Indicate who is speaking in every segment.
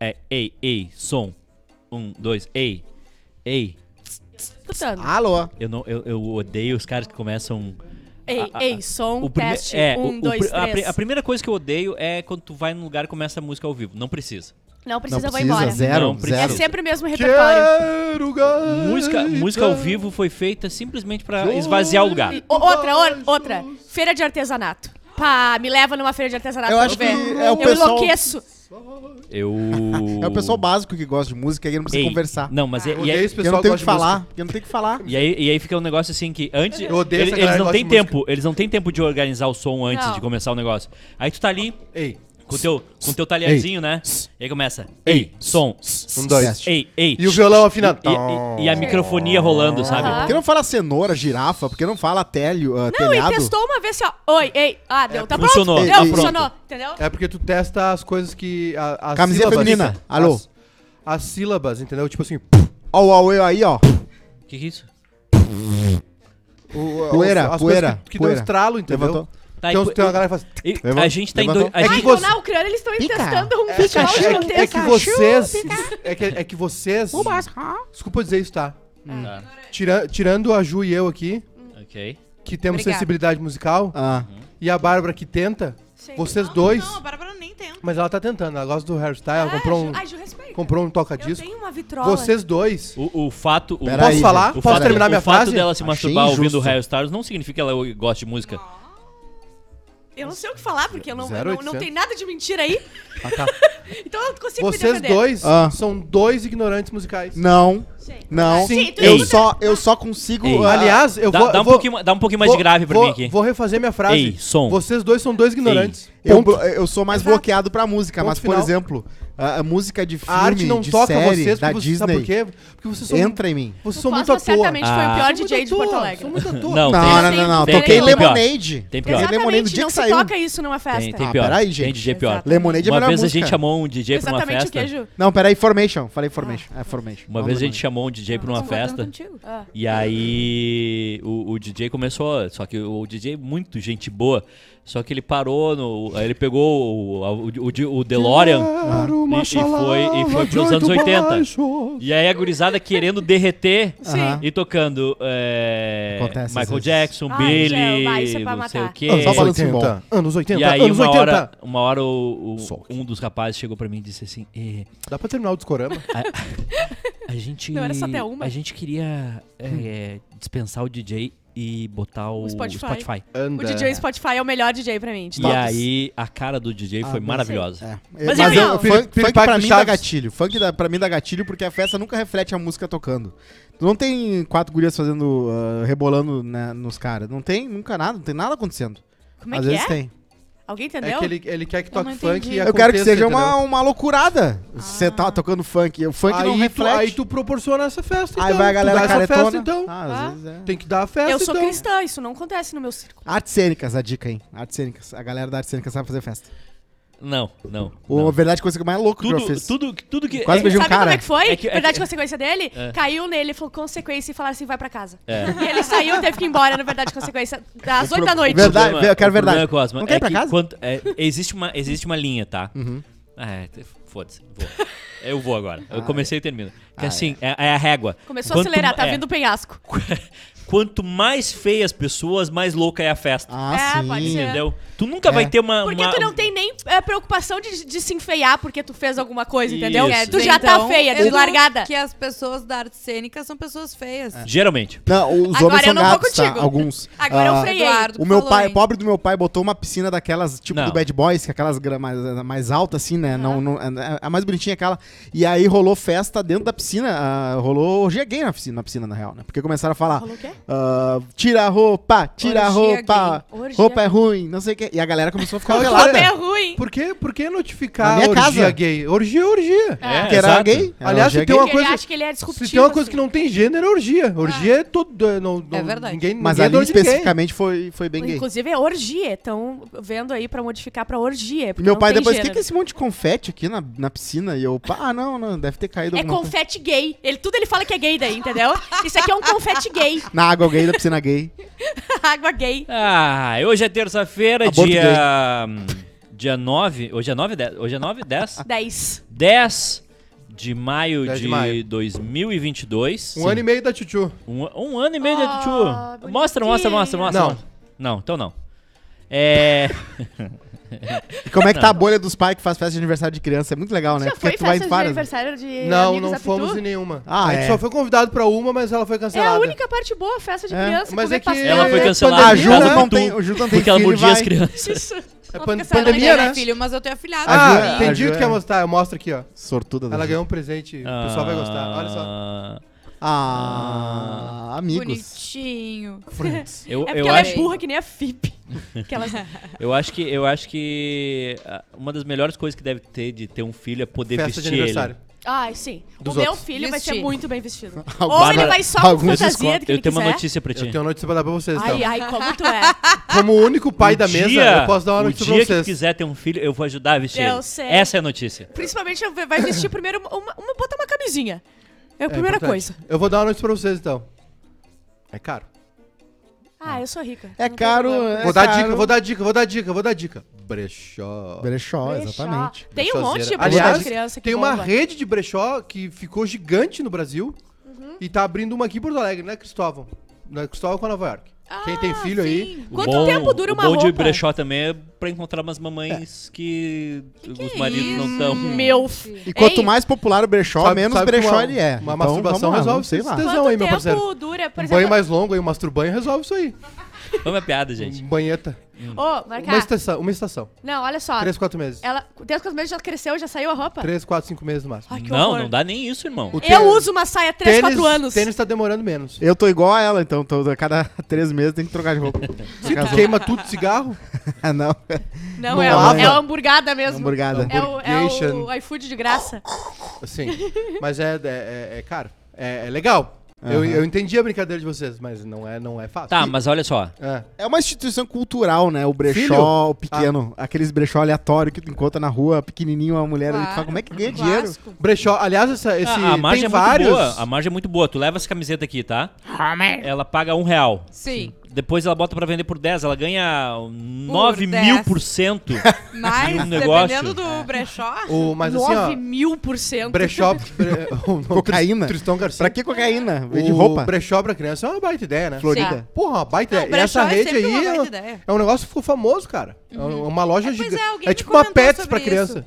Speaker 1: É, ei, ei, som. Um, dois, ei, ei. Ah,
Speaker 2: Escutando.
Speaker 3: Alô?
Speaker 1: Eu, não, eu, eu odeio os caras que começam.
Speaker 2: ei,
Speaker 1: a- a-
Speaker 2: ei, som,
Speaker 1: ah, o prime-
Speaker 2: teste.
Speaker 1: é,
Speaker 2: um,
Speaker 1: o- o
Speaker 2: dois,
Speaker 1: pri- a, pri-
Speaker 2: três.
Speaker 1: a primeira coisa que eu odeio é quando tu vai num lugar e começa a música ao vivo. Não precisa.
Speaker 2: Não
Speaker 3: Não
Speaker 2: precisa, eu vou
Speaker 3: precisa,
Speaker 2: embora.
Speaker 3: zero,
Speaker 1: Não precisa.
Speaker 2: É
Speaker 3: zero.
Speaker 2: sempre o mesmo repertório.
Speaker 3: Quero ganhar.
Speaker 1: Música, música ao vivo foi feita simplesmente pra esvaziar o lugar.
Speaker 2: O- outra, or- outra. Feira de artesanato. Pá, me leva numa feira de artesanato
Speaker 3: Eu
Speaker 2: pra
Speaker 3: acho
Speaker 2: ver.
Speaker 3: que é o
Speaker 2: eu
Speaker 3: pessoal-
Speaker 2: enlouqueço.
Speaker 1: Eu.
Speaker 3: É o pessoal básico que gosta de música e não precisa
Speaker 1: Ei,
Speaker 3: conversar.
Speaker 1: Não, mas é- e,
Speaker 4: Ah. Odeio
Speaker 1: aí,
Speaker 4: esse
Speaker 3: Porque eu
Speaker 4: pessoal
Speaker 3: não tenho o
Speaker 4: que
Speaker 3: que
Speaker 4: gosta de música.
Speaker 3: falar. Porque eu não tenho o que falar.
Speaker 1: e, aí, e aí fica um negócio assim que antes.
Speaker 4: Eu odeio
Speaker 1: eles,
Speaker 4: essa galera
Speaker 1: eles
Speaker 4: que
Speaker 1: não
Speaker 4: gosta
Speaker 1: têm
Speaker 4: de música.
Speaker 1: tempo, eles não têm tempo de organizar o som antes
Speaker 2: Não.
Speaker 1: de começar o negócio. Aí tu tá ali
Speaker 4: Ei,
Speaker 1: com teu, com teu talherzinho, né? E aí começa. Ei, som.
Speaker 4: um, dois.
Speaker 3: Teste.
Speaker 1: Ei, ei.
Speaker 4: E o violão afinado.
Speaker 1: E, e- e a microfonia rolando,
Speaker 2: Aham.
Speaker 1: sabe?
Speaker 3: Por que não fala cenoura, girafa? Por que não fala telho, ah,
Speaker 2: Não, e
Speaker 3: telhado?
Speaker 2: testou uma vez assim, ó. Oi, ei. Ah, deu. Tá
Speaker 1: É, funcionou,
Speaker 2: pronto.
Speaker 3: tá
Speaker 2: Deu,
Speaker 3: pronto.
Speaker 2: funcionou. Entendeu?
Speaker 4: É porque tu testa as coisas que. A, as
Speaker 3: Camiseta
Speaker 4: sílabas,
Speaker 3: feminina,
Speaker 4: As-
Speaker 3: alô.
Speaker 4: As sílabas, entendeu? Tipo assim.
Speaker 3: Ó, o Auê aí, ó.
Speaker 1: O que, que é isso?
Speaker 4: o-
Speaker 3: Poeira,
Speaker 4: as coisas
Speaker 3: poeira,
Speaker 4: Que, que
Speaker 3: poeira.
Speaker 4: deu estralo, entendeu?
Speaker 3: Levantou.
Speaker 1: Tá,
Speaker 4: Tem,
Speaker 1: e
Speaker 4: uns-
Speaker 1: po-
Speaker 4: tem uma galera que faz.
Speaker 1: e-
Speaker 3: Levantou.
Speaker 1: a gente tá em
Speaker 3: Levantou.
Speaker 1: dois. a
Speaker 4: É
Speaker 2: Ai,
Speaker 1: gente-
Speaker 4: que
Speaker 2: então
Speaker 4: você-
Speaker 2: na Ucrânia eles estão
Speaker 3: Pica.
Speaker 2: testando um
Speaker 3: Pikachu,
Speaker 2: festival de
Speaker 4: É, que
Speaker 2: artesanato.
Speaker 4: vocês. É que, é que vocês. Desculpa dizer isso, tá?
Speaker 1: Tá,
Speaker 4: Tira- tirando a Ju e eu aqui,
Speaker 1: ok.
Speaker 4: que temos
Speaker 2: Obrigada.
Speaker 4: sensibilidade musical,
Speaker 3: Ah,
Speaker 4: e a Bárbara que tenta,
Speaker 2: Sim.
Speaker 4: vocês
Speaker 5: Não,
Speaker 4: dois.
Speaker 5: Não, a Bárbara nem tenta.
Speaker 4: Mas ela tá tentando, ela gosta do hairstyle, ela
Speaker 2: Ah,
Speaker 4: comprou um,
Speaker 2: Ju- Ai, Ju, respeita.
Speaker 4: comprou um
Speaker 2: Eu
Speaker 4: toca-disco.
Speaker 2: tenho uma vitrola.
Speaker 4: Vocês dois.
Speaker 1: O, o fato. O,
Speaker 3: Pera
Speaker 4: Posso
Speaker 3: aí,
Speaker 4: falar?
Speaker 3: gente.
Speaker 1: o
Speaker 4: Posso
Speaker 1: fato-
Speaker 4: terminar
Speaker 1: o
Speaker 4: minha
Speaker 1: fato
Speaker 4: frase?
Speaker 1: dela se
Speaker 3: Achei
Speaker 1: masturbar
Speaker 3: injusto.
Speaker 1: ouvindo o Harry Stars não significa que ela goste de música.
Speaker 2: Eu não sei o que falar, porque eu não,
Speaker 4: Zero
Speaker 2: eu não, não
Speaker 4: 800.
Speaker 2: tem nada de mentira aí. então eu não consigo me
Speaker 4: Vocês
Speaker 2: defender.
Speaker 4: dois
Speaker 3: Ah.
Speaker 4: são dois ignorantes musicais.
Speaker 3: não,
Speaker 2: Sim.
Speaker 3: não.
Speaker 2: Sim, tu
Speaker 3: eu,
Speaker 2: escuta-
Speaker 3: só, eu só consigo...
Speaker 1: Ei.
Speaker 3: ah,
Speaker 4: Aliás, eu
Speaker 1: dá,
Speaker 4: vou.
Speaker 1: dá um
Speaker 4: vou-
Speaker 1: pouquinho, dá um pouquinho mais
Speaker 4: vou-
Speaker 1: grave pra
Speaker 4: vou-
Speaker 1: mim aqui.
Speaker 4: Vou refazer minha frase.
Speaker 1: Ei, som.
Speaker 4: Vocês dois são dois ignorantes.
Speaker 3: Eu,
Speaker 4: Ponto.
Speaker 3: eu sou mais
Speaker 4: Exato.
Speaker 3: bloqueado pra música,
Speaker 4: Ponto
Speaker 3: mas, por
Speaker 4: final.
Speaker 3: exemplo, a, a música de filme,
Speaker 4: A arte não
Speaker 3: de
Speaker 4: toca
Speaker 3: série,
Speaker 4: vocês,
Speaker 3: da
Speaker 4: porque vocês, sabe por
Speaker 3: Disney,
Speaker 4: quê? Porque vocês são,
Speaker 3: entra em mim.
Speaker 4: vocês
Speaker 2: O
Speaker 4: são muito à
Speaker 2: Cosma
Speaker 4: toa.
Speaker 2: certamente foi o pior
Speaker 1: Ah.
Speaker 2: DJ de Porto Alegre.
Speaker 4: São muito à toa.
Speaker 1: Não,
Speaker 3: Não,
Speaker 1: tem-
Speaker 3: não, não, não, não.
Speaker 1: tem-
Speaker 3: Toquei
Speaker 1: tem pior.
Speaker 3: Lemonade.
Speaker 1: Tem pior.
Speaker 3: Toquei Lemonade o
Speaker 2: Exatamente,
Speaker 3: dia
Speaker 2: não
Speaker 3: que
Speaker 2: se
Speaker 3: saiu.
Speaker 2: toca isso numa festa.
Speaker 1: Tem,
Speaker 4: Tá,
Speaker 1: tem
Speaker 3: Ah,
Speaker 1: pior.
Speaker 3: peraí,
Speaker 1: Tem
Speaker 3: gente.
Speaker 1: DJ pior.
Speaker 2: Exato.
Speaker 3: Lemonade é a
Speaker 1: Uma
Speaker 3: melhor
Speaker 1: vez a
Speaker 3: música.
Speaker 1: gente chamou um DJ pra uma
Speaker 2: Exatamente o
Speaker 1: festa.
Speaker 2: que, Ju?
Speaker 3: Não, peraí, Formation. Falei Formation. É Formation.
Speaker 1: Uma
Speaker 3: Não,
Speaker 1: vez a
Speaker 3: Lemonade.
Speaker 1: gente chamou um DJ pra uma festa.
Speaker 2: Ah.
Speaker 1: E aí o, o DJ começou, só que o DJ é muito gente boa, só que ele parou no, aí ele pegou o, a- o, o- o DeLorean né, e, e foi e foi pros anos 80. E aí a gurizada querendo derreter
Speaker 2: Sim.
Speaker 3: Aham.
Speaker 1: e tocando é,
Speaker 3: Acontece às
Speaker 1: Michael
Speaker 3: vezes.
Speaker 1: Jackson,
Speaker 2: Ai,
Speaker 1: Billy,
Speaker 2: Ah, Angel, vai, isso é pra
Speaker 1: não sei
Speaker 2: matar.
Speaker 1: o quê.
Speaker 3: Anos Só balanço bom.
Speaker 4: 80, assim, anos 80,
Speaker 1: E aí
Speaker 4: anos
Speaker 1: uma
Speaker 4: 80.
Speaker 1: hora, uma hora o- o-
Speaker 4: Só aqui.
Speaker 1: um dos rapazes chegou pra mim e disse assim: "É,
Speaker 4: Dá pra terminar o discorama?
Speaker 1: A gente.
Speaker 2: Não, era só até uma.
Speaker 1: A gente queria é, é,
Speaker 3: Hum.
Speaker 1: dispensar o DJ e botar o,
Speaker 2: O
Speaker 1: o
Speaker 2: Spotify.
Speaker 1: Spotify.
Speaker 2: O DJ Spotify é o melhor DJ pra mim. de
Speaker 1: E
Speaker 2: todos.
Speaker 1: aí a cara do DJ foi maravilhosa.
Speaker 3: É.
Speaker 1: Mas
Speaker 3: Mas,
Speaker 1: é
Speaker 3: eu,
Speaker 2: legal.
Speaker 3: funk,
Speaker 4: Felipe-
Speaker 3: funk
Speaker 4: Felipe
Speaker 3: pra
Speaker 4: Paco
Speaker 3: mim dá
Speaker 4: Chaves.
Speaker 3: gatilho. Funk dá, pra mim dá gatilho porque a festa nunca reflete a música tocando. Tu não tem quatro gurias fazendo, ah, rebolando né, nos caras. Não tem nunca nada, não tem nada acontecendo.
Speaker 2: Como é
Speaker 3: Às
Speaker 2: que
Speaker 3: vezes
Speaker 2: é?
Speaker 3: tem.
Speaker 2: Alguém
Speaker 4: É
Speaker 2: entendeu?
Speaker 4: que ele, ele quer que
Speaker 5: não
Speaker 4: toque
Speaker 5: entendi.
Speaker 4: funk e
Speaker 3: Eu quero que
Speaker 4: aconteça,
Speaker 3: seja
Speaker 4: entendeu?
Speaker 3: uma, uma loucurada.
Speaker 2: Ah.
Speaker 3: Você tá tocando funk. O funk não
Speaker 4: aí tu,
Speaker 3: reflete.
Speaker 4: aí tu proporciona essa festa, então.
Speaker 3: Aí vai a
Speaker 4: Tu
Speaker 3: galera
Speaker 4: dá essa
Speaker 3: caretona.
Speaker 4: festa, então.
Speaker 3: Ah, às
Speaker 2: Ah.
Speaker 3: vezes é.
Speaker 4: Tem que dar a festa,
Speaker 2: Eu sou
Speaker 4: então.
Speaker 2: cristã, isso não acontece no meu círculo.
Speaker 3: Artes cênicas, a dica, hein? Artes cênicas. A galera da artes cênicas sabe fazer festa.
Speaker 1: Não, não.
Speaker 3: Ou
Speaker 1: não.
Speaker 3: a verdade coisa que eu mais louco É. que eu
Speaker 1: Tudo,
Speaker 3: fiz.
Speaker 1: tudo, tudo que.
Speaker 3: Quase
Speaker 1: é-
Speaker 3: beijei um
Speaker 2: Sabe como
Speaker 3: cara.
Speaker 2: é que foi?
Speaker 1: É que- é
Speaker 2: Verdade
Speaker 1: que-
Speaker 2: consequência dele?
Speaker 1: É.
Speaker 2: Caiu nele, falou consequência e falaram assim, vai pra casa.
Speaker 1: É.
Speaker 2: E ele saiu, teve que ir embora, na verdade consequência, às 8 da noite.
Speaker 1: O
Speaker 3: Verdade, eu quero
Speaker 1: o problema,
Speaker 3: verdade.
Speaker 1: Cosma,
Speaker 3: Não quer
Speaker 1: é
Speaker 3: ir pra
Speaker 1: que
Speaker 3: casa? Uhum.
Speaker 1: quando- é, existe, uma, existe uma linha, tá? Ah, é, te- foda-se. Vou. Eu vou agora.
Speaker 3: Ah,
Speaker 1: Eu comecei e termino. Que assim, é. é a régua.
Speaker 2: Começou
Speaker 1: Quanto
Speaker 2: a acelerar,
Speaker 1: ma-
Speaker 2: tá
Speaker 1: é.
Speaker 2: vindo o penhasco.
Speaker 1: Quanto mais feias as pessoas, mais louca é a festa.
Speaker 3: Ah,
Speaker 2: É, pode
Speaker 3: sim.
Speaker 2: ser.
Speaker 1: Entendeu? Tu nunca
Speaker 3: É.
Speaker 1: vai ter uma.
Speaker 2: Porque
Speaker 1: uma-
Speaker 2: tu não tem nem é, preocupação de, de se enfeiar porque tu fez alguma coisa,
Speaker 1: Isso.
Speaker 2: entendeu?
Speaker 1: Quer
Speaker 2: Tu
Speaker 1: dizer,
Speaker 2: já tá
Speaker 5: Então,
Speaker 2: feia,
Speaker 5: eu
Speaker 2: de
Speaker 5: não-
Speaker 2: largada.
Speaker 5: Que as pessoas da arte cênica são pessoas feias.
Speaker 1: Geralmente.
Speaker 3: Não, os
Speaker 2: Agora
Speaker 3: homens
Speaker 2: eu
Speaker 3: são
Speaker 2: não vou
Speaker 3: gatos, tá?
Speaker 2: contigo.
Speaker 3: Alguns.
Speaker 2: Agora eu
Speaker 3: Ah,
Speaker 2: freiei.
Speaker 5: Eduardo,
Speaker 3: O meu
Speaker 5: falou,
Speaker 3: pai,
Speaker 4: é
Speaker 5: hein?
Speaker 3: pobre do meu pai, botou uma piscina daquelas, tipo
Speaker 1: Não.
Speaker 3: do Bad Boys, que aquelas gra- mais, mais altas, assim, né? Não, não, a- a mais bonitinha é aquela. E aí rolou festa dentro da piscina. ah, rolou orgia gay na piscina, na piscina, na real, né? Porque começaram a falar.
Speaker 2: Falou o quê?
Speaker 3: ah, tira a roupa, tira a
Speaker 5: Orgia
Speaker 3: roupa,
Speaker 2: gay. Orgia
Speaker 3: roupa é ruim, não sei o quê. E a galera começou a ficar
Speaker 4: Qual que
Speaker 3: pelada.
Speaker 4: foi?
Speaker 2: É ruim.
Speaker 4: Por que, por que notificar
Speaker 3: Na minha
Speaker 4: orgia
Speaker 3: casa.
Speaker 4: gay? Orgia é orgia.
Speaker 2: É.
Speaker 3: Porque era
Speaker 1: exato.
Speaker 3: gay. era
Speaker 4: Aliás,
Speaker 3: orgia
Speaker 4: se tem
Speaker 3: gay.
Speaker 4: uma
Speaker 2: Porque
Speaker 4: coisa-
Speaker 2: ele acha que ele é disruptivo.
Speaker 4: Se tem uma coisa
Speaker 2: assim.
Speaker 4: que não tem gênero, é orgia. Orgia é todo... é, Não, não,
Speaker 5: É verdade.
Speaker 4: Ninguém,
Speaker 3: Mas
Speaker 4: ninguém é
Speaker 3: ali
Speaker 4: dono de ninguém.
Speaker 3: especificamente foi, foi bem gay.
Speaker 2: Inclusive é orgia, estão vendo aí pra modificar pra orgia.
Speaker 3: E
Speaker 2: porque
Speaker 3: meu
Speaker 2: não
Speaker 3: pai
Speaker 2: tem
Speaker 3: depois, o que,
Speaker 2: gênero.
Speaker 3: que é esse monte de confete aqui na, na piscina? E eu, pá, ah, não, não, deve ter caído
Speaker 2: É
Speaker 3: alguma coisa.
Speaker 2: confete gay. Ele, tudo ele fala que é gay daí, entendeu? Isso aqui é um confete gay.
Speaker 3: Na água gay, da piscina gay.
Speaker 2: Água gay.
Speaker 1: Ah, hoje é terça-feira,
Speaker 3: Aborto
Speaker 1: dia. Dia 9. Hoje é 9, 10. Hoje é 9, 10.
Speaker 2: 10.
Speaker 1: 10 de maio
Speaker 4: 10
Speaker 1: de,
Speaker 4: de maio.
Speaker 1: 2022.
Speaker 4: Um ano e meio da Chuchu.
Speaker 1: Um, um ano e meio de
Speaker 2: Ah,
Speaker 1: Tchu. Mostra, mostra,
Speaker 2: bonitinha.
Speaker 1: mostra, mostra.
Speaker 4: Não.
Speaker 1: mostra. Não, então não. É.
Speaker 3: E como é que tá a bolha dos pais que faz festa de aniversário de criança? É muito legal, né?
Speaker 2: Já foi
Speaker 3: tu vai em
Speaker 2: festa de
Speaker 3: várias.
Speaker 2: aniversário de
Speaker 4: não,
Speaker 2: amigos
Speaker 4: não
Speaker 2: Apitu?
Speaker 4: fomos em nenhuma.
Speaker 3: Ah,
Speaker 4: a gente
Speaker 3: é.
Speaker 4: só foi convidado pra uma, mas ela foi
Speaker 2: É
Speaker 4: cancelada.
Speaker 2: a única parte boa, festa de
Speaker 3: É,
Speaker 2: criança,
Speaker 4: mas
Speaker 2: comer
Speaker 4: é que-
Speaker 2: pastel.
Speaker 1: Ela foi
Speaker 4: É,
Speaker 1: cancelada
Speaker 4: pandemia,
Speaker 1: por causa
Speaker 4: né?
Speaker 1: do
Speaker 3: não
Speaker 1: Tu,
Speaker 3: tem, o Ju não tem
Speaker 1: porque ela
Speaker 3: filho,
Speaker 1: mordia
Speaker 3: vai.
Speaker 1: as crianças.
Speaker 2: Isso.
Speaker 4: É
Speaker 2: Ela
Speaker 4: pan-
Speaker 2: foi cancelada
Speaker 5: Eu não
Speaker 2: na
Speaker 4: pandemia,
Speaker 5: tenho
Speaker 4: né?
Speaker 2: internet.
Speaker 5: filho, mas eu tenho afilhado.
Speaker 3: A
Speaker 4: Ah,
Speaker 3: Ju-
Speaker 5: também.
Speaker 4: entendi
Speaker 3: a
Speaker 4: o
Speaker 3: Ju
Speaker 4: que
Speaker 3: é-
Speaker 4: ia mostrar. Eu mostro aqui, ó.
Speaker 3: Sortuda. né? da
Speaker 4: Ela
Speaker 3: Ju.
Speaker 4: ganhou um presente, o pessoal vai gostar. Olha só.
Speaker 1: Ah,
Speaker 3: Ah,
Speaker 4: é,
Speaker 3: amigos.
Speaker 5: Bonitinho.
Speaker 1: Eu,
Speaker 2: É porque
Speaker 1: eu,
Speaker 2: ela
Speaker 1: acho,
Speaker 2: é burra que nem a FIP. Que ela-
Speaker 1: eu acho que eu acho que ah, uma das melhores coisas que deve ter de ter um filho é poder
Speaker 4: Festa de
Speaker 1: vestir ele.
Speaker 4: aniversário.
Speaker 2: Ai, sim.
Speaker 4: Dos
Speaker 2: o meu
Speaker 4: outros.
Speaker 2: filho vai ser
Speaker 5: Vestir.
Speaker 2: muito bem vestido. Ou
Speaker 3: Alguns-
Speaker 2: ele vai só com
Speaker 3: alguns
Speaker 2: fantasia
Speaker 3: escolhem.
Speaker 2: do que
Speaker 1: Eu
Speaker 2: ele
Speaker 1: tenho uma
Speaker 2: quiser.
Speaker 1: notícia pra
Speaker 4: Eu
Speaker 1: ti.
Speaker 4: tenho uma notícia pra dar pra vocês, então.
Speaker 2: Ai, ai, como tu é.
Speaker 4: Como o único pai da mesa,
Speaker 1: dia,
Speaker 4: eu posso dar uma
Speaker 1: o
Speaker 4: notícia pra
Speaker 1: dia que
Speaker 4: vocês.
Speaker 1: tu quiser ter um filho, eu vou ajudar a vestir
Speaker 2: Eu
Speaker 1: ele.
Speaker 2: sei.
Speaker 1: Essa é a notícia.
Speaker 2: Principalmente eu- vai vestir primeiro uma, uma, uma- botar uma camisinha. É a
Speaker 4: É
Speaker 2: primeira
Speaker 4: importante.
Speaker 2: coisa.
Speaker 4: Eu vou dar uma notícia pra vocês, então. É caro.
Speaker 2: Ah, eu sou rica.
Speaker 3: É caro. é
Speaker 4: vou dar
Speaker 3: caro.
Speaker 4: dica, vou dar dica, vou dar dica, vou dar dica. Brechó.
Speaker 3: Brechó,
Speaker 2: Brechó.
Speaker 3: exatamente.
Speaker 2: Tem um monte de
Speaker 4: Brechoseira.
Speaker 2: brechó
Speaker 4: Aliás,
Speaker 2: de criança que
Speaker 4: Tem uma
Speaker 2: bomba.
Speaker 4: rede de brechó que ficou gigante no Brasil e tá abrindo uma aqui em Porto Alegre, né, Cristóvão? Né, Cristóvão com a Nova York. Quem
Speaker 2: Ah,
Speaker 4: tem filho aí. um
Speaker 1: O
Speaker 2: Quanto
Speaker 1: bom-
Speaker 2: tempo dura uma
Speaker 1: O bom de
Speaker 2: roupa?
Speaker 1: brechó também é pra encontrar umas
Speaker 4: É.
Speaker 1: mamães que, os maridos não tá estão...
Speaker 2: é Meu filho.
Speaker 3: E quanto
Speaker 2: Ei,
Speaker 3: mais popular o brechó,
Speaker 4: sabe-
Speaker 3: menos
Speaker 4: sabe que
Speaker 3: brechó
Speaker 4: uma-
Speaker 3: ele é.
Speaker 4: Uma
Speaker 3: Então,
Speaker 4: masturbação
Speaker 3: vamos lá,
Speaker 4: resolve
Speaker 3: vamos- sei
Speaker 4: esse
Speaker 3: lá.
Speaker 4: tesão
Speaker 2: Quanto
Speaker 4: aí, meu parceiro.
Speaker 2: tempo dura, por
Speaker 4: Um
Speaker 2: exemplo...
Speaker 4: banho mais longo aí, um masturbanho resolve isso aí.
Speaker 1: Vamos a piada, gente.
Speaker 4: Um banheta.
Speaker 2: Ô, Marca,
Speaker 4: Uma estação, uma estação.
Speaker 2: não, olha só.
Speaker 4: Três, quatro meses.
Speaker 2: Ela, Deus com os meses já cresceu, já saiu a roupa?
Speaker 4: Três, quatro, cinco meses no máximo.
Speaker 2: Ai, que
Speaker 1: não,
Speaker 2: horror.
Speaker 1: não dá nem isso, irmão.
Speaker 4: O
Speaker 2: Eu
Speaker 4: tê-
Speaker 2: uso uma saia há 3, 4 anos.
Speaker 4: Tênis tá demorando menos.
Speaker 3: Eu tô igual a ela, então. Tô, a cada três meses tem que trocar de roupa.
Speaker 4: Se tu queima tudo de cigarro,
Speaker 3: Ah, não.
Speaker 2: Não,
Speaker 4: Não
Speaker 2: é,
Speaker 4: lava.
Speaker 2: é a hamburgada mesmo.
Speaker 3: Hamburgada.
Speaker 2: É o, é o
Speaker 4: Hamburgation.
Speaker 2: iFood de graça.
Speaker 4: Sim, mas é, é, é- é caro. É, é legal. Eu,
Speaker 3: Aham.
Speaker 4: eu entendi a brincadeira de vocês, mas não é, não é fácil.
Speaker 1: Tá,
Speaker 4: E-
Speaker 1: mas olha só.
Speaker 4: É.
Speaker 3: É uma instituição cultural, né? O brechó
Speaker 4: Filho? Ah.
Speaker 3: o pequeno. Aqueles brechó aleatório que tu encontra na rua, pequenininho, uma mulher ali. Tu fala,
Speaker 5: Claro.
Speaker 3: como é que ganha dinheiro?
Speaker 5: Clássico.
Speaker 4: Brechó, aliás, essa, esse.
Speaker 1: a, a margem é
Speaker 4: tem vários.
Speaker 1: muito boa. A margem é muito boa. Tu leva essa camiseta aqui, tá? Ela paga um real.
Speaker 5: Sim.
Speaker 1: Depois ela bota pra vender por 10. Ela ganha 9
Speaker 5: 10.
Speaker 1: mil por cento.
Speaker 5: Mas,
Speaker 1: Um negócio.
Speaker 5: dependendo do brechó,
Speaker 4: O, mas assim,
Speaker 2: 9
Speaker 4: ó.
Speaker 2: mil por cento.
Speaker 4: Brechó. bre- o nome-
Speaker 3: Cocaína.
Speaker 4: Tristão Garcia.
Speaker 3: Pra que cocaína? Vem de
Speaker 4: O
Speaker 3: roupa.
Speaker 4: Brechó pra criança é uma baita ideia, né?
Speaker 3: Florida.
Speaker 4: Porra, uma baita
Speaker 5: Não,
Speaker 4: ideia. E
Speaker 5: brechó
Speaker 4: essa
Speaker 5: é
Speaker 4: rede aí
Speaker 5: sempre uma baita
Speaker 4: é,
Speaker 5: ideia.
Speaker 4: é um negócio que ficou famoso, cara. É um- uma loja
Speaker 5: É, pois
Speaker 4: gigante.
Speaker 5: é, alguém
Speaker 4: É
Speaker 5: me
Speaker 4: tipo uma
Speaker 5: comentou
Speaker 4: Pets pra
Speaker 5: sobre Uhum.
Speaker 4: criança.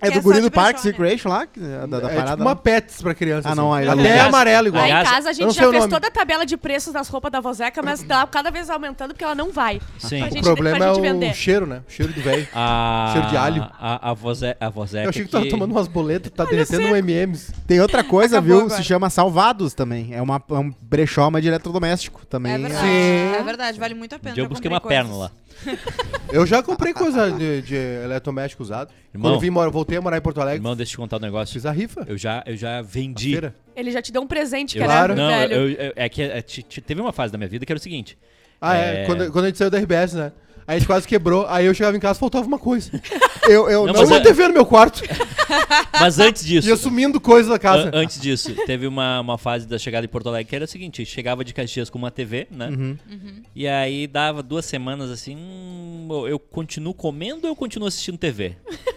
Speaker 3: É do guri do Parks Recreation lá? que- Da, da
Speaker 4: é
Speaker 3: parada.
Speaker 4: tipo uma
Speaker 3: lá.
Speaker 4: Pets pra criança. assim.
Speaker 3: Ah, não, aí-
Speaker 4: Até é
Speaker 1: aliás-
Speaker 4: amarelo igual.
Speaker 2: Lá em
Speaker 1: Aliás,
Speaker 2: casa a
Speaker 4: eu não
Speaker 2: gente
Speaker 4: sei
Speaker 2: já
Speaker 4: o
Speaker 2: fez
Speaker 4: nome.
Speaker 2: toda a tabela de preços das roupas da vozeca, mas tá cada vez aumentando porque ela não vai.
Speaker 1: Sim.
Speaker 2: Pra
Speaker 4: O
Speaker 2: gente,
Speaker 4: problema
Speaker 2: pra
Speaker 4: é
Speaker 2: gente
Speaker 4: o
Speaker 2: vender.
Speaker 4: cheiro, né? O cheiro do velho.
Speaker 1: A,
Speaker 4: Cheiro de alho.
Speaker 1: A, a, voze, a vozeca
Speaker 4: Eu achei que tu tava
Speaker 1: que-
Speaker 4: tomando umas boletas, tá derretendo um MMs.
Speaker 3: Tem outra coisa,
Speaker 5: Acabou
Speaker 3: viu?
Speaker 5: agora.
Speaker 3: Se chama Salvados também. É, uma, é um brechó, mas de eletrodoméstico também.
Speaker 5: É verdade,
Speaker 4: Sim.
Speaker 5: é verdade, vale muito a pena.
Speaker 1: Um Eu
Speaker 5: já
Speaker 1: busquei
Speaker 5: comprei
Speaker 1: uma perna
Speaker 5: coisas.
Speaker 1: lá.
Speaker 4: Eu já comprei coisa de, de eletrodoméstico usado.
Speaker 1: Irmão.
Speaker 4: Quando eu vim, mora- voltei a morar em Porto Alegre,
Speaker 1: Irmão, deixa eu te contar um negócio.
Speaker 4: fiz a rifa.
Speaker 1: Eu já, eu já
Speaker 4: A
Speaker 1: vendi.
Speaker 4: feira.
Speaker 2: Ele já te deu um presente,
Speaker 1: Eu-
Speaker 2: cara.
Speaker 4: Claro.
Speaker 1: Não,
Speaker 2: velho.
Speaker 1: eu- eu- é que é, te- te- teve uma fase da minha vida que era o seguinte.
Speaker 4: Ah, é.
Speaker 1: É.
Speaker 4: Quando, quando a gente saiu da RBS, né? Aí a gente quase quebrou. Aí eu chegava em casa, faltava uma coisa.
Speaker 3: Eu, eu
Speaker 1: Não,
Speaker 3: não,
Speaker 4: Não
Speaker 1: mas
Speaker 4: uma
Speaker 1: é-
Speaker 4: TV no meu quarto.
Speaker 1: Mas antes disso.
Speaker 4: E assumindo coisa da casa.
Speaker 1: An- antes disso, teve uma, uma fase da chegada em Porto Alegre que era o seguinte: chegava de Caxias com uma TV, né?
Speaker 4: Uhum.
Speaker 2: Uhum.
Speaker 1: E aí dava duas semanas assim. hum, eu- eu continuo comendo ou eu continuo assistindo TV?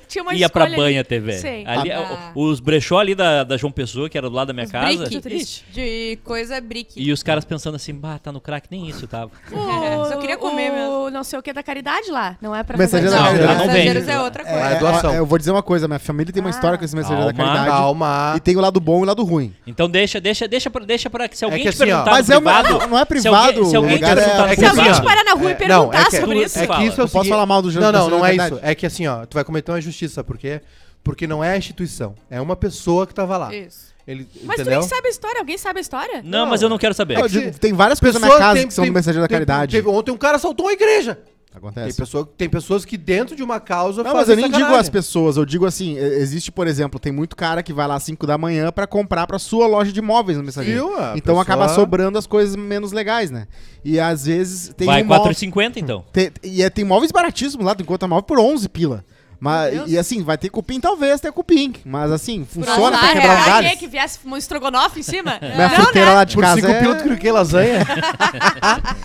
Speaker 2: Tinha uma
Speaker 1: Ia pra
Speaker 2: escolha ali.
Speaker 1: banha TV.
Speaker 2: Sim.
Speaker 1: Ali,
Speaker 5: Ah.
Speaker 1: o- os brechó ali da, da João Pessoa, que era do lado da minha
Speaker 5: Os
Speaker 1: casa.
Speaker 5: brick,
Speaker 2: Triste.
Speaker 5: de coisa brick.
Speaker 1: E os caras pensando assim, bah, tá no crack, nem isso tava.
Speaker 2: O-
Speaker 5: Só queria comer
Speaker 2: o
Speaker 5: mesmo.
Speaker 2: não sei o que da caridade lá. Não é pra
Speaker 3: Mensageiro
Speaker 2: fazer
Speaker 3: da
Speaker 2: nada.
Speaker 3: Caridade.
Speaker 1: não vende.
Speaker 5: Mensageiros é outra coisa.
Speaker 4: É, doação.
Speaker 3: eu vou dizer uma coisa, minha família
Speaker 5: Ah.
Speaker 3: tem uma história com esse mensageiro da
Speaker 1: Calma.
Speaker 3: caridade.
Speaker 4: Calma.
Speaker 3: E tem o lado bom e o lado ruim.
Speaker 1: Então deixa, deixa, deixa, pra- deixa pra
Speaker 3: É
Speaker 1: que se alguém
Speaker 4: que
Speaker 1: te
Speaker 4: assim, ó,
Speaker 1: perguntar
Speaker 3: Mas
Speaker 1: no
Speaker 3: é uma-
Speaker 1: privado...
Speaker 3: não é
Speaker 1: se alguém,
Speaker 3: privado,
Speaker 1: se
Speaker 3: o
Speaker 1: alguém te
Speaker 3: lugar é-
Speaker 1: perguntar
Speaker 3: é
Speaker 1: no
Speaker 2: Se alguém
Speaker 1: privado...
Speaker 2: te parar na rua e
Speaker 4: É, não,
Speaker 2: perguntar
Speaker 4: é que-
Speaker 2: sobre
Speaker 1: tu-
Speaker 2: isso.
Speaker 4: É que isso é o
Speaker 3: Eu posso
Speaker 4: seguinte-
Speaker 3: falar mal do João
Speaker 4: Não, não,
Speaker 3: Pessoa,
Speaker 4: não
Speaker 3: é
Speaker 4: é
Speaker 3: verdade.
Speaker 4: isso. É que assim, ó, tu vai cometer uma injustiça, por quê? Porque não é a instituição, é uma pessoa que tava lá.
Speaker 5: Isso.
Speaker 4: Ele,
Speaker 2: Mas tu
Speaker 4: entendeu?
Speaker 2: nem sabe a história. Alguém sabe a história?
Speaker 1: Não, mas eu não quero saber.
Speaker 3: Eu
Speaker 4: É que
Speaker 3: digo,
Speaker 4: se-
Speaker 3: tem várias coisas na minha
Speaker 4: Pessoa
Speaker 3: casa
Speaker 4: tem-
Speaker 3: que são
Speaker 4: tem-
Speaker 3: do mensageiro da
Speaker 4: tem-
Speaker 3: caridade.
Speaker 4: teve- ontem um cara assaltou a igreja. Tem,
Speaker 3: Acontece.
Speaker 4: pessoa, tem pessoas que dentro de uma causa
Speaker 3: Não, mas
Speaker 4: fazem
Speaker 3: eu nem digo
Speaker 4: sacanagem.
Speaker 3: as pessoas, eu digo assim, e- existe, por exemplo, tem muito cara que vai lá às 5 da manhã pra comprar pra sua loja de imóveis no mensageiro.
Speaker 4: Viu? Ah, A
Speaker 3: Então
Speaker 4: pessoa-
Speaker 3: acaba sobrando as coisas menos legais, né? E às vezes tem um
Speaker 1: Vai,
Speaker 3: imó-
Speaker 1: 4,50 então.
Speaker 3: tem- e é- tem imóveis baratíssimos lá, tu encontra imóvel por 11 pila. Mas,
Speaker 2: Deus.
Speaker 3: e assim, vai ter cupim? Talvez tenha cupim. Mas assim, funciona
Speaker 2: Mas
Speaker 3: pra
Speaker 2: lá,
Speaker 3: quebrar os
Speaker 2: real,
Speaker 3: galhos.
Speaker 2: quem é que viesse um estrogonofe em cima? né?
Speaker 3: Minha fruteira lá de
Speaker 4: Por
Speaker 3: casa
Speaker 4: cinco
Speaker 3: é...
Speaker 4: pilotos que lasanha.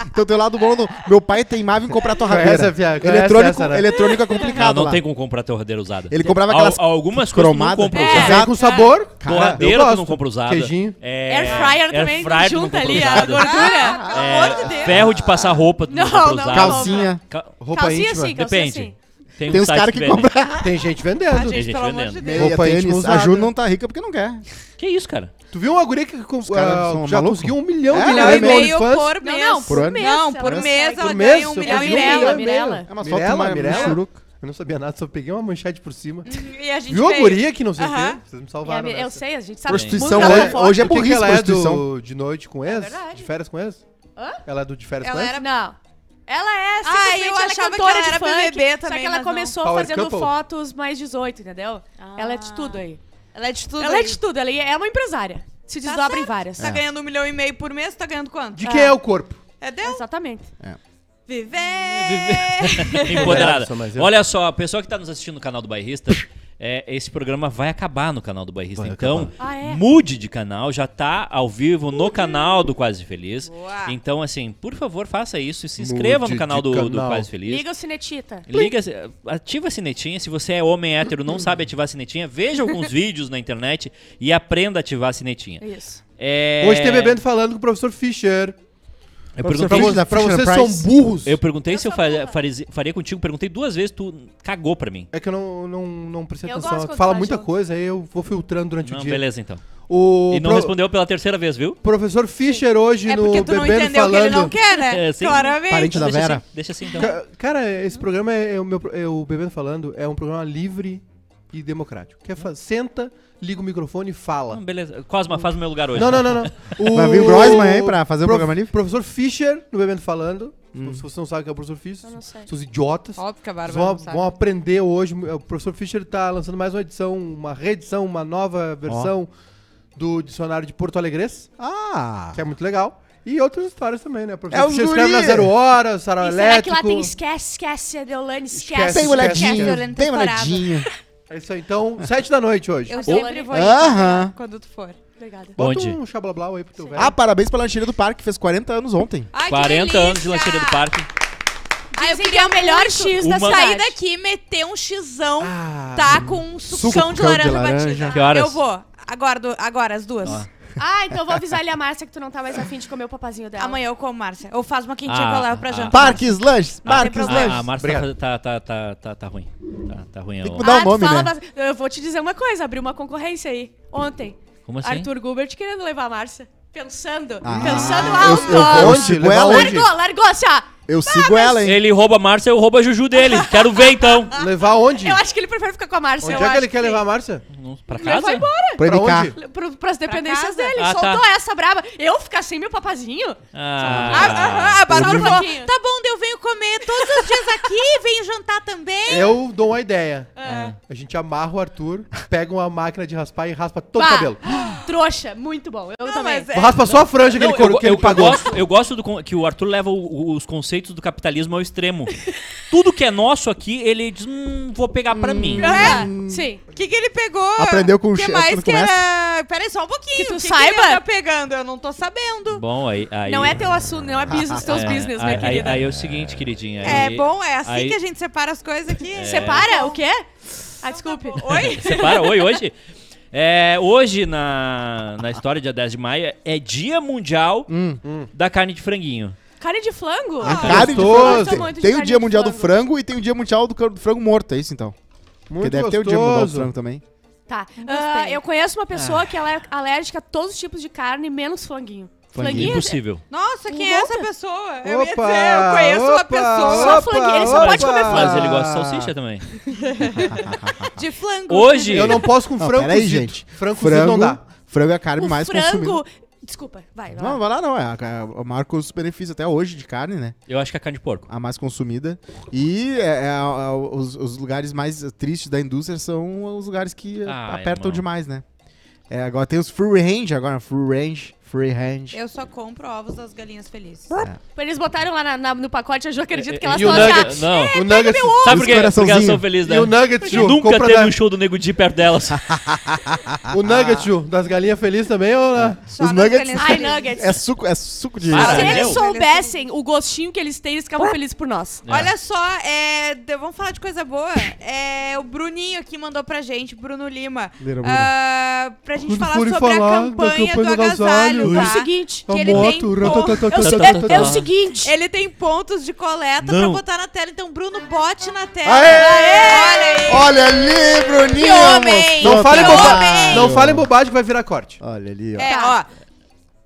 Speaker 3: Então tem o lado bom do... Meu pai teimava em comprar torradeira.
Speaker 4: Conhece a via- conhece
Speaker 3: eletrônico,
Speaker 4: essa, né?
Speaker 3: eletrônico é
Speaker 1: Ah,
Speaker 3: complicado
Speaker 1: não
Speaker 3: lá.
Speaker 1: tem como comprar torradeira usada.
Speaker 3: Ele comprava
Speaker 1: Al-
Speaker 3: aquelas
Speaker 1: algumas coisas tu não
Speaker 3: cromadas.
Speaker 1: compra
Speaker 2: É.
Speaker 1: usada.
Speaker 4: Vem com sabor.
Speaker 3: Cara,
Speaker 1: Torradeira
Speaker 4: eu
Speaker 1: tu não
Speaker 4: gosto.
Speaker 1: compra usada.
Speaker 4: Queijinho.
Speaker 1: É,
Speaker 2: Air fryer
Speaker 1: air
Speaker 2: também
Speaker 1: fryer tu não É,
Speaker 2: junta
Speaker 1: compra
Speaker 2: ali a
Speaker 1: usada.
Speaker 2: gordura.
Speaker 5: Pelo amor de Deus.
Speaker 1: Ferro de passar roupa tu não,
Speaker 2: Não,
Speaker 1: compra
Speaker 2: não,
Speaker 1: usada.
Speaker 3: Calcinha.
Speaker 1: Cal-
Speaker 4: Roupa
Speaker 2: Calcinha assim.
Speaker 4: íntima.
Speaker 2: sim, calcinha
Speaker 1: Depende.
Speaker 2: sim.
Speaker 4: um
Speaker 1: Tem, um
Speaker 3: Tem
Speaker 1: uns
Speaker 3: uns caras que compram
Speaker 4: Tem gente
Speaker 5: Ah,
Speaker 4: vendendo.
Speaker 1: gente
Speaker 5: gente, pelo amor de
Speaker 1: vendendo.
Speaker 5: Deus.
Speaker 4: Roupa
Speaker 3: meia
Speaker 4: íntima
Speaker 3: tênis. A
Speaker 4: usada.
Speaker 3: Ju não tá rica porque não quer.
Speaker 1: Que isso, cara?
Speaker 4: Tu viu uma guria que com-
Speaker 3: caras
Speaker 4: ah,
Speaker 3: são
Speaker 4: já
Speaker 3: maluco?
Speaker 4: conseguiu um milhão
Speaker 3: É,
Speaker 4: de
Speaker 5: Um milhão e
Speaker 4: reais no
Speaker 5: meio
Speaker 4: OnlyFans?
Speaker 5: por
Speaker 2: Não,
Speaker 5: mês.
Speaker 2: não,
Speaker 3: por ano.
Speaker 5: Não,
Speaker 2: mês,
Speaker 5: por
Speaker 2: ela
Speaker 5: mês
Speaker 2: sai.
Speaker 5: ela
Speaker 4: Por mês,
Speaker 5: ganha um
Speaker 4: eu
Speaker 5: milhão e
Speaker 4: pedi um
Speaker 2: Mirella,
Speaker 5: meio.
Speaker 4: milhão e
Speaker 2: Mirella.
Speaker 3: É, mas falta
Speaker 4: Mirella,
Speaker 3: uma
Speaker 4: Mirella?
Speaker 3: churuca.
Speaker 4: Eu não sabia nada, só peguei uma manchete por cima.
Speaker 5: E a gente
Speaker 4: Viu a
Speaker 5: fez.
Speaker 4: guria que não sei o
Speaker 5: Aham.
Speaker 4: quê? Vocês me salvaram.
Speaker 2: E a- Eu
Speaker 4: nessa.
Speaker 2: sei, a gente sabe.
Speaker 3: Prostituição
Speaker 2: muito da
Speaker 3: hoje,
Speaker 2: fofoca.
Speaker 3: hoje é
Speaker 4: Por que que
Speaker 3: burrice,
Speaker 4: ela é
Speaker 3: prostituição.
Speaker 4: do, de noite com ex?
Speaker 2: É verdade.
Speaker 4: de férias com ex?
Speaker 2: Hã?
Speaker 4: Ela é do de férias
Speaker 5: Ela
Speaker 4: com ex?
Speaker 5: era-
Speaker 2: Não. Ela é
Speaker 5: Ah,
Speaker 2: simplesmente
Speaker 5: eu
Speaker 2: ela é
Speaker 5: achava que
Speaker 2: cantora
Speaker 5: ela
Speaker 2: de
Speaker 5: era
Speaker 2: funk,
Speaker 5: BBB
Speaker 2: Só
Speaker 5: também,
Speaker 2: que ela
Speaker 5: mas não.
Speaker 2: começou
Speaker 4: Power
Speaker 2: fazendo
Speaker 4: couple.
Speaker 2: fotos mais 18, entendeu?
Speaker 5: Ah.
Speaker 2: Ela é de tudo aí. É.
Speaker 5: Ela é de tudo.
Speaker 2: ela é
Speaker 5: aí.
Speaker 2: de tudo, ela é uma empresária. Se
Speaker 5: Tá
Speaker 2: desdobra em
Speaker 5: certo.
Speaker 2: várias.
Speaker 5: Tá ganhando um milhão e meio por mês, tá ganhando quanto?
Speaker 4: De quem
Speaker 2: Ah.
Speaker 4: é o corpo?
Speaker 5: É Deus.
Speaker 2: Exatamente.
Speaker 5: Viver!
Speaker 1: Empoderada.
Speaker 4: Só mais eu.
Speaker 1: Olha só, a pessoa que tá nos assistindo no canal do Bairrista, é, esse programa vai acabar no canal do Bairrista.
Speaker 4: Vai
Speaker 1: então,
Speaker 2: acabar. Ah, é? Uhum.
Speaker 1: mude de canal, já tá ao vivo no canal do Quase Feliz.
Speaker 5: Boa.
Speaker 1: Então, assim, por favor, faça isso e se inscreva
Speaker 4: Mude
Speaker 1: no canal
Speaker 4: de
Speaker 1: do, do
Speaker 4: canal.
Speaker 1: Quase Feliz.
Speaker 2: Liga o Cinetita.
Speaker 1: Liga, ativa a sinetinha. Se você é homem hétero não sabe ativar a sinetinha, veja alguns vídeos na internet e aprenda a ativar a sinetinha.
Speaker 2: Isso.
Speaker 1: É...
Speaker 4: Hoje tem bebendo falando com o professor Fischer.
Speaker 1: Eu
Speaker 3: Professor
Speaker 1: perguntei,
Speaker 3: Fischer da
Speaker 4: Pra
Speaker 3: Fisher
Speaker 4: vocês
Speaker 3: Price.
Speaker 4: são burros.
Speaker 1: eu perguntei se eu faria, faria- faria contigo, perguntei duas vezes, tu cagou pra mim.
Speaker 4: É que eu não, não, não prestei
Speaker 2: Eu
Speaker 4: atenção.
Speaker 2: gosto quando
Speaker 4: Fala
Speaker 2: faz
Speaker 4: muita
Speaker 2: junto.
Speaker 4: coisa, aí eu vou filtrando durante
Speaker 1: Não,
Speaker 4: o dia.
Speaker 1: beleza então.
Speaker 4: O
Speaker 1: E não
Speaker 4: pro-
Speaker 1: respondeu pela terceira vez, viu?
Speaker 4: professor Fischer hoje
Speaker 5: É
Speaker 4: no
Speaker 5: porque tu não
Speaker 4: Bebendo
Speaker 5: entendeu o que ele não
Speaker 4: Falando.
Speaker 5: quer, né?
Speaker 1: É, sim.
Speaker 5: Claramente.
Speaker 3: Parente da
Speaker 1: Deixa
Speaker 3: Vera.
Speaker 1: assim, deixa assim então.
Speaker 4: Ca- Cara, esse programa é, é o meu pro- é o Bebendo Falando, é um programa livre e democrático. Quer fa- senta, liga o microfone e fala.
Speaker 1: Não, beleza. Cosma, faz o meu lugar hoje.
Speaker 4: Não, não, não, não. O...
Speaker 3: Vai vir o Grossman aí pra fazer o programa livre? Hum.
Speaker 4: Professor Fischer no Bebendo Falando. Se você não sabe o que é o professor Fischer,
Speaker 2: Eu não sei.
Speaker 4: seus idiotas.
Speaker 5: Óbvio que a
Speaker 4: Vocês
Speaker 5: Bárbara
Speaker 4: vão,
Speaker 5: não sabe.
Speaker 4: vão aprender hoje. É, O professor Fischer está lançando mais uma edição, uma reedição, uma nova versão do dicionário de Porto Alegrês,
Speaker 3: Ah!
Speaker 4: que é muito legal. E outras histórias também, né? O professor
Speaker 3: É os
Speaker 4: Fischer escreve
Speaker 3: guri.
Speaker 4: na Zero Hora, Sarau
Speaker 2: E será que
Speaker 4: Elétrico.
Speaker 2: lá tem esquece, esquece, Deolane, esquece.
Speaker 4: Esquece,
Speaker 3: Tem
Speaker 5: esquece,
Speaker 3: olhadinho,
Speaker 5: Violenta
Speaker 3: tem
Speaker 5: Parada.
Speaker 3: olhadinho.
Speaker 4: É isso aí. Então, sete da noite hoje.
Speaker 5: Eu sempre vou ir
Speaker 3: Aham.
Speaker 5: quando tu for.
Speaker 2: Obrigada.
Speaker 4: Bota
Speaker 1: Onde?
Speaker 4: um xablablau aí pro teu velho.
Speaker 3: Ah, parabéns pela lancheira do parque, fez 40 anos ontem.
Speaker 5: Ai, que
Speaker 1: 40 anos de
Speaker 5: delícia!
Speaker 1: lancheira do parque.
Speaker 5: Ai, eu
Speaker 2: Dizem que
Speaker 5: queria
Speaker 2: é o melhor
Speaker 5: muito
Speaker 2: X da
Speaker 1: Uma-
Speaker 5: sair
Speaker 2: cidade.
Speaker 5: daqui, meter um xizão,
Speaker 4: Ah,
Speaker 5: tá? Com um
Speaker 3: Suco
Speaker 5: sucão de
Speaker 3: com
Speaker 5: laranja,
Speaker 3: caldo de laranja.
Speaker 5: batida.
Speaker 1: Que horas?
Speaker 5: Eu vou. Agora, do- agora as duas.
Speaker 1: Ah.
Speaker 2: Ah, então eu vou avisar ali a Márcia que tu não tá mais afim de comer o papazinho dela.
Speaker 5: Amanhã eu como, Márcia. Eu faço uma quentinha
Speaker 1: Ah,
Speaker 5: que eu levo pra
Speaker 1: ah,
Speaker 5: jantar.
Speaker 3: Parques Lanches,
Speaker 1: Ah,
Speaker 3: Parques
Speaker 5: tem problema.
Speaker 1: Ah, a
Speaker 3: Lanches.
Speaker 1: Márcia tá, tá, tá, tá, tá ruim. Tá, tá ruim.
Speaker 3: Tem que
Speaker 1: ó.
Speaker 3: mudar o nome,
Speaker 2: tu Ah, fala
Speaker 3: né?
Speaker 2: bas- Eu vou te dizer uma coisa, abriu uma concorrência aí. Ontem.
Speaker 1: Como assim?
Speaker 2: Arthur Gubert querendo levar a Márcia. Pensando.
Speaker 3: Ah,
Speaker 2: pensando
Speaker 3: eu-
Speaker 2: alto.
Speaker 3: eu-
Speaker 2: ó.
Speaker 3: eu
Speaker 4: Onde?
Speaker 3: sigo
Speaker 4: Leva
Speaker 3: ela,
Speaker 4: onde?
Speaker 2: largou, largou assim, ó.
Speaker 3: Eu sigo ela, hein?
Speaker 1: Ele rouba a Márcia, eu roubo a Juju dele. Quero ver então.
Speaker 4: Levar onde?
Speaker 2: ah, Eu acho que ele prefere ficar com a Márcia.
Speaker 4: Onde
Speaker 2: eu
Speaker 4: é que ele
Speaker 2: acho
Speaker 4: quer levar a Márcia?
Speaker 1: Não, Pra
Speaker 2: Ele foi
Speaker 1: casa?
Speaker 2: embora.
Speaker 3: Pra ele cá.
Speaker 4: onde?
Speaker 2: Pro, pras dependências
Speaker 5: casa?
Speaker 2: dele.
Speaker 1: Ah, tá.
Speaker 2: Soltou essa braba. Eu ficar sem meu papazinho?
Speaker 5: Ah, ah,
Speaker 1: Ah,
Speaker 5: a Bárbara
Speaker 2: Só um
Speaker 5: falou,
Speaker 2: pouquinho.
Speaker 5: tá bom, daí eu venho comer todos os dias aqui, venho jantar também.
Speaker 4: Eu dou uma ideia.
Speaker 2: É.
Speaker 4: A gente amarra o Arthur, pega uma máquina de raspar e raspa todo o
Speaker 2: Bah,
Speaker 4: cabelo.
Speaker 2: Trouxa, muito bom. Eu também.
Speaker 5: mas é-
Speaker 4: Raspa só a franja que
Speaker 1: Não,
Speaker 4: ele,
Speaker 1: eu,
Speaker 4: cor-
Speaker 1: eu-
Speaker 4: que ele
Speaker 1: eu
Speaker 4: pagou.
Speaker 1: gosto, eu gosto do con- que o Arthur leva o- o- os conceitos do capitalismo ao extremo. Tudo que é nosso aqui, ele diz, hum, vou pegar pra mim.
Speaker 3: Hum.
Speaker 2: É, sim.
Speaker 5: O que, que ele pegou?
Speaker 3: Aprendeu com o
Speaker 5: que
Speaker 3: chefe
Speaker 5: mais
Speaker 3: no
Speaker 5: que
Speaker 3: comércio?
Speaker 5: era. Peraí, só um pouquinho.
Speaker 2: Que tu
Speaker 5: o
Speaker 2: saiba?
Speaker 5: ele tá pegando? Eu não tô sabendo.
Speaker 1: Bom, aí, aí-
Speaker 2: Não é teu assunto, não é business, teus
Speaker 1: é,
Speaker 2: business,
Speaker 1: aí,
Speaker 2: minha querida.
Speaker 1: Aí, aí é o seguinte, queridinha.
Speaker 5: É
Speaker 1: aí-
Speaker 5: bom, é assim
Speaker 1: aí-
Speaker 5: que a gente separa as coisas aqui.
Speaker 2: É.
Speaker 1: é.
Speaker 2: Separa? O quê? Ah, desculpe.
Speaker 5: tá Oi?
Speaker 1: Separa, oi, hoje. É, hoje, na, na história, dia 10 de maio, é dia mundial
Speaker 4: Hum.
Speaker 1: da carne de franguinho.
Speaker 2: Carne de flango?
Speaker 4: Ah,
Speaker 2: Ah,
Speaker 3: Carne de
Speaker 4: gostoso.
Speaker 3: frango.
Speaker 4: Gosto
Speaker 2: muito de
Speaker 3: Tem, tem o
Speaker 2: carne
Speaker 3: Dia
Speaker 2: de
Speaker 3: Mundial do
Speaker 2: frango.
Speaker 3: Frango e tem o Dia Mundial do, Cor- do Frango Morto, é isso então? Porque
Speaker 4: Muito
Speaker 3: deve ter o Dia Mundial do
Speaker 4: gostoso.
Speaker 3: Frango também.
Speaker 2: Tá.
Speaker 5: Gostei.
Speaker 2: Ah, eu conheço uma pessoa que ela é alérgica a todos os tipos de carne, menos flanguinho. Flanguinho,
Speaker 1: Impossível.
Speaker 5: Nossa, quem é
Speaker 2: Volta.
Speaker 5: essa pessoa? eu ia dizer, eu conheço uma pessoa
Speaker 2: opa, flangueiro, ele só pode
Speaker 4: ah,
Speaker 2: comer flango.
Speaker 1: Mas ele gosta de salsicha também.
Speaker 5: de flango.
Speaker 1: Hoje-
Speaker 4: Eu não posso com
Speaker 3: Não,
Speaker 4: frango
Speaker 3: peraí,
Speaker 4: cozido.
Speaker 3: gente.
Speaker 4: Frango, cozido
Speaker 3: Frango,
Speaker 4: não dá.
Speaker 3: frango é a carne
Speaker 2: o
Speaker 3: mais
Speaker 2: frango...
Speaker 3: consumida.
Speaker 2: Desculpa, vai. vai.
Speaker 3: Não, vai lá não, é a, a maior custo-benefício até hoje de carne, né?
Speaker 1: Eu acho que é carne de porco.
Speaker 3: A mais consumida. E é- é a- a- os, os lugares mais tristes da indústria são os lugares que
Speaker 1: Ah,
Speaker 3: apertam
Speaker 1: irmão.
Speaker 3: demais, né? É, agora tem os free range, agora free range. Free hand.
Speaker 5: Eu só compro ovos das galinhas felizes.
Speaker 2: Eles botaram lá na- na- no pacote, eu já acredito que elas É.
Speaker 4: E o
Speaker 2: estão já.
Speaker 4: Nuggets?
Speaker 1: Não.
Speaker 5: É,
Speaker 4: o Nuggets.
Speaker 1: Sabe por quê? Porque elas são
Speaker 3: coraçãozinho.
Speaker 1: felizes, né?
Speaker 4: E o Nuggets, Ju,
Speaker 1: Nunca Ah.
Speaker 4: compra
Speaker 1: teve
Speaker 4: da-
Speaker 1: um show do Nego Di perto delas.
Speaker 4: O Nuggets, Ju, das galinhas felizes também, ou né?
Speaker 5: Só
Speaker 3: Os
Speaker 5: nas
Speaker 3: nuggets-
Speaker 5: galinhas
Speaker 2: Ai,
Speaker 5: felizes.
Speaker 2: Nuggets.
Speaker 3: É suco, é suco de.
Speaker 1: Para,
Speaker 2: Se
Speaker 1: né?
Speaker 2: eles
Speaker 1: Entendeu?
Speaker 2: soubessem o gostinho que eles têm, eles
Speaker 3: Ah.
Speaker 2: ficavam felizes por nós.
Speaker 3: Tá.
Speaker 1: É.
Speaker 5: Olha só, é, de- vamos falar de coisa boa. É, o Bruninho aqui mandou pra gente, Bruno Lima,
Speaker 3: Little É Bruno.
Speaker 5: ah, pra gente
Speaker 4: Quando
Speaker 5: falar
Speaker 4: forem
Speaker 5: sobre
Speaker 4: falar
Speaker 5: a
Speaker 4: da
Speaker 5: campanha do
Speaker 4: campanha do
Speaker 5: agasalho,
Speaker 4: agasalho,
Speaker 2: É
Speaker 5: tá?
Speaker 2: o seguinte.
Speaker 5: que
Speaker 4: A
Speaker 5: ele tem
Speaker 4: moto,
Speaker 5: pó.
Speaker 4: ratatatá,
Speaker 2: É o, se-
Speaker 4: ratatatá.
Speaker 2: é- é o seguinte.
Speaker 5: Ele tem pontos de coleta
Speaker 1: Não.
Speaker 5: pra botar na tela, então Bruno bote na tela.
Speaker 3: Aê!
Speaker 5: Aê! Olha aí!
Speaker 3: Olha ali, Bruninho!
Speaker 5: Que homem!
Speaker 4: Não fale,
Speaker 5: Otário.
Speaker 4: boba... não fale bobagem que vai virar corte.
Speaker 3: Olha ali, ó.
Speaker 5: É, ó.
Speaker 2: Tá.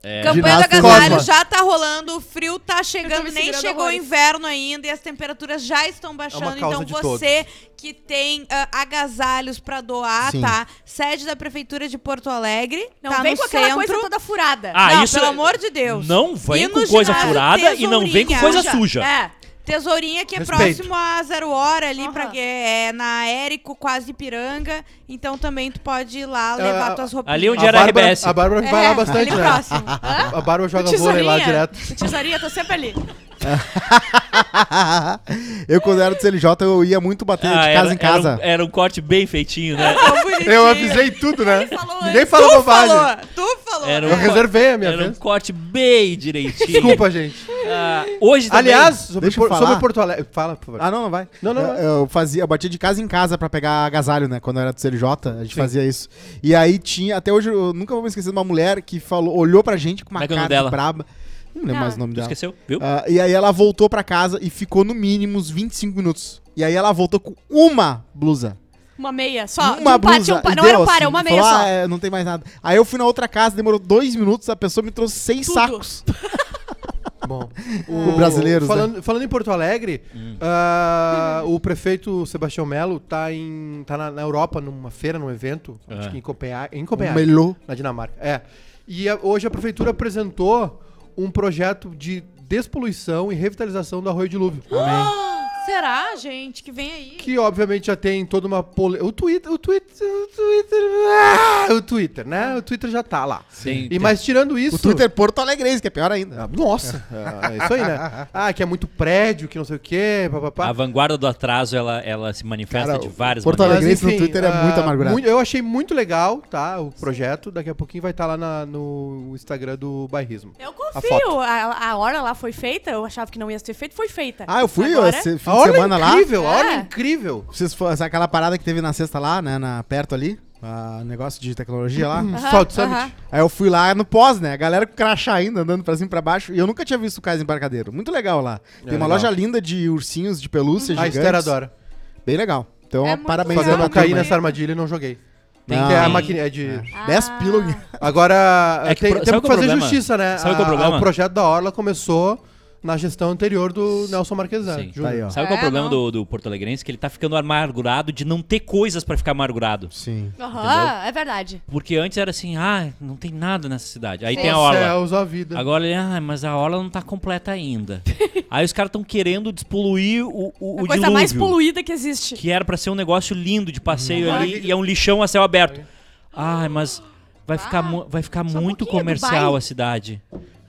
Speaker 1: É.
Speaker 5: Campanha do
Speaker 3: Ginástica
Speaker 5: agasalho
Speaker 3: Cosma.
Speaker 5: já tá rolando, o frio tá
Speaker 2: tô
Speaker 5: chegando,
Speaker 2: me
Speaker 5: nem
Speaker 2: segurando
Speaker 5: chegou o
Speaker 2: horrores.
Speaker 5: inverno ainda e as temperaturas já
Speaker 1: É
Speaker 5: estão baixando.
Speaker 4: causa
Speaker 5: então
Speaker 4: de
Speaker 5: você que tem ah, agasalhos pra doar,
Speaker 3: Sim.
Speaker 5: tá? Sede da Prefeitura de Porto Alegre,
Speaker 2: Não
Speaker 5: tá
Speaker 2: então vem
Speaker 5: no
Speaker 2: com aquela
Speaker 5: centro.
Speaker 2: coisa toda furada.
Speaker 1: Ah,
Speaker 5: não,
Speaker 1: isso
Speaker 5: pelo
Speaker 1: é-
Speaker 5: amor de Deus.
Speaker 1: Não vem
Speaker 5: E
Speaker 1: com
Speaker 5: no
Speaker 1: coisa
Speaker 5: ginásio,
Speaker 1: furada e não vem com
Speaker 5: tesourinha.
Speaker 1: coisa suja.
Speaker 5: É. Tesourinha que é
Speaker 4: Respeito.
Speaker 5: próximo a zero hora ali,
Speaker 2: Aham.
Speaker 5: pra que é na Érico, quase Piranga. Então também tu pode ir lá levar
Speaker 4: ah,
Speaker 5: tuas roupinhas. Tá
Speaker 1: Ali onde
Speaker 4: A
Speaker 1: era
Speaker 4: Bárbara-
Speaker 1: RBS.
Speaker 4: A Bárbara vai lá
Speaker 5: É,
Speaker 4: bastante,
Speaker 5: ali
Speaker 4: né?
Speaker 5: próximo. Hã?
Speaker 4: A Bárbara
Speaker 3: Ah,
Speaker 4: joga vôlei lá direto.
Speaker 2: Tesourinha, tô sempre ali.
Speaker 3: eu, quando era do CLJ, eu ia muito bater
Speaker 1: Ah,
Speaker 3: de casa em casa.
Speaker 1: Era um, era um corte bem feitinho, né?
Speaker 5: Tão bonitinho.
Speaker 4: Eu avisei tudo, né?
Speaker 5: falou
Speaker 4: Ninguém
Speaker 5: antes.
Speaker 4: falou
Speaker 5: tu
Speaker 4: bobagem.
Speaker 5: Falou, tu falou.
Speaker 1: Era
Speaker 4: Eu
Speaker 1: um-
Speaker 5: né?
Speaker 4: reservei a minha
Speaker 1: Era um
Speaker 4: vez.
Speaker 1: corte bem direitinho.
Speaker 4: Desculpa, gente.
Speaker 1: Ah, hoje também...
Speaker 4: Aliás, sobre,
Speaker 3: Deixa eu
Speaker 4: por-
Speaker 3: falar.
Speaker 4: sobre Porto Alegre. Fala, por favor.
Speaker 3: Ah, não, não vai.
Speaker 4: Não, não,
Speaker 3: Eu,
Speaker 4: vai.
Speaker 3: eu fazia, eu batia de casa em casa pra pegar agasalho, né? Quando eu era do CLJ, a gente fazia isso. E aí tinha, até hoje eu nunca vou me esquecer de uma mulher que falou, olhou pra gente com uma
Speaker 1: Como é que é o
Speaker 3: cara
Speaker 1: nome dela?
Speaker 3: de braba. Não lembro
Speaker 2: Ah.
Speaker 3: mais o nome
Speaker 1: Tu
Speaker 3: dela.
Speaker 1: esqueceu, viu?
Speaker 4: é.
Speaker 3: Ah, e aí ela voltou pra casa e ficou no mínimo uns 25 minutos. E aí ela voltou com uma blusa.
Speaker 2: Uma meia só.
Speaker 3: uma
Speaker 2: um par, tinha um par,
Speaker 3: e
Speaker 2: não era
Speaker 3: deu
Speaker 2: um par,
Speaker 3: assim,
Speaker 2: é uma
Speaker 3: falou,
Speaker 2: meia só.
Speaker 3: "Ah, é, não tem mais nada. Aí eu fui na outra casa, demorou dois minutos, a pessoa me trouxe seis
Speaker 2: Tudo.
Speaker 3: sacos.
Speaker 4: Bom,
Speaker 3: O brasileiro,
Speaker 4: falando, falando em Porto Alegre, ah, o prefeito Sebastião Melo tá, em, tá na, na Europa, numa feira, num evento, acho
Speaker 1: É.
Speaker 4: que em Copenhague, em
Speaker 3: Um
Speaker 4: Copenhague
Speaker 3: melô.
Speaker 4: na Dinamarca. É. E a- hoje a prefeitura apresentou um projeto de despoluição e revitalização do Arroio de Lúvio.
Speaker 5: Será, gente, que vem aí?
Speaker 4: Que obviamente já tem toda uma pole... O Twitter, o Twitter, o Twitter, ah, o Twitter, né? O Twitter já tá lá.
Speaker 1: Sim,
Speaker 4: E
Speaker 1: tem-
Speaker 4: mas tirando isso,
Speaker 3: O Twitter Porto Alegrense, que é pior ainda.
Speaker 4: Ah, Nossa, ah, é isso aí, né? Ah, que é muito prédio, que não sei o quê, papapá.
Speaker 1: A vanguarda do atraso, ela, ela se manifesta
Speaker 3: Cara,
Speaker 1: de
Speaker 3: o
Speaker 1: várias
Speaker 3: Porto
Speaker 1: maneiras.
Speaker 3: Alegre- Alegrense no Twitter é muito amargurado.
Speaker 4: ah, muito- eu achei muito legal, tá? O projeto. Daqui a pouquinho vai estar lá na- no Instagram do Bairrismo.
Speaker 2: Eu
Speaker 4: A foto.
Speaker 2: confio. A, a hora lá foi feita, eu achava que não ia ser feita, foi feita.
Speaker 3: Ah, eu fui
Speaker 2: Agora,
Speaker 3: esse fim
Speaker 4: A
Speaker 3: de
Speaker 4: orla
Speaker 3: semana
Speaker 4: é
Speaker 3: lá.
Speaker 4: incrível, a orla é
Speaker 2: É.
Speaker 4: incrível.
Speaker 3: Vocês foram, sabe aquela parada que teve na sexta lá, né? Na, perto ali. ah, negócio de tecnologia lá.
Speaker 4: Uhum. Salt Summit.
Speaker 2: aham.
Speaker 3: Aí eu fui lá no pós, né? A galera com crachá ainda, andando pra cima e pra baixo. E eu nunca tinha visto o Cais Embarcadeiro. Muito legal lá. Tem uma
Speaker 4: legal.
Speaker 3: loja linda de ursinhos de pelúcia
Speaker 4: A
Speaker 3: gigantes.
Speaker 4: Esther adora.
Speaker 3: Bem legal. Então,
Speaker 5: É
Speaker 3: ó,
Speaker 5: muito
Speaker 3: parabéns aí
Speaker 5: legal.
Speaker 4: Fazendo
Speaker 3: pra
Speaker 4: eu caí
Speaker 3: turma.
Speaker 4: nessa armadilha e não joguei. Tem
Speaker 3: Não.
Speaker 4: que ter a maquininha de.
Speaker 3: 10 pila.
Speaker 4: Agora,
Speaker 1: É que
Speaker 4: tem,
Speaker 1: pro-
Speaker 4: temos
Speaker 1: sabe
Speaker 4: que
Speaker 1: qual é o
Speaker 4: fazer
Speaker 1: problema?
Speaker 4: justiça, né?
Speaker 1: Sabe qual é o
Speaker 4: A-
Speaker 1: problema?
Speaker 4: O projeto da Orla começou na gestão anterior do Nelson Marquesan.
Speaker 1: Sim.
Speaker 4: Júnior.
Speaker 3: Tá aí, ó.
Speaker 1: Sabe qual é o
Speaker 5: É,
Speaker 1: problema
Speaker 5: não.
Speaker 1: do, do Porto Alegrense? Que ele tá ficando amargurado de não ter coisas pra ficar amargurado.
Speaker 3: Sim.
Speaker 2: Aham, é verdade.
Speaker 1: Porque antes era assim, ah, não tem nada nessa cidade. Aí
Speaker 5: Sim.
Speaker 1: tem a
Speaker 4: Nossa,
Speaker 1: orla.
Speaker 4: é, usou a vida.
Speaker 1: Agora, ele, ah, mas a orla não tá completa ainda. Aí os caras estão querendo despoluir o, o,
Speaker 2: A
Speaker 1: o
Speaker 2: É coisa
Speaker 1: dilúvio,
Speaker 2: mais poluída que existe.
Speaker 1: que era pra ser um negócio lindo de passeio
Speaker 4: Uhum.
Speaker 1: ali e é um lixão a céu aberto. Ai, mas vai ficar, mu- vai ficar
Speaker 2: só um
Speaker 1: muito
Speaker 2: pouquinho,
Speaker 1: comercial
Speaker 2: Dubai.
Speaker 1: a cidade.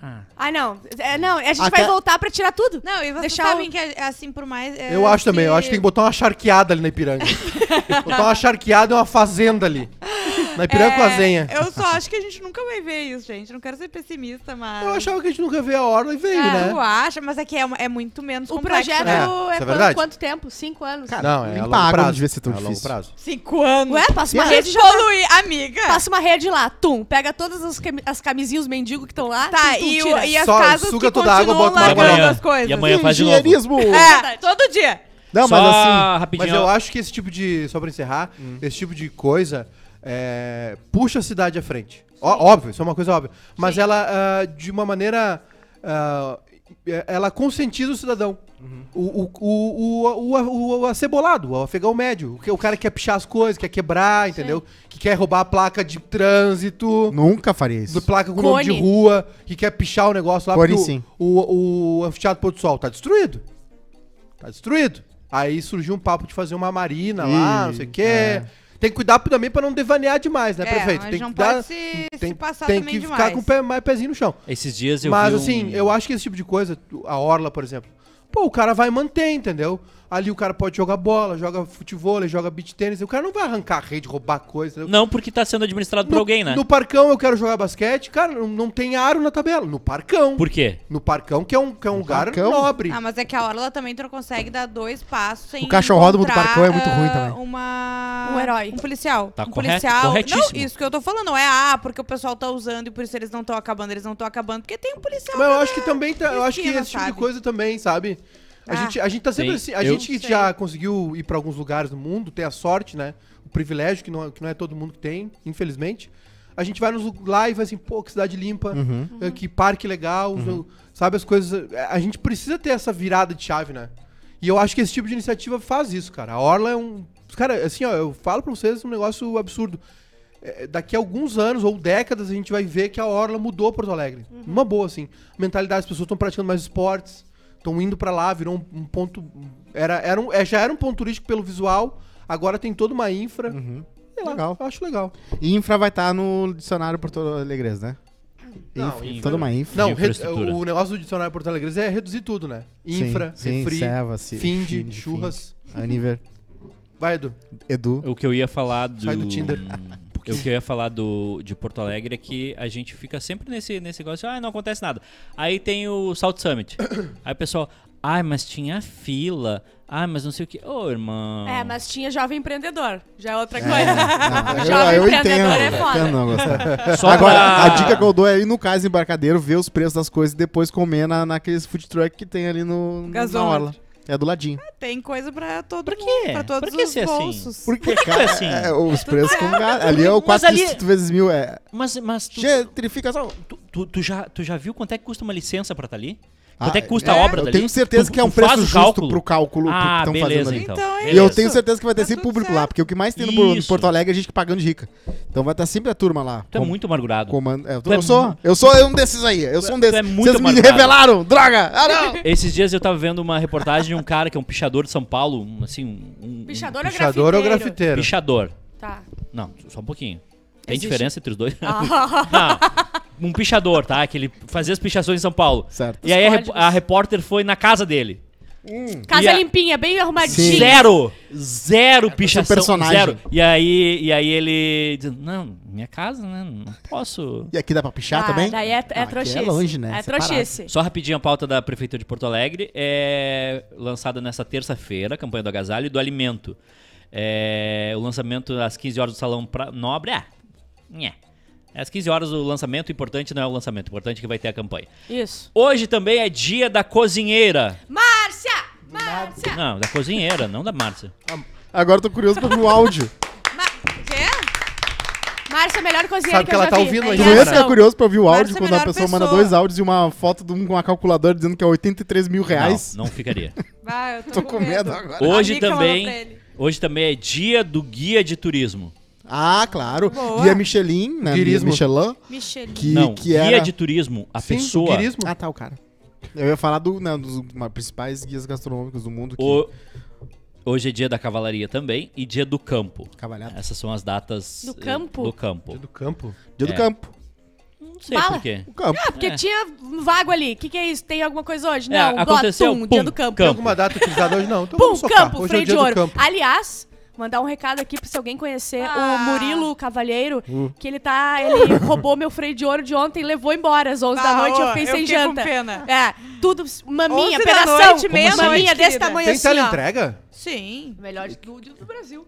Speaker 1: Ah,
Speaker 2: Ah, não. É, não, a gente
Speaker 3: Até-
Speaker 2: vai voltar pra tirar tudo.
Speaker 5: Não, e vocês
Speaker 2: Deixar
Speaker 5: sabem
Speaker 2: o-
Speaker 5: que é assim por mais. é,
Speaker 4: Eu acho
Speaker 5: se-
Speaker 4: também, eu acho que tem que botar uma charqueada ali na Ipiranga. botar uma charqueada e uma fazenda ali. Na Ipiranga com a zenha.
Speaker 5: É, Eu só acho que a gente nunca vai ver isso, gente. Não quero ser pessimista, mas.
Speaker 4: Eu achava que a gente nunca vê a orla e veio,
Speaker 5: Ah,
Speaker 4: né?
Speaker 5: Tu acha, mas é que é, uma- é muito menos
Speaker 2: O
Speaker 5: complexo,
Speaker 2: projeto
Speaker 5: né?
Speaker 4: É, isso é
Speaker 2: é,
Speaker 4: verdade.
Speaker 2: quanto, quanto tempo? Cinco anos.
Speaker 3: Cara,
Speaker 4: Não, é a
Speaker 3: Limpar
Speaker 4: longo
Speaker 3: a água
Speaker 4: prazo.
Speaker 3: não devia ser tão
Speaker 4: é a longo
Speaker 3: difícil.
Speaker 4: prazo.
Speaker 5: Cinco anos.
Speaker 2: Ué, passa uma
Speaker 3: E a
Speaker 2: rede já.
Speaker 5: Poluir, amiga.
Speaker 2: Passa uma rede lá, tum. Pega todas as, cami- as camisinhas, os mendigos que estão lá.
Speaker 5: Tá,
Speaker 2: tum, tum,
Speaker 5: e, o-
Speaker 2: tira.
Speaker 5: e as
Speaker 4: Só
Speaker 5: casas
Speaker 4: suga
Speaker 5: que
Speaker 4: toda a água,
Speaker 5: continuam
Speaker 4: bota uma
Speaker 1: água
Speaker 5: largando
Speaker 1: nova.
Speaker 5: as coisas.
Speaker 1: E amanhã faz de novo.
Speaker 3: Engenheirismo!
Speaker 5: É, todo dia.
Speaker 3: Não,
Speaker 1: Só
Speaker 3: mas assim...
Speaker 1: rapidinho.
Speaker 4: Mas eu acho que esse tipo de. Só pra encerrar, esse tipo de coisa é, puxa a cidade à frente. Ó- óbvio, isso é uma coisa óbvia. Mas ela, ah, de uma maneira. ah, é- ela conscientiza o cidadão. O, o, o, o, o, o acebolado, o afegão médio. O, que- o cara que quer pichar as coisas, quer quebrar, entendeu? Que quer roubar a placa de trânsito.
Speaker 3: assim, Nunca faria
Speaker 4: Do
Speaker 3: isso.
Speaker 4: placa com
Speaker 2: Cone.
Speaker 4: nome de rua, que quer pichar o negócio lá.
Speaker 3: Cone,
Speaker 4: porque o-
Speaker 3: sim.
Speaker 4: O, o anfiteatro Pôr do Sol tá destruído. Tá destruído. Aí surgiu um papo de fazer uma marina lá,
Speaker 3: Ih,
Speaker 4: não sei o quê.
Speaker 3: é.
Speaker 4: Tem que cuidar também pra não devanear demais, né,
Speaker 5: É,
Speaker 4: prefeito?
Speaker 5: mas
Speaker 4: Tem que
Speaker 5: não
Speaker 4: cuidar-
Speaker 5: pode se- se passar
Speaker 4: tem
Speaker 5: também
Speaker 4: que
Speaker 5: demais.
Speaker 4: ficar com o pé, mais pezinho no chão.
Speaker 1: Esses dias eu
Speaker 4: Mas
Speaker 1: vi
Speaker 4: assim,
Speaker 1: um-
Speaker 4: eu acho que esse tipo de coisa, tu- a orla, por exemplo, pô, o cara vai manter, entendeu? Ali o cara pode jogar bola, joga futebol, joga beach tênis, o cara não vai arrancar a rede, roubar coisa, né? entendeu?
Speaker 1: Não, porque tá sendo administrado por
Speaker 4: No-
Speaker 1: alguém, né?
Speaker 4: No parcão eu quero jogar basquete, cara, não, não tem aro na tabela. No parcão.
Speaker 1: Por quê?
Speaker 4: No parcão, que é um, que é um lugar
Speaker 3: parcão?
Speaker 4: nobre.
Speaker 5: Ah, mas é que a Orla também tu não consegue dar dois passos sem
Speaker 3: O cachorro-roda do
Speaker 5: encontrar,
Speaker 3: Parcão é muito ruim
Speaker 5: ah,
Speaker 3: também.
Speaker 5: Uma...
Speaker 2: Um herói.
Speaker 5: Um policial.
Speaker 1: Tá
Speaker 5: um
Speaker 1: correto,
Speaker 5: policial.
Speaker 1: corretíssimo.
Speaker 5: Não, isso que eu tô falando. Não é, ah, porque o pessoal tá usando e por isso eles não estão acabando. Eles não estão acabando porque tem um policial.
Speaker 4: Mas eu
Speaker 5: cada-
Speaker 4: acho que também tá, eu acho que
Speaker 5: esquina,
Speaker 4: esse tipo de
Speaker 5: sabe?
Speaker 4: coisa também, sabe? A,
Speaker 5: Ah.
Speaker 4: gente, a gente tá sempre
Speaker 1: Sim,
Speaker 4: assim. A
Speaker 1: eu-
Speaker 4: gente que
Speaker 5: Sei.
Speaker 4: já conseguiu ir pra alguns lugares do mundo, tem a sorte, né? O privilégio que não, que não é todo mundo que tem, infelizmente. A gente vai nos lu- lá e vai assim, pô, que cidade limpa,
Speaker 1: Uhum.
Speaker 4: eh, que parque legal, zo- sabe? As coisas. eh, A gente precisa ter essa virada de chave, né? E eu acho que esse tipo de iniciativa faz isso, cara. A Orla é um. Cara, assim, ó, eu falo pra vocês um negócio absurdo. É, daqui a alguns anos ou décadas a gente vai ver que a orla mudou Porto Alegre.
Speaker 2: Uhum.
Speaker 4: Uma boa, assim. A mentalidade, as pessoas estão praticando mais esportes, estão indo pra lá, virou um, um ponto. Era, era um, é, já era um ponto turístico pelo visual, agora tem toda uma infra.
Speaker 3: Uhum.
Speaker 4: Sei lá,
Speaker 3: Legal.
Speaker 4: eu acho legal.
Speaker 3: E infra vai estar no dicionário Porto Alegres, né?
Speaker 4: Não,
Speaker 3: Infra,
Speaker 1: infra-
Speaker 3: Toda uma infra.
Speaker 4: Não, re-
Speaker 1: infraestrutura.
Speaker 4: o negócio do dicionário Porto Alegre é reduzir tudo, né?
Speaker 3: Sim,
Speaker 4: Infra,
Speaker 3: sim,
Speaker 4: refri,
Speaker 3: Seva, se-
Speaker 4: finde,
Speaker 3: finde,
Speaker 4: churras.
Speaker 3: finde. Aniver,
Speaker 4: Vai, Edu.
Speaker 3: Edu.
Speaker 1: O que eu ia falar do.
Speaker 4: Sai do Tinder.
Speaker 1: O que eu ia falar do, de Porto Alegre é que a gente fica sempre nesse, nesse negócio, ah, não acontece nada. Aí tem o Salt Summit. Aí o pessoal, ai, mas tinha fila. Ai, mas não sei o que. Ô, irmão.
Speaker 2: É, mas tinha jovem empreendedor. Já é outra
Speaker 3: É,
Speaker 2: coisa.
Speaker 3: não,
Speaker 2: Jovem
Speaker 3: eu, eu entendo.
Speaker 2: empreendedor é foda.
Speaker 3: entendo não gostar.
Speaker 1: Só
Speaker 3: Agora,
Speaker 1: pra-
Speaker 3: a dica que eu dou é ir no Cais Embarcadero, ver os preços das coisas e depois comer na, naqueles food truck que tem ali no, na
Speaker 5: Gasômetro.
Speaker 3: orla. É do ladinho.
Speaker 5: Tem coisa pra todo
Speaker 1: Pra quê?
Speaker 5: mundo, pra todos
Speaker 1: Pra que
Speaker 5: os
Speaker 1: ser assim?
Speaker 5: bolsos.
Speaker 3: Porque,
Speaker 1: que é assim?
Speaker 3: é, os preços com gás. Ali é o
Speaker 1: Mas
Speaker 3: 4
Speaker 1: ali-
Speaker 3: vezes mil. É
Speaker 1: Mas, mas tu,
Speaker 3: gentrificação.
Speaker 1: tu, tu- tu já, tu já viu quanto é que custa uma licença pra estar ali?
Speaker 3: Ah,
Speaker 1: Quanto é que custa a
Speaker 5: é.
Speaker 1: obra
Speaker 3: Eu
Speaker 1: dali?
Speaker 3: tenho certeza
Speaker 1: Tu-
Speaker 3: que é um
Speaker 1: tu faz
Speaker 3: preço
Speaker 1: o
Speaker 3: justo pro cálculo pro que
Speaker 1: Ah,
Speaker 3: estão fazendo
Speaker 1: beleza,
Speaker 3: ali.
Speaker 1: então.
Speaker 5: Então é
Speaker 3: E eu
Speaker 1: beleza. Então
Speaker 3: tenho certeza que vai ter
Speaker 5: Tá
Speaker 3: sempre
Speaker 5: tudo
Speaker 3: público lá,
Speaker 5: certo.
Speaker 3: porque o que mais tem no Por- no
Speaker 1: Isso.
Speaker 3: Porto Alegre é gente pagando de rica. Então vai estar sempre a turma lá.
Speaker 1: Tu é
Speaker 3: com-
Speaker 1: muito amargurado.
Speaker 3: comando- é, eu, tô-
Speaker 1: Tu é
Speaker 3: eu sou,
Speaker 1: mu-
Speaker 3: eu sou um desses aí. Eu sou um desses.
Speaker 1: é muito
Speaker 3: Vocês me
Speaker 1: amargurado.
Speaker 3: revelaram, droga! Ah, não!
Speaker 1: Esses dias eu tava vendo uma reportagem de um cara que é um pichador de São Paulo, um, assim, um- um...
Speaker 2: Pichador,
Speaker 4: Pichador
Speaker 2: é
Speaker 1: um
Speaker 2: grafiteiro.
Speaker 4: ou grafiteiro?
Speaker 1: Pichador.
Speaker 2: Tá.
Speaker 1: Não, só um pouquinho. Tem
Speaker 2: Existe.
Speaker 1: diferença entre os dois? Não, um pichador, tá? Que ele fazia as pichações em São Paulo.
Speaker 3: Certo.
Speaker 1: E aí a,
Speaker 2: Os
Speaker 1: rep-
Speaker 2: códigos.
Speaker 1: a repórter foi na casa dele.
Speaker 2: Casa
Speaker 1: E a-
Speaker 2: limpinha, bem arrumadinha.
Speaker 1: Zero! Zero pichação.
Speaker 3: personagem.
Speaker 1: Zero. E aí, e aí ele... diz, Não, minha casa, né? Não posso...
Speaker 3: E aqui dá pra pichar
Speaker 2: Ah,
Speaker 3: também?
Speaker 2: Daí é,
Speaker 3: Não,
Speaker 2: é
Speaker 3: aqui
Speaker 2: trouxice.
Speaker 3: É longe, né?
Speaker 2: É
Speaker 3: Separado.
Speaker 2: trouxice.
Speaker 1: Só rapidinho a pauta da Prefeitura de Porto Alegre. É lançada nessa terça-feira, a campanha do agasalho e do alimento. É, o lançamento às 15 horas do Salão pra- Nobre. Ah, nhé. Às 15 horas o lançamento, o importante não é o lançamento, o importante é que vai ter a campanha.
Speaker 2: Isso.
Speaker 1: Hoje também é dia da cozinheira.
Speaker 2: Márcia! Márcia!
Speaker 1: Não, da cozinheira, não da Márcia.
Speaker 3: Agora eu tô curioso pra ver o áudio.
Speaker 5: Ma- Quê?
Speaker 2: Márcia, é a melhor cozinheira
Speaker 4: Sabe
Speaker 2: que,
Speaker 4: que
Speaker 2: eu
Speaker 4: ela
Speaker 2: já
Speaker 4: tá
Speaker 2: vi.
Speaker 4: ouvindo
Speaker 2: É
Speaker 4: aí,
Speaker 3: Tu
Speaker 4: né?
Speaker 2: engraçado.
Speaker 3: mesmo fica curioso pra ouvir o
Speaker 5: Márcia
Speaker 3: áudios
Speaker 5: é a
Speaker 3: quando a
Speaker 5: melhor
Speaker 3: pessoa manda
Speaker 5: pessoa.
Speaker 3: dois áudios e uma foto de um com a calculadora dizendo que é 83 mil reais?
Speaker 1: Não, não ficaria.
Speaker 5: Vai, eu tô,
Speaker 3: Tô com medo agora.
Speaker 1: Hoje
Speaker 5: Amiga falou pra
Speaker 1: também,
Speaker 5: ele.
Speaker 1: hoje também é dia do guia de turismo.
Speaker 3: Ah, claro.
Speaker 5: Boa.
Speaker 3: E a Michelin, né?
Speaker 4: Turismo.
Speaker 3: Michelin,
Speaker 5: Michelin.
Speaker 3: que,
Speaker 1: não,
Speaker 3: que
Speaker 1: guia
Speaker 3: era...
Speaker 1: de turismo, a
Speaker 4: Sim,
Speaker 1: pessoa
Speaker 4: turismo.
Speaker 3: Ah, tá, o cara. Eu ia falar do, né, dos uma, principais guias gastronômicos do mundo. Que...
Speaker 1: O- Hoje é dia da cavalaria também e dia do campo.
Speaker 3: Cavalhada.
Speaker 1: Essas são as datas
Speaker 2: Do
Speaker 1: eh,
Speaker 2: campo?
Speaker 1: Do campo.
Speaker 4: Do campo.
Speaker 3: Dia
Speaker 1: É.
Speaker 3: do campo.
Speaker 1: Não sei
Speaker 2: Bala.
Speaker 1: por quê.
Speaker 3: O campo.
Speaker 2: Ah, porque
Speaker 1: É.
Speaker 2: tinha um vago ali. O que, que é isso? Tem alguma coisa hoje?
Speaker 1: É,
Speaker 2: Não,
Speaker 1: aconteceu,
Speaker 2: Botum, dia
Speaker 1: pum,
Speaker 2: do campo.
Speaker 1: campo.
Speaker 4: Alguma data utilizada hoje não. Então
Speaker 2: Pum,
Speaker 4: vamos socar.
Speaker 2: campo,
Speaker 4: hoje é o
Speaker 2: freio
Speaker 4: dia
Speaker 2: de
Speaker 4: do
Speaker 2: ouro.
Speaker 4: campo.
Speaker 2: Aliás, mandar um recado aqui pra se alguém conhecer
Speaker 5: Ah.
Speaker 2: o Murilo Cavalheiro,
Speaker 4: Uh.
Speaker 2: que ele tá. Ele roubou meu freio de ouro de ontem e levou embora às 11 da
Speaker 5: Ah,
Speaker 2: noite. Eu
Speaker 5: ó,
Speaker 2: fiquei
Speaker 5: eu
Speaker 2: sem
Speaker 5: fiquei com
Speaker 2: janta.
Speaker 5: pena.
Speaker 2: É, tudo. Maminha,
Speaker 5: 11 da
Speaker 2: pedação.
Speaker 5: noite, meia
Speaker 2: maminha
Speaker 5: noite,
Speaker 2: desse
Speaker 5: querida.
Speaker 2: tamanho
Speaker 4: Tem
Speaker 2: assim. ó.
Speaker 4: teleentrega?
Speaker 5: Sim.
Speaker 2: Melhor estúdio do Brasil.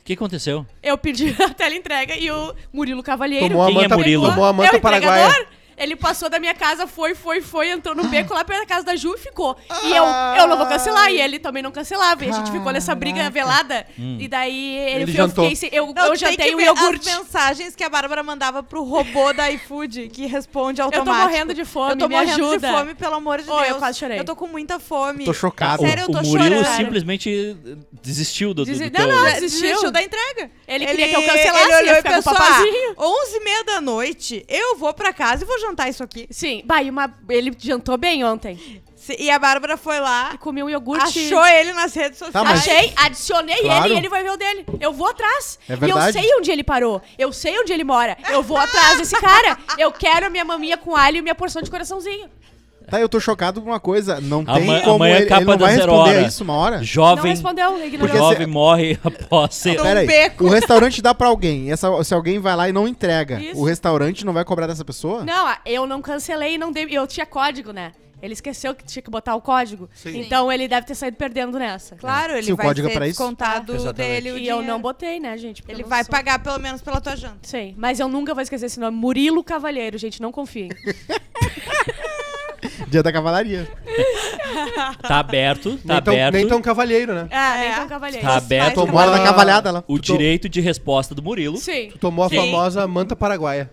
Speaker 1: O que aconteceu?
Speaker 2: Eu pedi a tela entrega e o Murilo Cavalheiro.
Speaker 4: Tomou a
Speaker 1: Quem é
Speaker 4: manta,
Speaker 1: Murilo?
Speaker 4: tomou a
Speaker 2: é
Speaker 4: manta
Speaker 2: o entregador,
Speaker 4: paraguaia.
Speaker 2: Ele passou da minha casa, foi, foi, foi, entrou no beco lá perto da casa da Ju e ficou. E eu, eu não vou cancelar. E ele também não cancelava. E a gente ficou nessa briga velada. E daí ele,
Speaker 4: Ele
Speaker 2: eu
Speaker 4: jantou.
Speaker 2: fiquei sem- eu,
Speaker 5: Não,
Speaker 2: eu
Speaker 5: tu tem
Speaker 2: jantei
Speaker 5: que
Speaker 2: um
Speaker 5: ver
Speaker 2: iogurte.
Speaker 5: As mensagens que a Bárbara mandava pro robô da iFood, que responde
Speaker 2: Eu
Speaker 5: automático.
Speaker 2: tô morrendo de fome,
Speaker 5: Eu tô
Speaker 2: me
Speaker 5: morrendo
Speaker 2: ajuda.
Speaker 5: de fome, pelo amor de
Speaker 2: Oh, eu
Speaker 5: Deus.
Speaker 2: quase chorei.
Speaker 5: Eu tô com muita fome.
Speaker 3: Tô chocado.
Speaker 5: Sério, eu
Speaker 1: o
Speaker 5: tô
Speaker 1: Murilo
Speaker 5: chorando.
Speaker 1: simplesmente eh, desistiu do, do,
Speaker 2: Desi-
Speaker 1: do
Speaker 2: não,
Speaker 1: teu-
Speaker 2: não,
Speaker 5: Ah,
Speaker 2: desistiu.
Speaker 5: Desistiu da entrega.
Speaker 2: Ele queria que eu cancelasse, ia
Speaker 5: olhou e
Speaker 2: ficar com o
Speaker 5: pensou,
Speaker 2: papazinho.
Speaker 5: "Ah, 11 e meia da noite, eu vou pra casa e vou jantar isso aqui.
Speaker 2: Sim. Bah, e uma... ele jantou bem ontem.
Speaker 5: Se- E a Bárbara foi lá,
Speaker 2: E comeu um iogurte.
Speaker 5: achou ele nas redes sociais.
Speaker 3: Tá, mas-
Speaker 2: Achei, adicionei
Speaker 3: Claro.
Speaker 2: ele e ele vai ver o dele. Eu vou atrás.
Speaker 3: É
Speaker 2: e eu
Speaker 3: verdade.
Speaker 2: sei onde ele parou. Eu sei onde ele mora. Eu vou atrás desse cara. Eu quero a minha maminha com alho e minha porção de coraçãozinho.
Speaker 3: Tá, eu tô chocado com uma coisa. Não tem
Speaker 1: Amanhã,
Speaker 3: como
Speaker 1: amanhã é
Speaker 3: ele,
Speaker 1: capa
Speaker 3: ele não
Speaker 1: da
Speaker 3: vai
Speaker 1: Zero
Speaker 3: responder
Speaker 1: Hora.
Speaker 3: a isso uma hora?
Speaker 2: Não
Speaker 1: Jovem,
Speaker 2: respondeu,
Speaker 1: o
Speaker 3: Porque
Speaker 2: ignorou.
Speaker 3: se-
Speaker 1: jovem morre após ser...
Speaker 5: Não.
Speaker 3: Pera aí,
Speaker 5: Um beco.
Speaker 3: o restaurante dá pra alguém. Essa, se alguém vai lá e não entrega,
Speaker 2: Isso.
Speaker 3: o restaurante não vai cobrar dessa pessoa?
Speaker 2: Não, ah, eu não cancelei e não dei. Eu tinha código, né? Ele esqueceu que tinha que botar o código. Então ele deve ter saído perdendo nessa.
Speaker 5: Claro, ele
Speaker 3: Se o
Speaker 5: vai
Speaker 3: código é
Speaker 5: ser
Speaker 3: pra isso.
Speaker 5: descontado
Speaker 4: Exatamente.
Speaker 5: dele o
Speaker 2: E eu
Speaker 5: dinheiro.
Speaker 2: não botei, né, gente? Porque
Speaker 5: Ele
Speaker 2: eu não
Speaker 5: vai
Speaker 2: sou-
Speaker 5: pagar pelo menos pela tua janta.
Speaker 2: Sei, mas eu nunca vou esquecer esse nome. Murilo Cavalheiro, gente, não confiem.
Speaker 3: Dia da cavalaria.
Speaker 1: Tá aberto, tá
Speaker 4: nem, tão,
Speaker 1: aberto.
Speaker 4: nem tão cavalheiro, né?
Speaker 2: Ah,
Speaker 5: é?
Speaker 2: então Cavalheiro.
Speaker 1: Tá aberto
Speaker 5: Mas-
Speaker 3: Tomou ela na cavalhada lá.
Speaker 1: o
Speaker 3: Tu to-
Speaker 1: direito de resposta do Murilo.
Speaker 2: Sim.
Speaker 4: Tu tomou a
Speaker 5: Sim.
Speaker 4: famosa manta paraguaia.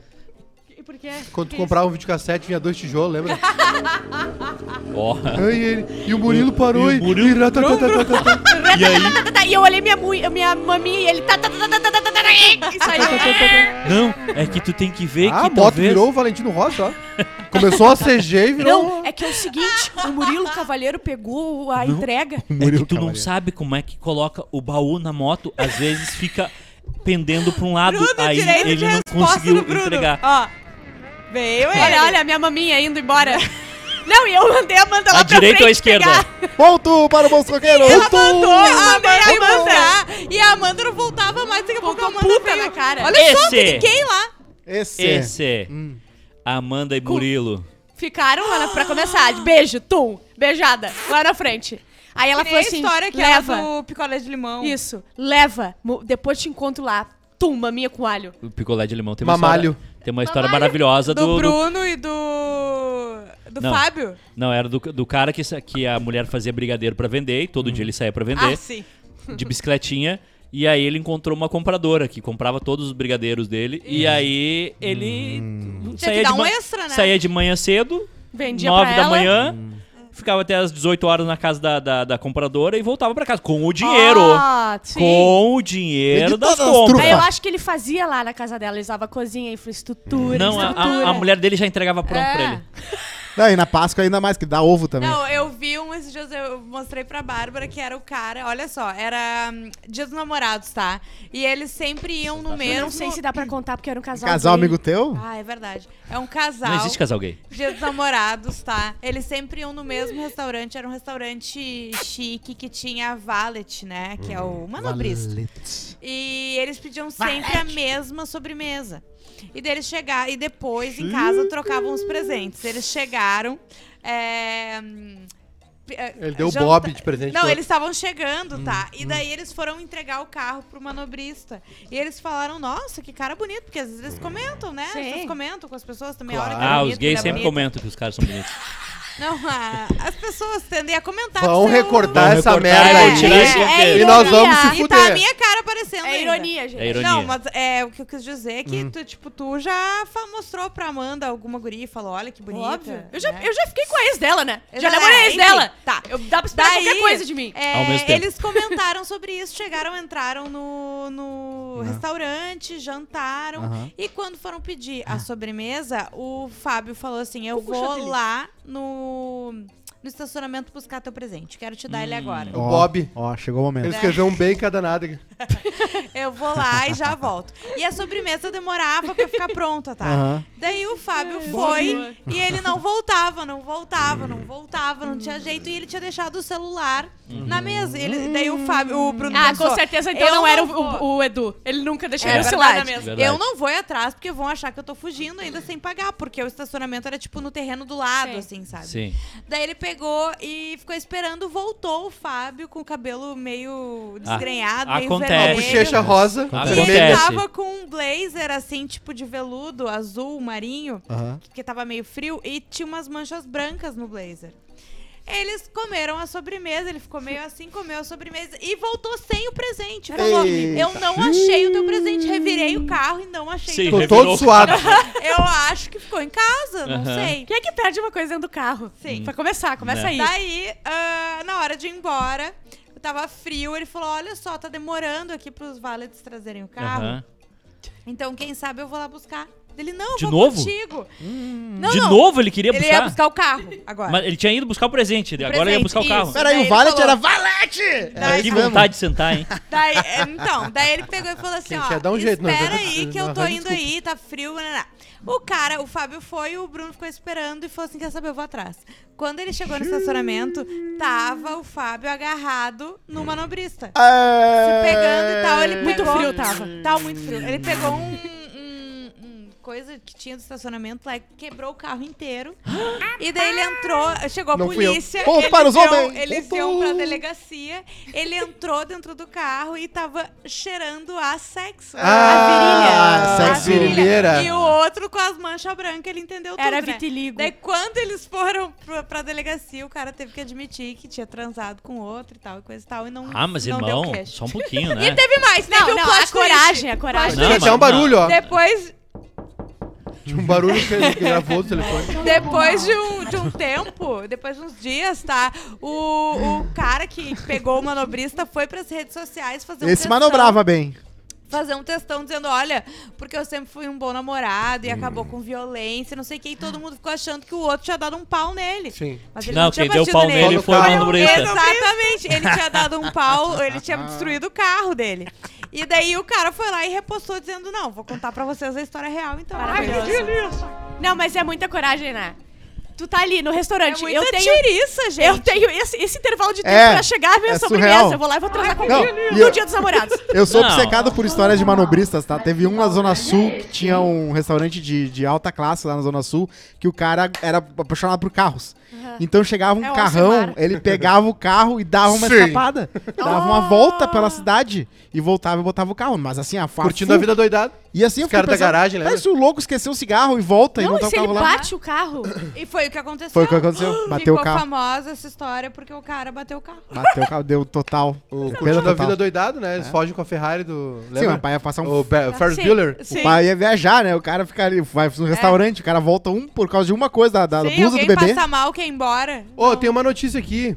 Speaker 2: E por quê?
Speaker 4: Quando tu
Speaker 2: Que
Speaker 4: comprava um videocassete, vinha dois tijolos, lembra?
Speaker 1: Ó.
Speaker 4: Ai, ele- e o Murilo parou
Speaker 1: E
Speaker 4: e...
Speaker 1: o Murilo-
Speaker 4: e tá, ratatatatata.
Speaker 1: E aí?
Speaker 2: isso? Tá, E eu olhei minha, mui- minha maminha e ele. Tá, tá, tá, tá, tá, tá, tá, tá, tá, e saiu.
Speaker 1: Não, é que tu tem que ver
Speaker 4: Ah, a
Speaker 1: que
Speaker 4: moto
Speaker 1: talvez...
Speaker 4: virou o Valentino Rossi, ó. Começou a CG e virou...
Speaker 2: Não, é que é o seguinte: o Murilo Cavalheiro pegou a entrega.
Speaker 1: É que
Speaker 3: Murilo
Speaker 1: tu não
Speaker 3: Cavalheiro.
Speaker 1: sabe como é que coloca o baú na moto, às vezes fica pendendo pra um lado,
Speaker 5: Bruno,
Speaker 1: aí
Speaker 5: direito de
Speaker 1: ele não
Speaker 5: resposta
Speaker 1: conseguiu
Speaker 5: do Bruno.
Speaker 1: entregar.
Speaker 5: Ó, veio ele.
Speaker 2: Olha, olha, a minha maminha indo embora. Não, e eu mandei a Amanda lá
Speaker 1: A
Speaker 2: pra
Speaker 1: direita ou a
Speaker 2: frente
Speaker 1: esquerda?
Speaker 2: pegar.
Speaker 3: Ponto para o bolso roqueiro!
Speaker 5: Ela mandou,
Speaker 2: Amanda,
Speaker 5: a Amanda
Speaker 2: eu mandei.
Speaker 5: mandar. E a Amanda não voltava mais, daqui a pouco a
Speaker 2: Voltou
Speaker 5: Amanda
Speaker 2: puta
Speaker 5: veio.
Speaker 2: na cara.
Speaker 5: Olha só,
Speaker 1: Esse.
Speaker 5: tem ninguém lá.
Speaker 3: Esse.
Speaker 1: Esse, Amanda e Murilo.
Speaker 2: Ficaram lá na- pra começar. de Beijo, tum, beijada, lá na frente. Aí ela
Speaker 5: Ela
Speaker 2: falou assim:
Speaker 5: história que
Speaker 2: leva.
Speaker 5: era do picolé de limão.
Speaker 2: Isso, leva. Mo- Depois te encontro lá. Tum, maminha com alho.
Speaker 1: O picolé de limão tem uma
Speaker 4: Mamalho.
Speaker 1: história, tem uma história
Speaker 2: Mamalho.
Speaker 1: maravilhosa
Speaker 5: Do,
Speaker 1: do, do-
Speaker 5: Bruno e do... Do
Speaker 1: Não. Hum.
Speaker 5: Fábio.
Speaker 1: Não, era do, do cara que, sa- que a mulher fazia brigadeiro pra vender e todo dia ele saía pra
Speaker 5: Ah,
Speaker 1: vender
Speaker 5: sim.
Speaker 1: de bicicletinha. E aí ele encontrou uma compradora que comprava todos os brigadeiros dele. E aí ele
Speaker 5: Tinha que
Speaker 1: saía,
Speaker 5: dar
Speaker 1: de
Speaker 5: um
Speaker 1: ma-
Speaker 5: extra, né?
Speaker 1: saía de manhã cedo,
Speaker 2: Vendia
Speaker 1: 9
Speaker 2: pra
Speaker 1: da
Speaker 2: ela.
Speaker 1: manhã,
Speaker 4: Hum.
Speaker 1: ficava até as 18 horas na casa da, da, da compradora e voltava pra casa com o dinheiro.
Speaker 2: Ah, sim.
Speaker 1: com o
Speaker 3: E
Speaker 1: dinheiro
Speaker 3: de
Speaker 1: das
Speaker 3: todas as
Speaker 1: compras.
Speaker 2: Aí eu acho que ele fazia lá na casa dela, ele usava cozinha, infraestrutura,
Speaker 1: Não, a,
Speaker 2: estrutura.
Speaker 1: a- a mulher dele já entregava pronto
Speaker 2: É.
Speaker 1: pra ele.
Speaker 3: Não, e na Páscoa ainda mais, que dá ovo também.
Speaker 5: Não, eu vi um esses dias, eu mostrei pra Bárbara que era o cara, olha só, era hum, Dia dos Namorados, tá? E eles sempre iam
Speaker 1: tá
Speaker 5: no mesmo...
Speaker 2: Eu não sei se dá pra contar, porque era um casal
Speaker 3: Casal
Speaker 2: gay.
Speaker 3: amigo teu?
Speaker 5: Ah, é verdade. É um casal.
Speaker 1: Não existe casal gay.
Speaker 5: Dia dos Namorados, tá? Eles sempre iam no mesmo restaurante. Era um restaurante chique que tinha valet, né? Que é o manobrista.
Speaker 3: Valete.
Speaker 5: E eles pediam sempre a mesma sobremesa. E deles chegar e depois em casa trocavam os presentes. Eles chegaram. é, hum, p- é,
Speaker 4: Ele deu o
Speaker 5: janta-
Speaker 4: Bob de presente.
Speaker 5: Não,
Speaker 4: pro-
Speaker 5: eles estavam chegando, tá? E daí eles foram entregar o carro pro manobrista. E eles falaram, nossa, que cara bonito, porque às vezes eles comentam, né?
Speaker 2: Sim.
Speaker 5: Eles comentam com as pessoas também. a hora que é
Speaker 1: Ah,
Speaker 5: bonito,
Speaker 1: os gays
Speaker 5: que é
Speaker 1: sempre
Speaker 5: bonito.
Speaker 1: comentam que os caras são bonitos.
Speaker 5: Não, a- as pessoas tendem a comentar.
Speaker 4: um- Vão
Speaker 5: que são-
Speaker 4: recordar
Speaker 1: Vão
Speaker 4: essa
Speaker 1: recortar,
Speaker 4: merda
Speaker 5: vão
Speaker 4: aí.
Speaker 5: tirar isso
Speaker 2: É, é
Speaker 4: e nós vamos
Speaker 2: ironia.
Speaker 4: se
Speaker 5: E tá a
Speaker 4: fuder.
Speaker 5: minha cara aparecendo
Speaker 2: É
Speaker 5: ainda.
Speaker 3: né?
Speaker 2: ironia, gente.
Speaker 1: É ironia.
Speaker 5: Não, mas é, o que eu quis dizer é
Speaker 4: Hum.
Speaker 5: que tu, tipo, tu já fa- mostrou pra Amanda alguma guria e falou, olha que bonita.
Speaker 2: Óbvio. Eu já,
Speaker 5: né?
Speaker 2: eu já fiquei com a ex dela, né?
Speaker 5: Eu
Speaker 2: já
Speaker 5: já-
Speaker 2: namorei a ex
Speaker 5: enfim,
Speaker 2: dela.
Speaker 5: tá.
Speaker 2: Eu, dá pra esperar
Speaker 5: Daí,
Speaker 2: qualquer coisa de mim.
Speaker 5: é,
Speaker 1: Ao mesmo tempo.
Speaker 5: Eles comentaram sobre isso, chegaram, entraram no, no restaurante, jantaram.
Speaker 3: Aham.
Speaker 5: E quando foram pedir
Speaker 4: Ah.
Speaker 5: a sobremesa, o Fábio falou assim: Eu
Speaker 2: Cucu
Speaker 5: vou
Speaker 2: Chatelli.
Speaker 5: lá no, no estacionamento buscar teu presente. Quero te dar ele agora.
Speaker 4: O Bob.
Speaker 3: Ó, chegou o
Speaker 4: Ele
Speaker 3: momento.
Speaker 4: escreveu um bem cada nada.
Speaker 5: Eu vou lá e já volto. E a sobremesa demorava pra ficar pronta, tá?
Speaker 3: Aham.
Speaker 5: Daí o Fábio foi e ele não voltava, não voltava, não voltava, não tinha jeito. E ele tinha deixado o celular
Speaker 1: Uhum.
Speaker 5: na mesa. Ele, daí o Fábio, o Bruno
Speaker 2: Ah,
Speaker 5: pensou,
Speaker 2: com certeza então
Speaker 5: "Eu
Speaker 2: não era o,
Speaker 5: vou."
Speaker 2: o- o Edu. Ele nunca deixaria
Speaker 5: É
Speaker 2: o celular na
Speaker 5: verdade.
Speaker 2: mesa.
Speaker 1: Verdade.
Speaker 5: Eu não vou ir atrás porque vão achar que eu tô fugindo ainda sem pagar, porque o estacionamento era tipo no terreno do lado,
Speaker 2: Sim.
Speaker 5: assim, sabe?
Speaker 1: Sim.
Speaker 5: Daí ele pegou e ficou esperando, voltou o Fábio com o cabelo meio desgrenhado, meio
Speaker 1: Ah, acontece.
Speaker 4: A
Speaker 1: É.
Speaker 5: vermelho.
Speaker 4: bochecha rosa.
Speaker 1: Acontece.
Speaker 5: E
Speaker 4: vermelha.
Speaker 5: ele tava com um blazer, assim, tipo de veludo, azul, marinho,
Speaker 3: Aham.
Speaker 5: porque tava meio frio, e tinha umas manchas brancas no blazer. Eles comeram a sobremesa, ele ficou meio assim, comeu a sobremesa e voltou sem o presente. Falou,
Speaker 3: Eita.
Speaker 5: eu não achei o teu presente, revirei o carro e não achei.
Speaker 1: Sim.
Speaker 5: o teu
Speaker 4: Tô
Speaker 1: Revelou.
Speaker 4: todo suado.
Speaker 5: presente." Eu acho que ficou em casa, não
Speaker 1: Aham.
Speaker 5: sei.
Speaker 2: Quem é que perde uma coisa dentro do carro?
Speaker 5: Sim.
Speaker 2: Pra começar, começa
Speaker 1: Né.
Speaker 2: aí.
Speaker 5: Daí, ah, na hora de ir embora, eu tava frio, ele falou, olha só, tá demorando aqui pros valets trazerem o carro.
Speaker 1: Aham.
Speaker 5: Então, quem sabe eu vou lá buscar. Ele, não, eu
Speaker 1: De
Speaker 5: vou
Speaker 1: novo?
Speaker 5: contigo. Não,
Speaker 1: De
Speaker 5: não.
Speaker 1: novo ele queria
Speaker 5: Ele
Speaker 1: buscar?
Speaker 5: ia buscar o carro agora.
Speaker 1: Mas ele tinha ido buscar o presente, ele agora
Speaker 5: presente,
Speaker 1: ia buscar o carro.
Speaker 5: isso.
Speaker 3: Peraí,
Speaker 5: Daí
Speaker 3: o
Speaker 5: ele
Speaker 3: Valet
Speaker 5: falou-
Speaker 3: era Valete!
Speaker 5: Daí
Speaker 1: que
Speaker 5: ele
Speaker 3: mesmo.
Speaker 1: vontade de sentar, hein?
Speaker 5: Daí, é, então, daí ele pegou e falou assim,
Speaker 4: Quem
Speaker 5: ó,
Speaker 4: quer dá um jeito, não,
Speaker 5: espera
Speaker 4: já-
Speaker 5: aí que
Speaker 4: não,
Speaker 5: eu tô
Speaker 4: vai,
Speaker 5: indo aí, tá frio, né? O cara, o Fábio foi, o Bruno ficou esperando e falou assim, quer saber, eu vou atrás. Quando ele chegou no estacionamento, tava o Fábio agarrado no
Speaker 1: Hum.
Speaker 5: manobrista. Se pegando e tal, ele
Speaker 2: Muito
Speaker 5: pegou...
Speaker 2: frio tava.
Speaker 5: Tava muito frio. Ele pegou um... um- um coisa que tinha do estacionamento lá, e quebrou o carro inteiro. e daí ele entrou, chegou a
Speaker 4: Não fui eu.
Speaker 5: polícia,
Speaker 3: Ponto
Speaker 5: eles,
Speaker 3: para os
Speaker 5: iam-
Speaker 3: homens.
Speaker 5: eles
Speaker 3: Ponto.
Speaker 5: iam pra delegacia, ele entrou dentro do carro e tava cheirando a sexo.
Speaker 3: É.
Speaker 4: Ah,
Speaker 5: a virilha.
Speaker 3: sexo
Speaker 5: A virilha.
Speaker 4: virilha.
Speaker 5: E o outro com as manchas brancas, ele entendeu tudo,
Speaker 2: Era
Speaker 5: né?
Speaker 2: vitiligo.
Speaker 5: Daí quando eles foram pra, pra delegacia, o cara teve que admitir que tinha transado com outro e tal, e coisa e tal, e não
Speaker 1: Ah, mas
Speaker 5: não deu
Speaker 1: irmão,
Speaker 5: queixa.
Speaker 1: só um pouquinho, né?
Speaker 5: E teve mais,
Speaker 2: Não,
Speaker 5: teve o
Speaker 2: não,
Speaker 5: um plot
Speaker 2: a
Speaker 5: twist.
Speaker 2: coragem, a
Speaker 5: Plot
Speaker 2: coragem.
Speaker 4: Tinha
Speaker 1: Não,
Speaker 4: até um
Speaker 1: mas-
Speaker 4: barulho, ó.
Speaker 5: Depois,
Speaker 4: Tinha um barulho que ele gravou do telefone.
Speaker 5: depois de, um, de um tempo, depois de uns dias, tá? O, o cara que pegou o manobrista foi pras redes sociais fazer um
Speaker 3: Esse
Speaker 5: textão,
Speaker 3: manobrava bem.
Speaker 5: Fazer um textão dizendo, olha, porque eu sempre fui um bom namorado e acabou com violência, não sei o que, e todo mundo ficou achando que o outro tinha dado um pau nele.
Speaker 4: Sim.
Speaker 5: Mas ele
Speaker 1: não,
Speaker 5: não,
Speaker 1: quem
Speaker 5: tinha
Speaker 1: deu
Speaker 5: batido
Speaker 1: pau
Speaker 5: nele.
Speaker 1: nele foi o
Speaker 4: Fala no
Speaker 1: manobrista.
Speaker 5: Exatamente. Ele tinha dado um pau, ele tinha destruído o carro dele. E daí o cara foi lá e repostou dizendo, não, vou contar pra vocês a história real, então.
Speaker 2: Maravilhoso. Não, mas é muita coragem, né? Tu tá ali no
Speaker 5: É
Speaker 2: restaurante.
Speaker 5: muita
Speaker 2: eu tenho.
Speaker 5: tiriça, gente.
Speaker 2: Eu tenho esse, esse intervalo de tempo
Speaker 3: É,
Speaker 2: pra chegar à minha
Speaker 3: é
Speaker 2: sobremesa.
Speaker 3: surreal.
Speaker 2: Eu vou lá e vou transar com
Speaker 3: Não,
Speaker 2: alguém
Speaker 3: e
Speaker 2: no
Speaker 3: eu-
Speaker 2: dia dos namorados.
Speaker 3: Eu sou
Speaker 1: Não.
Speaker 3: obcecado por histórias de manobristas, tá? Teve um na Zona Sul que tinha um restaurante de, de alta classe lá na Zona Sul que o cara era apaixonado por carros. Então chegava um
Speaker 2: É o
Speaker 3: carrão,
Speaker 2: Alcimar.
Speaker 3: ele pegava o carro e dava uma
Speaker 4: Sim.
Speaker 3: escapada. Dava uma
Speaker 2: Oh.
Speaker 3: volta pela cidade e voltava e botava o carro. Mas assim, a fa-
Speaker 4: Curtindo a vida doidada.
Speaker 3: E assim eu
Speaker 4: Os caras da
Speaker 3: fiquei pensando,
Speaker 4: garagem, lembra?
Speaker 3: Mas se o louco esqueceu o cigarro e volta e
Speaker 2: Não,
Speaker 3: botar
Speaker 2: e
Speaker 3: o
Speaker 2: se ele
Speaker 3: carro lá.
Speaker 2: bate o carro?
Speaker 5: E foi o que aconteceu.
Speaker 3: Foi o que aconteceu. Bateu o
Speaker 5: Ficou
Speaker 3: carro.
Speaker 5: famosa essa história porque o cara bateu o carro.
Speaker 3: Bateu o carro, deu total.
Speaker 4: O
Speaker 3: Perda
Speaker 4: Curtindo a
Speaker 3: total.
Speaker 4: vida doidado, né? Eles
Speaker 5: É.
Speaker 4: fogem com a Ferrari do.
Speaker 3: Sim,
Speaker 4: Lembra?
Speaker 3: mas pai ia passar um
Speaker 4: o Be- Ferris
Speaker 5: Sim,
Speaker 4: Bueller.
Speaker 5: sim.
Speaker 3: O pai ia viajar, né? O cara fica ali, vai
Speaker 2: É.
Speaker 3: no restaurante, o cara volta um por causa de uma coisa, da, da
Speaker 5: Se
Speaker 3: blusa do
Speaker 5: alguém
Speaker 3: bebê.
Speaker 5: passa mal, quer ir embora.
Speaker 4: Ô, tem uma notícia aqui.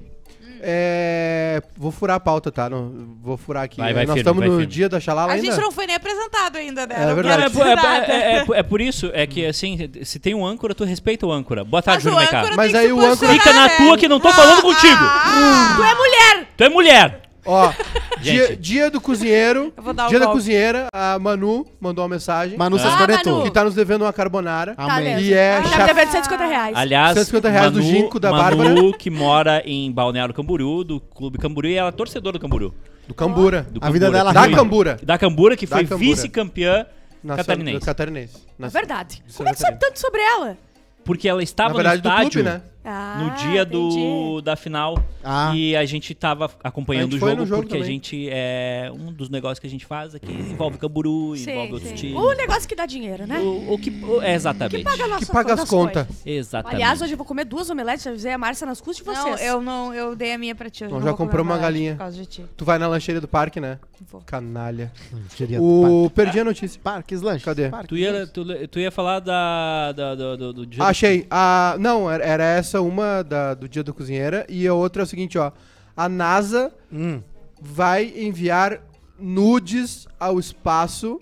Speaker 4: É, Vou furar a pauta, tá? Não, vou furar aqui. É,
Speaker 1: Vai, vai,
Speaker 4: Nós
Speaker 1: firme,
Speaker 4: estamos
Speaker 1: vai,
Speaker 4: no
Speaker 1: firme.
Speaker 4: dia da Xalala
Speaker 5: A
Speaker 4: ainda.
Speaker 5: gente não foi nem apresentado ainda, né?
Speaker 4: É
Speaker 5: Não
Speaker 4: verdade.
Speaker 5: quero
Speaker 1: Não, é,
Speaker 5: nada.
Speaker 1: por- é- é- é- é por isso, é que assim, se tem um âncora, tu respeita o âncora. Boa tarde,
Speaker 5: Mas o
Speaker 1: Júlio Mecá.
Speaker 5: âncora
Speaker 4: Mas
Speaker 5: tem
Speaker 4: aí
Speaker 5: que se
Speaker 4: o âncora-
Speaker 5: posicionar,
Speaker 1: Fica na
Speaker 5: né?
Speaker 1: tua que não tô falando
Speaker 5: Ah,
Speaker 1: contigo.
Speaker 5: ah,
Speaker 2: Tu é mulher!
Speaker 1: Tu é mulher!
Speaker 4: Ó,
Speaker 1: Gente.
Speaker 4: dia, dia do cozinheiro.
Speaker 5: Eu vou dar o
Speaker 4: dia da
Speaker 5: golpe.
Speaker 4: cozinheira, a Manu mandou uma mensagem.
Speaker 3: Manu Ah,
Speaker 1: É.
Speaker 3: se
Speaker 2: Ah,
Speaker 3: escornetou.
Speaker 4: Que tá nos devendo uma carbonara.
Speaker 2: Tá
Speaker 3: Amém.
Speaker 2: mesmo.
Speaker 4: E é
Speaker 2: Tá me
Speaker 4: chapa-
Speaker 2: devendo 150 reais.
Speaker 1: Aliás,
Speaker 4: 150 reais do Ginkgo, da
Speaker 1: Manu,
Speaker 4: Bárbara.
Speaker 1: que mora em Balneário Camboriú, do Clube Camboriú, e ela é torcedora do Camboriú.
Speaker 4: Do Cambura.
Speaker 1: Do
Speaker 3: A vida
Speaker 1: Cambura,
Speaker 3: dela
Speaker 1: que
Speaker 4: Da
Speaker 1: foi-
Speaker 4: Cambura.
Speaker 1: Da Cambura, que
Speaker 4: Da
Speaker 1: foi
Speaker 4: Cambura.
Speaker 1: vice-campeã
Speaker 4: Nacional-
Speaker 1: catarinense.
Speaker 4: Catarinense.
Speaker 2: É
Speaker 4: Nacional-
Speaker 2: verdade. Como é que sabe
Speaker 4: Catarinense.
Speaker 2: tanto sobre ela?
Speaker 1: Porque ela
Speaker 4: Na
Speaker 1: estava
Speaker 4: verdade,
Speaker 1: no
Speaker 4: do
Speaker 1: estádio
Speaker 4: clube, né?
Speaker 2: Ah,
Speaker 1: no dia do, da final.
Speaker 3: Ah.
Speaker 1: E a gente tava acompanhando
Speaker 4: A gente
Speaker 1: o
Speaker 4: foi
Speaker 1: jogo,
Speaker 4: no jogo
Speaker 1: porque a
Speaker 4: também.
Speaker 1: gente é. Um dos negócios que a gente faz é que envolve Camboriú, envolve outros times.
Speaker 2: O negócio que dá dinheiro, né?
Speaker 1: O, o que, o- é exatamente.
Speaker 2: Paga nossas
Speaker 4: Que paga as contas.
Speaker 2: coisas.
Speaker 1: Exatamente.
Speaker 2: Aliás, hoje eu vou comer duas omeletes, já avisei a Márcia nas custas de vocês.
Speaker 5: Não, eu não, eu dei a minha pra ti. eu
Speaker 4: Então
Speaker 5: não
Speaker 4: já
Speaker 5: vou comer
Speaker 4: comprou uma
Speaker 5: omelete
Speaker 4: galinha.
Speaker 5: Por causa de ti.
Speaker 4: Tu vai na lancheira do parque, né?
Speaker 5: Vou.
Speaker 4: Canalha.
Speaker 3: Queria-
Speaker 4: O... Perdi a notícia.
Speaker 3: Par- Parques lanches.
Speaker 4: Cadê?
Speaker 3: Parques
Speaker 1: Tu ia,
Speaker 3: Lanches.
Speaker 1: tu, tu ia falar da, da- do, do, do dia.
Speaker 4: Achei. A... Não, era- era essa uma da- do dia da cozinheira. E a outra é o seguinte, ó. A NASA
Speaker 3: Hum.
Speaker 4: vai enviar nudes ao espaço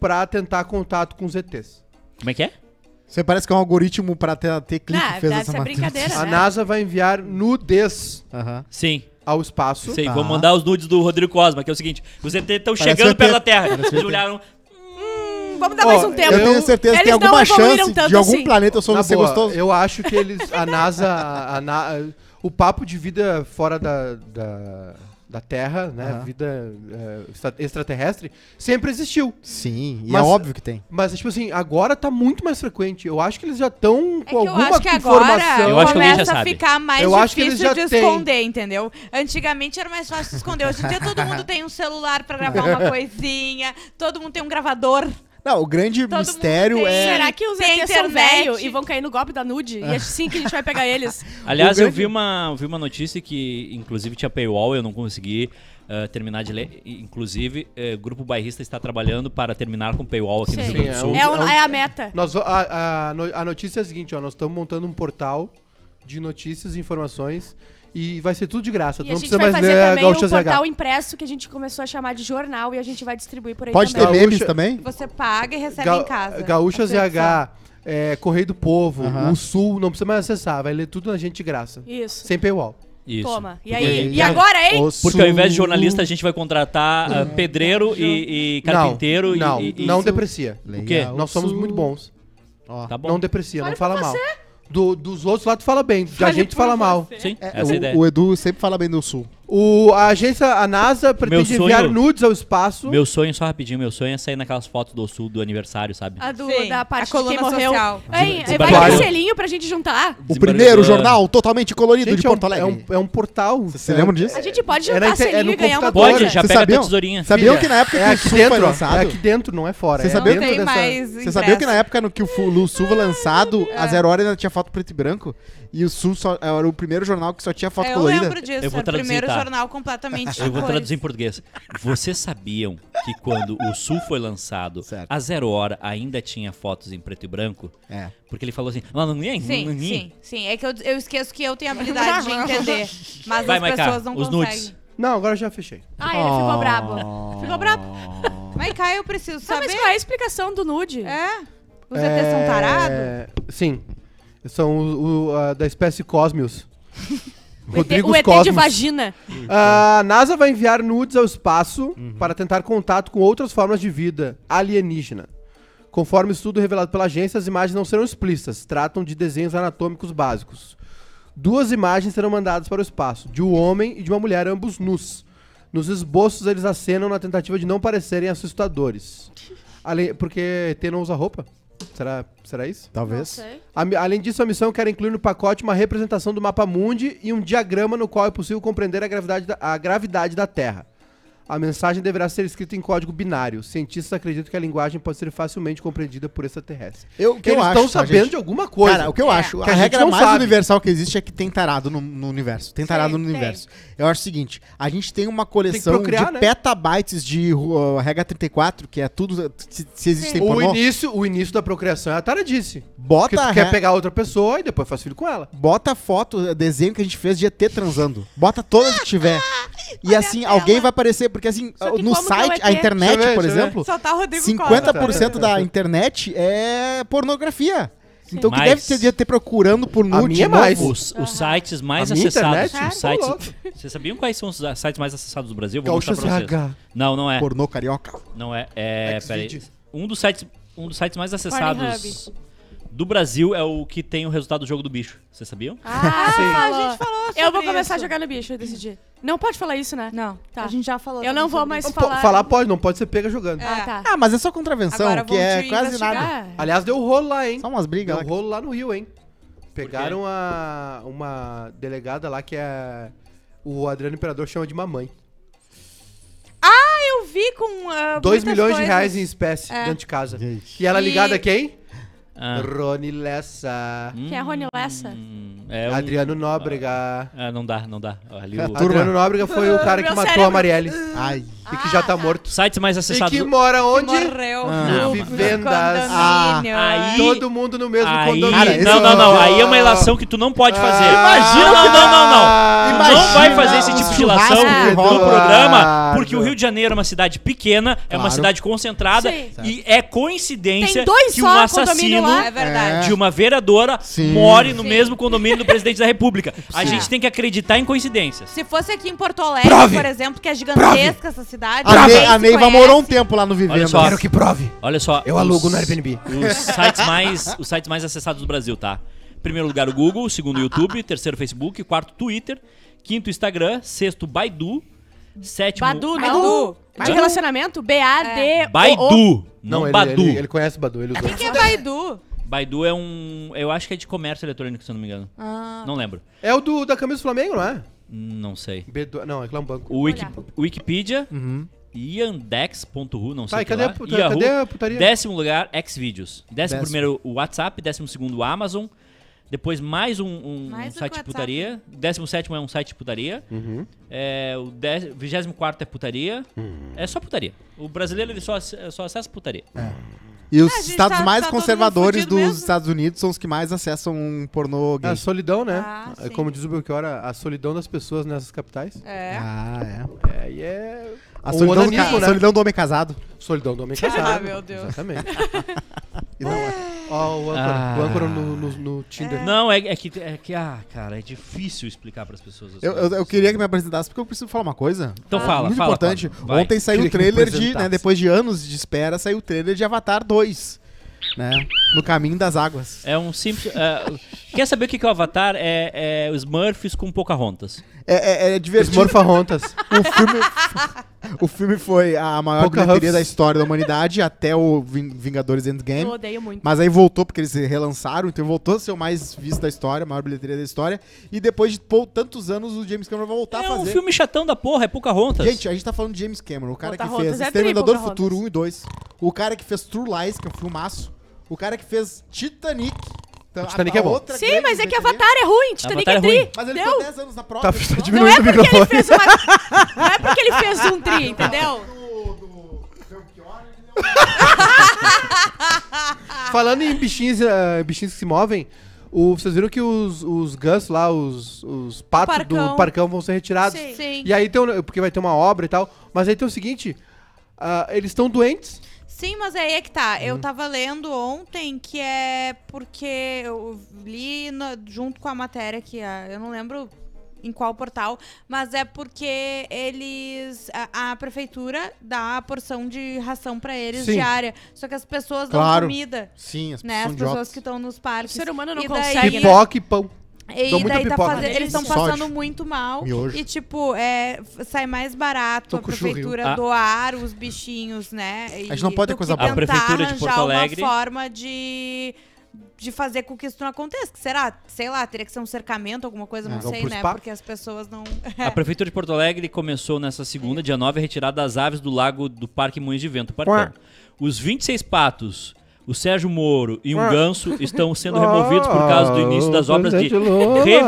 Speaker 4: pra tentar contato com os ETs.
Speaker 1: Como é que é?
Speaker 3: Você parece que é um algoritmo pra ter, ter clique
Speaker 2: Ah,
Speaker 3: que fez
Speaker 2: deve
Speaker 3: essa
Speaker 2: ser
Speaker 3: matéria.
Speaker 2: brincadeira,
Speaker 4: A
Speaker 2: né?
Speaker 4: NASA vai enviar nudes
Speaker 3: Aham.
Speaker 1: Sim.
Speaker 4: ao espaço.
Speaker 1: Sei,
Speaker 3: Tá.
Speaker 1: vou mandar os nudes do Rodrigo Cosma, que é o seguinte: os ET estão
Speaker 3: Parece
Speaker 1: chegando
Speaker 3: ET.
Speaker 1: perto da Terra. Eles
Speaker 3: Parece ET.
Speaker 1: olharam.
Speaker 2: Vamos dar mais
Speaker 4: Ó,
Speaker 2: um tempo.
Speaker 3: Eu, tenho certeza que tem
Speaker 2: Eles não
Speaker 3: alguma
Speaker 2: evoluíram
Speaker 3: chance de
Speaker 2: tanto
Speaker 3: algum
Speaker 2: assim.
Speaker 3: planeta eu sou
Speaker 4: Na
Speaker 3: você
Speaker 4: boa,
Speaker 3: gostoso.
Speaker 4: eu acho que eles. A NASA. a na- o papo de vida fora da. da, da Terra, né?
Speaker 3: Aham.
Speaker 4: Vida eh, extra- extraterrestre, sempre existiu.
Speaker 3: Sim, e
Speaker 4: Mas-
Speaker 3: é óbvio que tem.
Speaker 4: Mas, tipo assim, agora tá muito mais frequente. Eu acho que eles já estão
Speaker 5: É que
Speaker 4: com
Speaker 5: eu
Speaker 4: alguma
Speaker 5: acho que
Speaker 4: informação.
Speaker 5: agora
Speaker 1: Eu acho que alguém já
Speaker 5: começa a
Speaker 1: sabe.
Speaker 5: ficar mais
Speaker 4: Eu acho que eles
Speaker 5: difícil
Speaker 4: já
Speaker 5: de
Speaker 4: têm.
Speaker 5: esconder, entendeu? Antigamente era mais fácil de esconder. Hoje em dia todo mundo tem um celular pra gravar uma coisinha, todo mundo tem um gravador.
Speaker 3: Não, o grande
Speaker 5: Todo
Speaker 3: mistério
Speaker 5: mundo tem.
Speaker 3: é.
Speaker 2: Será que os
Speaker 5: Tem
Speaker 2: ETs são
Speaker 5: internet.
Speaker 2: velhos e vão cair no golpe da nude? E é assim que a gente vai pegar eles.
Speaker 1: Aliás,
Speaker 3: O
Speaker 1: eu
Speaker 3: grande-
Speaker 1: vi uma, vi uma notícia que, inclusive, tinha paywall, eu não consegui eh, terminar de ler. E, Inclusive, eh, Grupo Bairrista está trabalhando para terminar com paywall aqui no
Speaker 2: Sim.
Speaker 1: Rio Grande do
Speaker 4: Sim,
Speaker 1: Sul.
Speaker 2: É, o- é a meta.
Speaker 4: Nós, vo- a, a no- a notícia é a seguinte, ó. Nós estamos montando um portal de notícias e informações. E vai ser tudo de graça. tu
Speaker 2: E a
Speaker 4: não
Speaker 2: gente
Speaker 4: precisa
Speaker 2: vai
Speaker 4: mais
Speaker 2: fazer
Speaker 4: ler
Speaker 2: também o
Speaker 4: Gaúcha
Speaker 2: portal
Speaker 4: ZH.
Speaker 2: impresso que a gente começou a chamar de jornal e a gente vai distribuir por aí
Speaker 3: Pode ter
Speaker 2: também.
Speaker 4: Gaúcha-
Speaker 3: memes também?
Speaker 5: Você paga e recebe
Speaker 4: Ga
Speaker 5: em casa.
Speaker 4: Gaúcha
Speaker 5: A sua edição.
Speaker 4: ZH, é, Correio do Povo,
Speaker 3: Aham.
Speaker 4: o Sul, não precisa mais acessar. Vai ler tudo na gente de graça.
Speaker 2: Isso.
Speaker 4: Sem paywall.
Speaker 1: Isso.
Speaker 2: Toma. E
Speaker 1: Porque-
Speaker 2: aí? É, E agora, hein?
Speaker 1: Porque ao invés de jornalista, a gente vai contratar ah, pedreiro e, e carpinteiro
Speaker 4: não,
Speaker 1: e-
Speaker 4: não,
Speaker 1: e, e-
Speaker 4: não deprecia.
Speaker 1: O quê?
Speaker 4: Nós somos muito bons.
Speaker 1: Tá bom.
Speaker 4: Não deprecia, não
Speaker 2: Olha
Speaker 4: fala
Speaker 2: pra
Speaker 4: mal. Do- dos outros lá tu fala bem, da
Speaker 2: Fale
Speaker 4: gente tu
Speaker 2: por
Speaker 4: fala mal.
Speaker 2: você.
Speaker 1: Sim,
Speaker 3: É,
Speaker 1: essa é a ideia.
Speaker 3: o, o Edu sempre fala bem do Sul.
Speaker 4: O, a agência, a NASA, pretende
Speaker 1: sonho-
Speaker 4: enviar nudes ao espaço.
Speaker 1: Meu sonho, só rapidinho, meu sonho é sair naquelas fotos do sul do aniversário, sabe?
Speaker 2: A do,
Speaker 5: Sim,
Speaker 2: da
Speaker 5: a
Speaker 2: parte de
Speaker 5: coluna
Speaker 2: quem morreu.
Speaker 5: social.
Speaker 2: Hein,
Speaker 1: Des-
Speaker 2: vai
Speaker 1: Claro.
Speaker 2: ter selinho pra gente juntar.
Speaker 3: O primeiro
Speaker 1: Desembargador.
Speaker 3: jornal totalmente colorido
Speaker 4: Gente,
Speaker 3: de Porto
Speaker 4: é um-
Speaker 3: Alegre.
Speaker 4: É um, é um portal.
Speaker 3: Você lembra disso?
Speaker 2: A gente pode
Speaker 4: Era
Speaker 2: juntar
Speaker 4: inte- é
Speaker 2: selinho
Speaker 4: no
Speaker 2: e ganhar uma
Speaker 4: computador.
Speaker 1: Pode, já
Speaker 3: Vocês
Speaker 1: pega
Speaker 3: sabiam?
Speaker 1: a tesourinha.
Speaker 3: Sabiam
Speaker 4: Filha,
Speaker 3: que na época
Speaker 4: é
Speaker 3: que o
Speaker 4: aqui
Speaker 3: Sul
Speaker 4: dentro,
Speaker 3: foi
Speaker 4: ó.
Speaker 3: lançado...
Speaker 4: É aqui dentro, não é fora.
Speaker 3: Você
Speaker 4: é
Speaker 3: sabia?
Speaker 5: Não
Speaker 4: dentro
Speaker 5: tem
Speaker 4: dessa-
Speaker 5: mais
Speaker 3: Você sabia que na
Speaker 5: ingresso.
Speaker 3: época no que o, Fu- o Sul foi lançado,
Speaker 4: É.
Speaker 3: a Zero Hora ainda tinha foto preto e branco? E o Sul só, era o primeiro jornal que só tinha foto
Speaker 5: Eu
Speaker 3: colorida?
Speaker 5: lembro disso.
Speaker 1: Eu vou
Speaker 5: é o primeiro
Speaker 1: traduzir, tá?
Speaker 5: jornal completamente
Speaker 1: Eu vou
Speaker 5: cores.
Speaker 1: traduzir em português. Vocês sabiam que quando o Sul foi lançado,
Speaker 3: Certo.
Speaker 1: a Zero Hora ainda tinha fotos em preto e branco?
Speaker 3: É.
Speaker 1: Porque ele falou assim, "Lá não ninguém,
Speaker 5: Sim, sim, sim. É que eu, eu esqueço que eu tenho a habilidade de entender. Mas
Speaker 1: Vai,
Speaker 5: as
Speaker 1: Maiká,
Speaker 5: pessoas não
Speaker 1: os
Speaker 5: conseguem.
Speaker 1: nudes.
Speaker 4: Não, agora eu já fechei.
Speaker 2: Ah, ele ficou brabo. Ficou brabo.
Speaker 5: Maiká, eu preciso
Speaker 2: Tá,
Speaker 5: saber.
Speaker 2: mas qual é a explicação do nude?
Speaker 5: É? Os ETs
Speaker 2: um
Speaker 5: são tarados?
Speaker 4: É, Sim. São o, o, a da espécie Cosmios.
Speaker 2: O ET,
Speaker 4: Rodrigo
Speaker 2: o ET de
Speaker 4: Cosmos.
Speaker 2: vagina.
Speaker 4: Ah, A NASA vai enviar nudes ao espaço para tentar contato com outras formas de vida alienígena. Conforme estudo revelado pela agência, as imagens não serão explícitas, tratam de desenhos anatômicos básicos. Duas imagens serão mandadas para o espaço, de um homem e de uma mulher, ambos nus. Nos esboços, eles acenam na tentativa de não parecerem assustadores. Ale- porque ET não usa roupa? Será, será isso?
Speaker 3: Talvez.
Speaker 4: A mi- além disso, a missão quer incluir no pacote uma representação do mapa mundi e um diagrama no qual é possível compreender a gravidade da, a gravidade da Terra. A mensagem deverá ser escrita em código binário. Cientistas acreditam que a linguagem pode ser facilmente compreendida por extraterrestre.
Speaker 3: Eu, o que eu
Speaker 4: Eles
Speaker 3: acho,
Speaker 4: estão
Speaker 3: tá,
Speaker 4: sabendo
Speaker 3: gente?
Speaker 4: de alguma coisa.
Speaker 3: Cara, o que
Speaker 5: É.
Speaker 3: eu acho,
Speaker 4: Que
Speaker 3: a,
Speaker 4: a gente
Speaker 3: regra
Speaker 4: não
Speaker 3: mais
Speaker 4: sabe.
Speaker 3: universal que existe é que tem tarado no, no universo. Tem tarado no
Speaker 2: tem.
Speaker 3: universo. Eu acho o seguinte, a gente tem uma coleção
Speaker 4: procriar,
Speaker 3: de
Speaker 4: né?
Speaker 3: petabytes de uh, regra 34, que é tudo se, se existe em
Speaker 4: o,
Speaker 3: pornô.
Speaker 4: início, o início da procriação é a taradice. Porque
Speaker 3: Bota a
Speaker 4: tu
Speaker 3: re-
Speaker 4: quer pegar outra pessoa e depois faz filho com ela.
Speaker 3: Bota foto, desenho que a gente fez de ET transando. Bota todas que tiver. E assim, alguém vai aparecer, porque assim,
Speaker 2: Só que
Speaker 3: no
Speaker 2: como que é o
Speaker 3: site, a
Speaker 2: ET?
Speaker 3: internet,
Speaker 4: Deixa eu ver, Tá,
Speaker 3: por
Speaker 4: deixa eu ver.
Speaker 3: exemplo,
Speaker 5: Só tá o Rodrigo Costa.
Speaker 3: 50% da internet é pornografia. Então o que
Speaker 1: Mas-
Speaker 3: deve ter de ET procurando por nude
Speaker 4: minha é
Speaker 3: novo?
Speaker 4: mais.
Speaker 1: Os, os sites mais
Speaker 4: A minha
Speaker 1: acessados.
Speaker 4: internet?
Speaker 1: Os
Speaker 4: Ah, tô
Speaker 1: sites, vocês sabiam quais são os sites mais acessados do Brasil? Vou
Speaker 4: Gaúcha
Speaker 1: mostrar pra vocês.
Speaker 4: ZH.
Speaker 1: Não, não é.
Speaker 3: Pornô carioca.
Speaker 1: Não é. É. Peraí.
Speaker 4: Xvideos.
Speaker 1: Um dos sites, um dos sites mais acessados do Brasil é o que tem o resultado do jogo do bicho. Vocês sabiam?
Speaker 2: Ah,
Speaker 5: a gente falou sobre
Speaker 2: Eu vou começar a
Speaker 5: isso.
Speaker 2: jogar no bicho, eu decidi. Não pode falar isso, né?
Speaker 5: Não,
Speaker 2: Tá.
Speaker 5: a gente já falou.
Speaker 2: Eu não
Speaker 5: também
Speaker 2: vou
Speaker 5: sobre
Speaker 2: mais
Speaker 4: Não, po-
Speaker 2: falar.
Speaker 4: falar... pode, não pode ser pega jogando.
Speaker 2: Ah, tá.
Speaker 3: Ah, mas é só contravenção,
Speaker 5: Agora
Speaker 3: que é
Speaker 5: vão te
Speaker 3: quase
Speaker 5: investigar.
Speaker 3: nada.
Speaker 2: Ah,
Speaker 4: Aliás, deu rolo lá, hein?
Speaker 3: Só umas brigas
Speaker 4: Deu
Speaker 3: lá.
Speaker 4: rolo lá no Rio, hein? Pegaram a, uma delegada lá que é. O Adriano Imperador chama de mamãe.
Speaker 5: isso. Eu vi com. ah,
Speaker 4: 2
Speaker 5: muitas
Speaker 4: milhões de
Speaker 5: coisas.
Speaker 4: reais em espécie
Speaker 5: É.
Speaker 4: dentro de casa.
Speaker 3: Gente.
Speaker 4: E ela
Speaker 5: E-
Speaker 4: ligada a quem?
Speaker 1: Ah,
Speaker 4: Rony Lessa.
Speaker 2: Que é a Rony Lessa.
Speaker 1: hum, é um-
Speaker 4: Adriano Nóbrega.
Speaker 1: Ah, não dá, não dá. Ali o-
Speaker 3: Turma.
Speaker 4: Adriano Nóbrega foi o cara que
Speaker 2: Meu
Speaker 4: matou a
Speaker 2: cérebro.
Speaker 4: Marielle.
Speaker 3: Ai.
Speaker 4: E que já tá morto.
Speaker 1: Sites mais
Speaker 4: E
Speaker 1: acessados.
Speaker 4: que
Speaker 1: do-
Speaker 4: mora
Speaker 5: Ah. Que
Speaker 4: onde?
Speaker 5: Morreu.
Speaker 1: Não,
Speaker 4: No
Speaker 1: mas-
Speaker 4: Vivendas.
Speaker 5: Condomínio.
Speaker 1: Ah, aí-
Speaker 4: Todo mundo no mesmo
Speaker 1: Aí,
Speaker 4: condomínio.
Speaker 3: Cara, esse-
Speaker 1: não, não, não. Aí é uma ilação que tu não pode fazer.
Speaker 4: imagina
Speaker 1: Não,
Speaker 4: que-
Speaker 1: não, não,
Speaker 4: Ah.
Speaker 1: não.
Speaker 3: Ah, Imagina
Speaker 1: não vai fazer esse tipo
Speaker 3: um
Speaker 1: de ilação
Speaker 3: churrasco
Speaker 1: no
Speaker 3: que rola.
Speaker 1: programa, porque o Rio de Janeiro é uma cidade pequena, é uma
Speaker 3: Claro.
Speaker 1: cidade concentrada
Speaker 2: Sim.
Speaker 1: e é coincidência
Speaker 2: Tem dois
Speaker 1: que
Speaker 2: só
Speaker 1: um
Speaker 2: condomínio
Speaker 1: assassino
Speaker 2: lá.
Speaker 5: É verdade.
Speaker 1: de uma vereadora
Speaker 3: Sim.
Speaker 1: more no
Speaker 5: Sim.
Speaker 1: mesmo condomínio do presidente da república. A gente tem que acreditar em coincidências.
Speaker 5: Se fosse aqui em Porto Alegre,
Speaker 4: Prove!
Speaker 5: por exemplo, que é gigantesca essa cidade.
Speaker 3: A,
Speaker 5: ninguém
Speaker 3: Ne- a
Speaker 5: se
Speaker 3: Neiva
Speaker 5: conhece.
Speaker 3: morou um tempo lá no Vivendo.
Speaker 1: Olha só.
Speaker 4: Quero que prove.
Speaker 1: Olha só.
Speaker 4: Eu alugo no Airbnb.
Speaker 1: Os sites mais, os sites mais acessados do Brasil, tá? Primeiro lugar o Google, segundo o YouTube, terceiro o Facebook, quarto o Twitter, quinto o Instagram, sexto o Baidu, sétimo
Speaker 2: Badu, não.
Speaker 5: Badu.
Speaker 2: De relacionamento? B-A-D.
Speaker 1: Baidu, não
Speaker 4: ele,
Speaker 1: Badu.
Speaker 4: Ele, ele conhece o Badu, ele usou.
Speaker 5: O que é Baidu?
Speaker 1: Baidu é um, eu acho que é de comércio eletrônico, se eu não me engano. Não lembro.
Speaker 4: É o do, da camisa do Flamengo, não é?
Speaker 1: Não sei.
Speaker 4: Bedu, não, é que lá é um banco.
Speaker 1: O Wiki,
Speaker 2: olhar.
Speaker 1: Wikipedia,
Speaker 4: Uhum.
Speaker 1: Yandex.ru, não sei
Speaker 4: Tá,
Speaker 1: o
Speaker 4: e
Speaker 1: que
Speaker 4: cadê,
Speaker 1: lá.
Speaker 4: a, puta-
Speaker 1: Yahoo.
Speaker 4: cadê a putaria?
Speaker 1: Décimo lugar, Xvideos. Décimo,
Speaker 3: Décimo.
Speaker 1: primeiro, o WhatsApp. Décimo segundo, o Amazon. Depois mais um, um-
Speaker 5: Mais
Speaker 1: um
Speaker 5: um
Speaker 1: site de
Speaker 5: WhatsApp.
Speaker 1: putaria. Décimo sétimo é um site de putaria.
Speaker 3: Uhum.
Speaker 1: É, o dez-
Speaker 3: Uhum.
Speaker 1: vigésimo quarto é putaria. É só putaria. O brasileiro ele só, ac- só acessa putaria.
Speaker 3: E os
Speaker 5: Ah, a gente
Speaker 3: estados
Speaker 5: tá-
Speaker 3: mais
Speaker 5: tá todo mundo
Speaker 3: conservadores
Speaker 5: fudido
Speaker 3: dos
Speaker 5: mesmo.
Speaker 3: Estados Unidos são os que mais acessam um pornô
Speaker 4: É
Speaker 3: gay.
Speaker 4: a solidão, né?
Speaker 5: Ah,
Speaker 4: É
Speaker 5: sim.
Speaker 4: Como diz o Belchior, a a solidão das pessoas nessas capitais.
Speaker 2: É.
Speaker 3: Ah, é.
Speaker 4: É, e é.
Speaker 3: A
Speaker 4: O
Speaker 3: solidão, do,
Speaker 4: onanismo,
Speaker 3: ca- a
Speaker 4: né?
Speaker 3: solidão do homem casado.
Speaker 4: Solidão do homem casado.
Speaker 2: Ah, meu Deus.
Speaker 4: Exatamente.
Speaker 3: E não é.
Speaker 4: Ó, o âncora,
Speaker 1: Ah.
Speaker 4: o âncora no, no- no Tinder.
Speaker 1: Não, é, é que, é que. Ah, cara, é difícil explicar pras pessoas. as
Speaker 3: Eu, eu,
Speaker 1: coisas.
Speaker 3: eu queria que me apresentasse, porque eu preciso falar uma coisa. Ah,
Speaker 1: Então fala,
Speaker 3: Muito
Speaker 1: fala,
Speaker 3: importante.
Speaker 1: Pablo, vai.
Speaker 3: Ontem saiu o
Speaker 4: Queria que me
Speaker 3: trailer de. né,
Speaker 4: apresentasse.
Speaker 3: depois de anos de espera, saiu o trailer de Avatar 2. Né? No caminho das águas.
Speaker 1: É um simples. é, quer saber o que que é o Avatar? É, é os Murphys com Pocahontas.
Speaker 3: É, é, é divertido.
Speaker 4: Esmorfarrontas.
Speaker 3: O filme, o filme foi a maior
Speaker 4: Pocahontas.
Speaker 3: bilheteria da história da humanidade até o Vin- Vingadores Endgame.
Speaker 2: Eu odeio muito.
Speaker 3: Mas aí voltou, porque eles relançaram, então voltou a ser o mais visto da história, a maior bilheteria da história. E depois de pou- tantos anos, o James Cameron vai voltar
Speaker 1: é
Speaker 3: a
Speaker 1: um
Speaker 3: fazer.
Speaker 1: filme chatão da porra, é Pocahontas.
Speaker 3: Tá Gente, a gente tá falando de James Cameron, o cara que
Speaker 2: Pocahontas
Speaker 3: fez
Speaker 2: é tri,
Speaker 3: Exterminador do
Speaker 2: Pocahontas.
Speaker 3: Futuro 1 e 2. O cara que fez True Lies, que é um filmaço. O cara que fez Titanic. Então,
Speaker 4: Titanic é bom.
Speaker 3: outra
Speaker 2: Sim,
Speaker 3: grande
Speaker 2: mas é que
Speaker 3: bilheteria.
Speaker 2: Avatar é ruim, Titanic
Speaker 1: Avatar
Speaker 2: é
Speaker 1: é
Speaker 2: tri.
Speaker 1: ruim.
Speaker 3: Mas ele
Speaker 2: entendeu?
Speaker 3: ficou 10 anos na prova.
Speaker 4: Tá,
Speaker 3: pessoal.
Speaker 4: tá
Speaker 2: Não
Speaker 4: diminuindo
Speaker 2: é
Speaker 4: o
Speaker 2: porque ele
Speaker 4: microfone.
Speaker 2: fez uma. Não é porque ele fez um tri, entendeu?
Speaker 3: Do- do Belchior, ele é um-
Speaker 4: Falando em bichinhos, eh, bichinhos que se movem, o- vocês viram que os, os Gus lá, os, os patos
Speaker 5: parcão.
Speaker 4: do parcão vão ser retirados.
Speaker 5: Sim.
Speaker 4: E aí tem um- Porque vai ter uma obra e tal. Mas aí tem o seguinte: ah, eles estão doentes.
Speaker 5: Sim, mas aí é que tá.
Speaker 3: Hum.
Speaker 5: Eu tava lendo ontem que é porque eu li na- junto com a matéria que a- eu não lembro em qual portal, mas é porque eles a, a prefeitura dá a porção de ração pra eles
Speaker 4: Sim.
Speaker 5: diária, só que as pessoas
Speaker 3: Claro.
Speaker 5: dão comida.
Speaker 3: Sim, as pessoas
Speaker 5: Né,
Speaker 3: são
Speaker 5: as pessoas
Speaker 3: idiotas.
Speaker 5: que estão nos
Speaker 2: O
Speaker 5: parques.
Speaker 2: ser humano não
Speaker 5: E daí-
Speaker 2: consegue. né?
Speaker 4: Pipoca e pão. Dão
Speaker 5: E
Speaker 4: muita
Speaker 5: daí tá
Speaker 4: pipoca.
Speaker 5: fazendo, eles estão
Speaker 2: Delícia.
Speaker 5: passando
Speaker 3: Sódio.
Speaker 5: muito mal.
Speaker 3: Miojo.
Speaker 5: E, tipo, é, f- sai mais barato
Speaker 4: Tô
Speaker 5: a
Speaker 4: com churril.
Speaker 5: prefeitura
Speaker 1: Ah.
Speaker 5: doar os bichinhos, né? E
Speaker 3: A gente não pode ter
Speaker 5: do
Speaker 3: coisa
Speaker 5: que
Speaker 3: boa.
Speaker 1: A
Speaker 5: tentar
Speaker 1: prefeitura de Porto
Speaker 5: arranjar
Speaker 1: Alegre-
Speaker 5: uma forma de, de fazer com que isso não aconteça. Que será? Sei lá, teria que ser um cercamento, alguma coisa,
Speaker 3: É,
Speaker 5: não
Speaker 4: vão
Speaker 5: sei,
Speaker 4: pros
Speaker 5: né?
Speaker 4: parques.
Speaker 5: Porque as pessoas não.
Speaker 1: A Prefeitura de Porto Alegre começou nessa segunda, dia 9, a retirada das aves do lago do Parque Moinhos de Vento, Parcão. Os 26 patos, o Sérgio Moro e um ganso estão sendo removidos por
Speaker 4: Ah,
Speaker 1: causa do início das
Speaker 3: Ah,
Speaker 1: obras de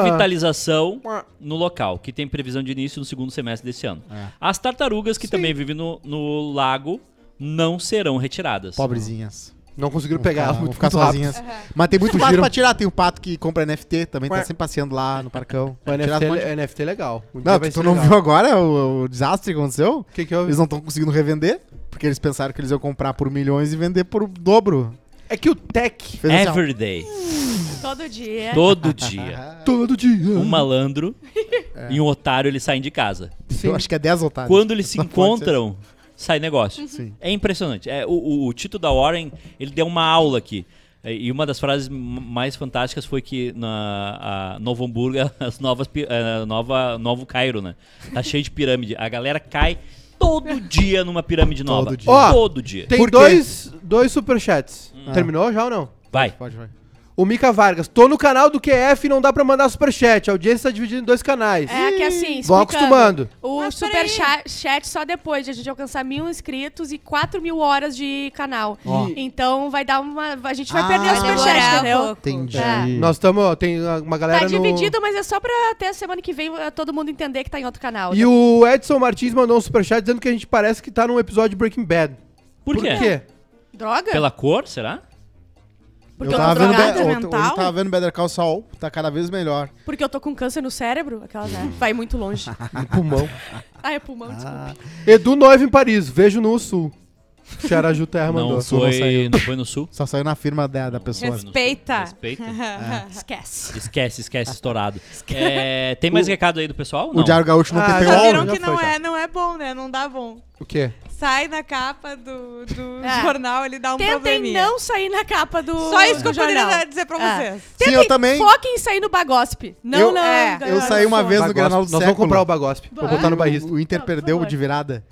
Speaker 1: revitalização no local, que tem previsão de início no segundo semestre desse ano.
Speaker 3: É.
Speaker 1: As tartarugas, que também vivem no, no lago, não serão retiradas.
Speaker 3: Pobrezinhas.
Speaker 4: Não conseguiram
Speaker 3: Vão
Speaker 4: pegar.
Speaker 3: ficar- vão
Speaker 4: muito,
Speaker 3: ficar
Speaker 4: assim. muito rápido.
Speaker 3: sozinhas. Mas tem muito pato
Speaker 4: Fugiram.
Speaker 3: pra tirar. Tem o pato que compra NFT, também tá
Speaker 4: Ué.
Speaker 3: sempre passeando lá no parcão.
Speaker 4: O
Speaker 3: Tirar
Speaker 4: NFT,
Speaker 3: um monte de-
Speaker 4: é- NFT é legal. Um dia
Speaker 3: Não,
Speaker 4: vai
Speaker 3: tu
Speaker 4: ser
Speaker 3: não
Speaker 4: legal.
Speaker 3: viu agora o, o desastre que aconteceu?
Speaker 4: O que que houve?
Speaker 3: Eles não estão conseguindo revender, porque eles pensaram que eles iam comprar por milhões e vender por dobro.
Speaker 4: É que o tech
Speaker 3: Fez assim, ó.
Speaker 1: Every day,
Speaker 2: Todo dia.
Speaker 1: todo dia,
Speaker 4: todo dia.
Speaker 1: um malandro e um otário eles saem de casa.
Speaker 4: Sim.
Speaker 3: Eu acho que é 10 otários.
Speaker 1: Quando eles se
Speaker 3: Não pode ser
Speaker 1: encontram, sai negócio.
Speaker 3: Sim.
Speaker 1: É impressionante. É, o, o, o Tito da Warren, ele deu uma aula aqui. É, E uma das frases m- mais fantásticas foi que na a Novo Hamburgo, as novas, pi- eh, nova, Novo Cairo, né? Tá cheio de pirâmide. A galera cai todo dia numa pirâmide nova.
Speaker 3: Todo dia.
Speaker 4: Ó,
Speaker 1: todo dia.
Speaker 4: Tem
Speaker 3: Por quê?
Speaker 4: dois, dois superchats.
Speaker 3: Ah.
Speaker 4: Terminou já ou não?
Speaker 1: Vai.
Speaker 3: Pode, vai.
Speaker 4: O Mica Vargas, tô no canal do QF e não dá pra mandar superchat. A audiência tá dividida em dois canais.
Speaker 2: É que assim,
Speaker 4: Vão
Speaker 2: explicando.
Speaker 4: acostumando.
Speaker 2: O
Speaker 5: Mas
Speaker 2: super
Speaker 5: peraí.
Speaker 2: cha- chat só depois de a gente alcançar mil inscritos e 4 mil horas de canal.
Speaker 3: Ó.
Speaker 2: Então vai dar uma. A gente vai
Speaker 3: Ah,
Speaker 2: perder o
Speaker 3: vai
Speaker 2: superchat,
Speaker 5: demorar um
Speaker 2: entendeu?
Speaker 5: pouco.
Speaker 3: Entendi.
Speaker 2: É.
Speaker 4: Nós estamos, tem uma galera
Speaker 2: Tá
Speaker 4: no...
Speaker 2: dividido, mas é só pra até semana que vem eh, todo mundo entender que tá em outro canal.
Speaker 4: E o Edson Martins mandou um superchat dizendo que a gente parece que tá num episódio de Breaking Bad.
Speaker 1: Por, quê?
Speaker 2: Droga?
Speaker 1: Pela cor, será?
Speaker 2: Porque eu,
Speaker 3: eu tava
Speaker 2: tô
Speaker 3: vendo
Speaker 2: drogada?
Speaker 3: Be- eu,
Speaker 5: mental?
Speaker 3: eu tava vendo Better Call Saul, tá cada vez melhor.
Speaker 2: Porque eu tô com câncer no cérebro? Aquela, né? Vai muito longe.
Speaker 4: No pulmão.
Speaker 2: Ah, é pulmão, desculpa.
Speaker 4: Edu Noivo em Paris, vejo no Sul. Xaraju Terra mandou.
Speaker 1: Não
Speaker 3: Sul não
Speaker 1: foi,
Speaker 3: saiu.
Speaker 1: não foi no sul?
Speaker 3: Só saiu na firma da, da pessoa.
Speaker 1: Foi no sul.
Speaker 5: Respeita.
Speaker 1: Respeita.
Speaker 3: Ah.
Speaker 2: Esquece.
Speaker 1: Esquece, esquece, estourado. É, tem mais recado aí do pessoal?
Speaker 3: O Diário Gaúcho não
Speaker 4: Ah,
Speaker 3: tem
Speaker 4: já
Speaker 5: Já
Speaker 3: paywall.
Speaker 5: viram
Speaker 4: já
Speaker 5: que
Speaker 4: foi,
Speaker 5: não
Speaker 4: já.
Speaker 5: é, não é bom, né? Não dá bom.
Speaker 4: O quê?
Speaker 5: Sai na capa do, do
Speaker 2: É.
Speaker 5: jornal, ele dá um
Speaker 2: Tentem
Speaker 5: probleminha.
Speaker 2: não sair na capa do.
Speaker 5: Só isso que eu
Speaker 2: do jornal.
Speaker 5: poderia dizer pra
Speaker 2: É.
Speaker 5: vocês.
Speaker 3: Sim, eu também.
Speaker 2: Foquem em sair no bagospe. Não,
Speaker 3: Eu-
Speaker 2: não.
Speaker 5: é,
Speaker 2: galera,
Speaker 3: Eu saí uma
Speaker 2: sou.
Speaker 3: vez no
Speaker 4: Bagospe.
Speaker 3: Granal do
Speaker 4: Nós vamos
Speaker 3: Século.
Speaker 4: comprar o Bagospe. Vou botar no barrista.
Speaker 3: O Inter
Speaker 2: Não, por
Speaker 3: perdeu
Speaker 2: favor.
Speaker 3: de virada.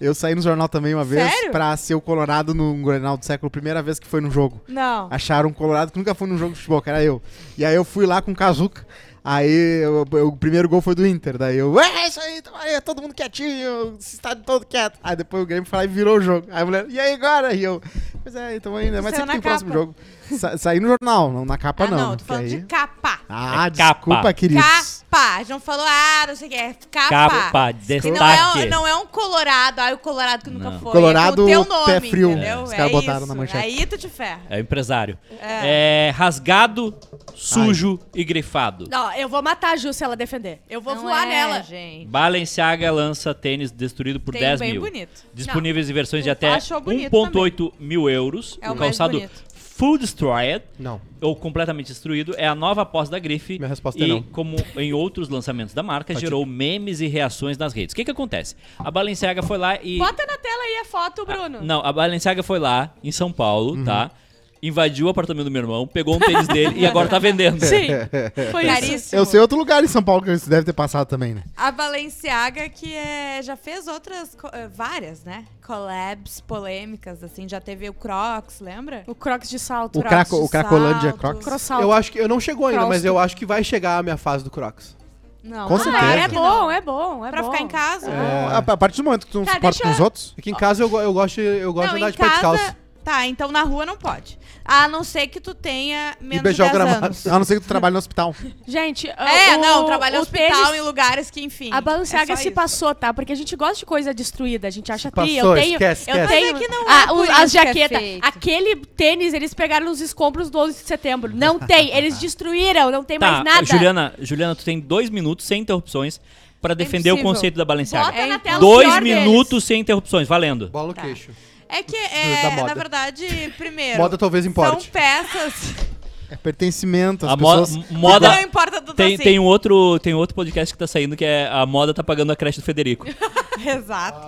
Speaker 3: Eu saí no jornal também uma vez
Speaker 5: Sério?
Speaker 3: pra ser o Colorado no Grenal do século, primeira vez que foi no jogo.
Speaker 5: Não.
Speaker 3: Acharam um Colorado que nunca foi num jogo de futebol, que era eu. E aí eu fui lá com o Kazuca. Aí eu- eu- o primeiro gol foi do Inter. Daí eu, é isso aí, tamo aí, todo mundo quietinho, esse estádio todo quieto. Aí depois o Grêmio foi lá e virou o jogo. Aí a mulher, e aí agora? E eu, pois é, então ainda, mas sempre
Speaker 5: Saiu na
Speaker 3: tem o próximo
Speaker 5: capa.
Speaker 3: jogo. Sa saí no jornal, não na capa
Speaker 5: ah,
Speaker 3: não.
Speaker 5: não,
Speaker 3: porque
Speaker 5: tô falando
Speaker 3: aí-
Speaker 5: de capa.
Speaker 3: Ah,
Speaker 1: É
Speaker 3: desculpa,
Speaker 1: capa.
Speaker 3: queridos.
Speaker 5: Capa. A gente não falou, ah, não sei o que, é capa.
Speaker 1: Capa,
Speaker 5: Que não é,
Speaker 1: destaque.
Speaker 5: não é um colorado, ah, o colorado que nunca
Speaker 1: Não.
Speaker 5: foi.
Speaker 3: Colorado,
Speaker 5: é o teu
Speaker 3: pé
Speaker 5: nome,
Speaker 3: frio.
Speaker 5: entendeu?
Speaker 3: É, os caras botaram
Speaker 5: isso.
Speaker 3: na manchete.
Speaker 5: Aí tu te ferra.
Speaker 1: É o empresário. É. rasgado, sujo e grifado.
Speaker 2: Não, eu vou matar a Ju se ela defender. Eu vou
Speaker 5: Não
Speaker 2: voar
Speaker 5: é,
Speaker 2: nela.
Speaker 5: gente.
Speaker 1: Balenciaga lança tênis destruído por
Speaker 5: Tem
Speaker 1: 10
Speaker 5: bem
Speaker 1: mil.
Speaker 5: bonito.
Speaker 1: Disponíveis em versões de
Speaker 5: Eu
Speaker 1: até
Speaker 5: acho bonito
Speaker 1: 1,8 mil euros.
Speaker 5: É o
Speaker 1: o
Speaker 5: mais
Speaker 1: calçado
Speaker 5: bonito.
Speaker 1: Full Destroyed,
Speaker 4: Não.
Speaker 1: ou completamente destruído, é a nova aposta da grife.
Speaker 4: Minha resposta
Speaker 1: e,
Speaker 4: é não.
Speaker 1: como em outros lançamentos da marca,
Speaker 4: Pode
Speaker 1: gerou memes e reações nas redes. O que, que acontece? A Balenciaga foi lá e.
Speaker 2: Bota na tela aí a foto, Bruno.
Speaker 1: Não, a Balenciaga foi lá, em São Paulo,
Speaker 4: Uhum.
Speaker 1: tá? Invadiu o apartamento do meu irmão, pegou um tênis dele e agora tá vendendo.
Speaker 2: Sim. Foi isso.
Speaker 5: Caríssimo.
Speaker 3: Eu sei outro lugar em São Paulo que isso deve ter passado também, né?
Speaker 5: A Balenciaga, que é, já fez outras, co- eh, várias, né? Collabs polêmicas, assim. Já teve o Crocs, lembra?
Speaker 2: O Crocs de salto.
Speaker 3: O,
Speaker 5: Crocs
Speaker 3: craco,
Speaker 5: de
Speaker 3: o Cracolândia
Speaker 5: salto.
Speaker 3: Crocs.
Speaker 2: Crossal.
Speaker 4: Eu acho que. Eu não chegou ainda,
Speaker 2: Crocs.
Speaker 4: mas eu acho que vai chegar a minha fase do Crocs.
Speaker 5: Não,
Speaker 3: Com
Speaker 5: claro
Speaker 3: certeza.
Speaker 5: que
Speaker 2: é
Speaker 5: não.
Speaker 2: bom, é bom, é
Speaker 5: Pra
Speaker 2: bom.
Speaker 5: ficar em casa.
Speaker 3: Não, A, a partir do momento que tu não
Speaker 2: Tá,
Speaker 3: suporta
Speaker 2: deixa
Speaker 3: com os
Speaker 2: eu-
Speaker 3: outros.
Speaker 4: Aqui em casa eu, go- eu gosto, de- eu gosto
Speaker 5: não,
Speaker 4: de andar
Speaker 5: em
Speaker 4: de pé de
Speaker 5: casa...
Speaker 4: calça.
Speaker 5: Tá, então na rua não pode. A não ser que tu tenha menos de
Speaker 4: beijar o
Speaker 5: 10
Speaker 4: gramado.
Speaker 5: anos.
Speaker 3: A não ser que tu trabalhe no hospital.
Speaker 2: Gente,
Speaker 5: É,
Speaker 2: Ah, o-
Speaker 5: não, trabalhar
Speaker 2: o
Speaker 5: no hospital
Speaker 2: tênis-
Speaker 5: em lugares que, enfim.
Speaker 2: A Balenciaga
Speaker 5: é só
Speaker 2: se
Speaker 5: isso.
Speaker 2: passou, tá? Porque a gente gosta de coisa destruída, a gente acha
Speaker 4: passou,
Speaker 2: tri. Eu tenho,
Speaker 4: esquece,
Speaker 2: eu
Speaker 4: esquece.
Speaker 2: tenho
Speaker 5: Mas é que não é
Speaker 2: ah,
Speaker 5: por
Speaker 2: o-
Speaker 5: isso
Speaker 2: as
Speaker 5: que é
Speaker 2: jaquetas.
Speaker 5: feito.
Speaker 2: Aquele tênis eles pegaram nos escombros do 11 de setembro. Não tem, eles destruíram, não tem
Speaker 1: Tá,
Speaker 2: mais nada.
Speaker 1: Juliana, Juliana, tu tem dois minutos sem interrupções pra defender o
Speaker 5: impossível.
Speaker 1: conceito da Balenciaga.
Speaker 2: Bota
Speaker 5: É
Speaker 2: na tela o
Speaker 1: dois
Speaker 2: pior deles.
Speaker 1: minutos sem interrupções, valendo.
Speaker 4: Bola no queixo.
Speaker 5: É que, é,
Speaker 4: Da moda.
Speaker 5: na verdade, primeiro.
Speaker 4: Moda talvez importe.
Speaker 5: São peças.
Speaker 3: É pertencimento, as
Speaker 1: A mo-
Speaker 3: pessoas...
Speaker 1: moda.
Speaker 5: Não importa do
Speaker 1: Tem,
Speaker 5: assim.
Speaker 1: tem, um outro, tem outro podcast que tá saindo que é A Moda Tá Pagando a Creche do Federico.
Speaker 5: Exato.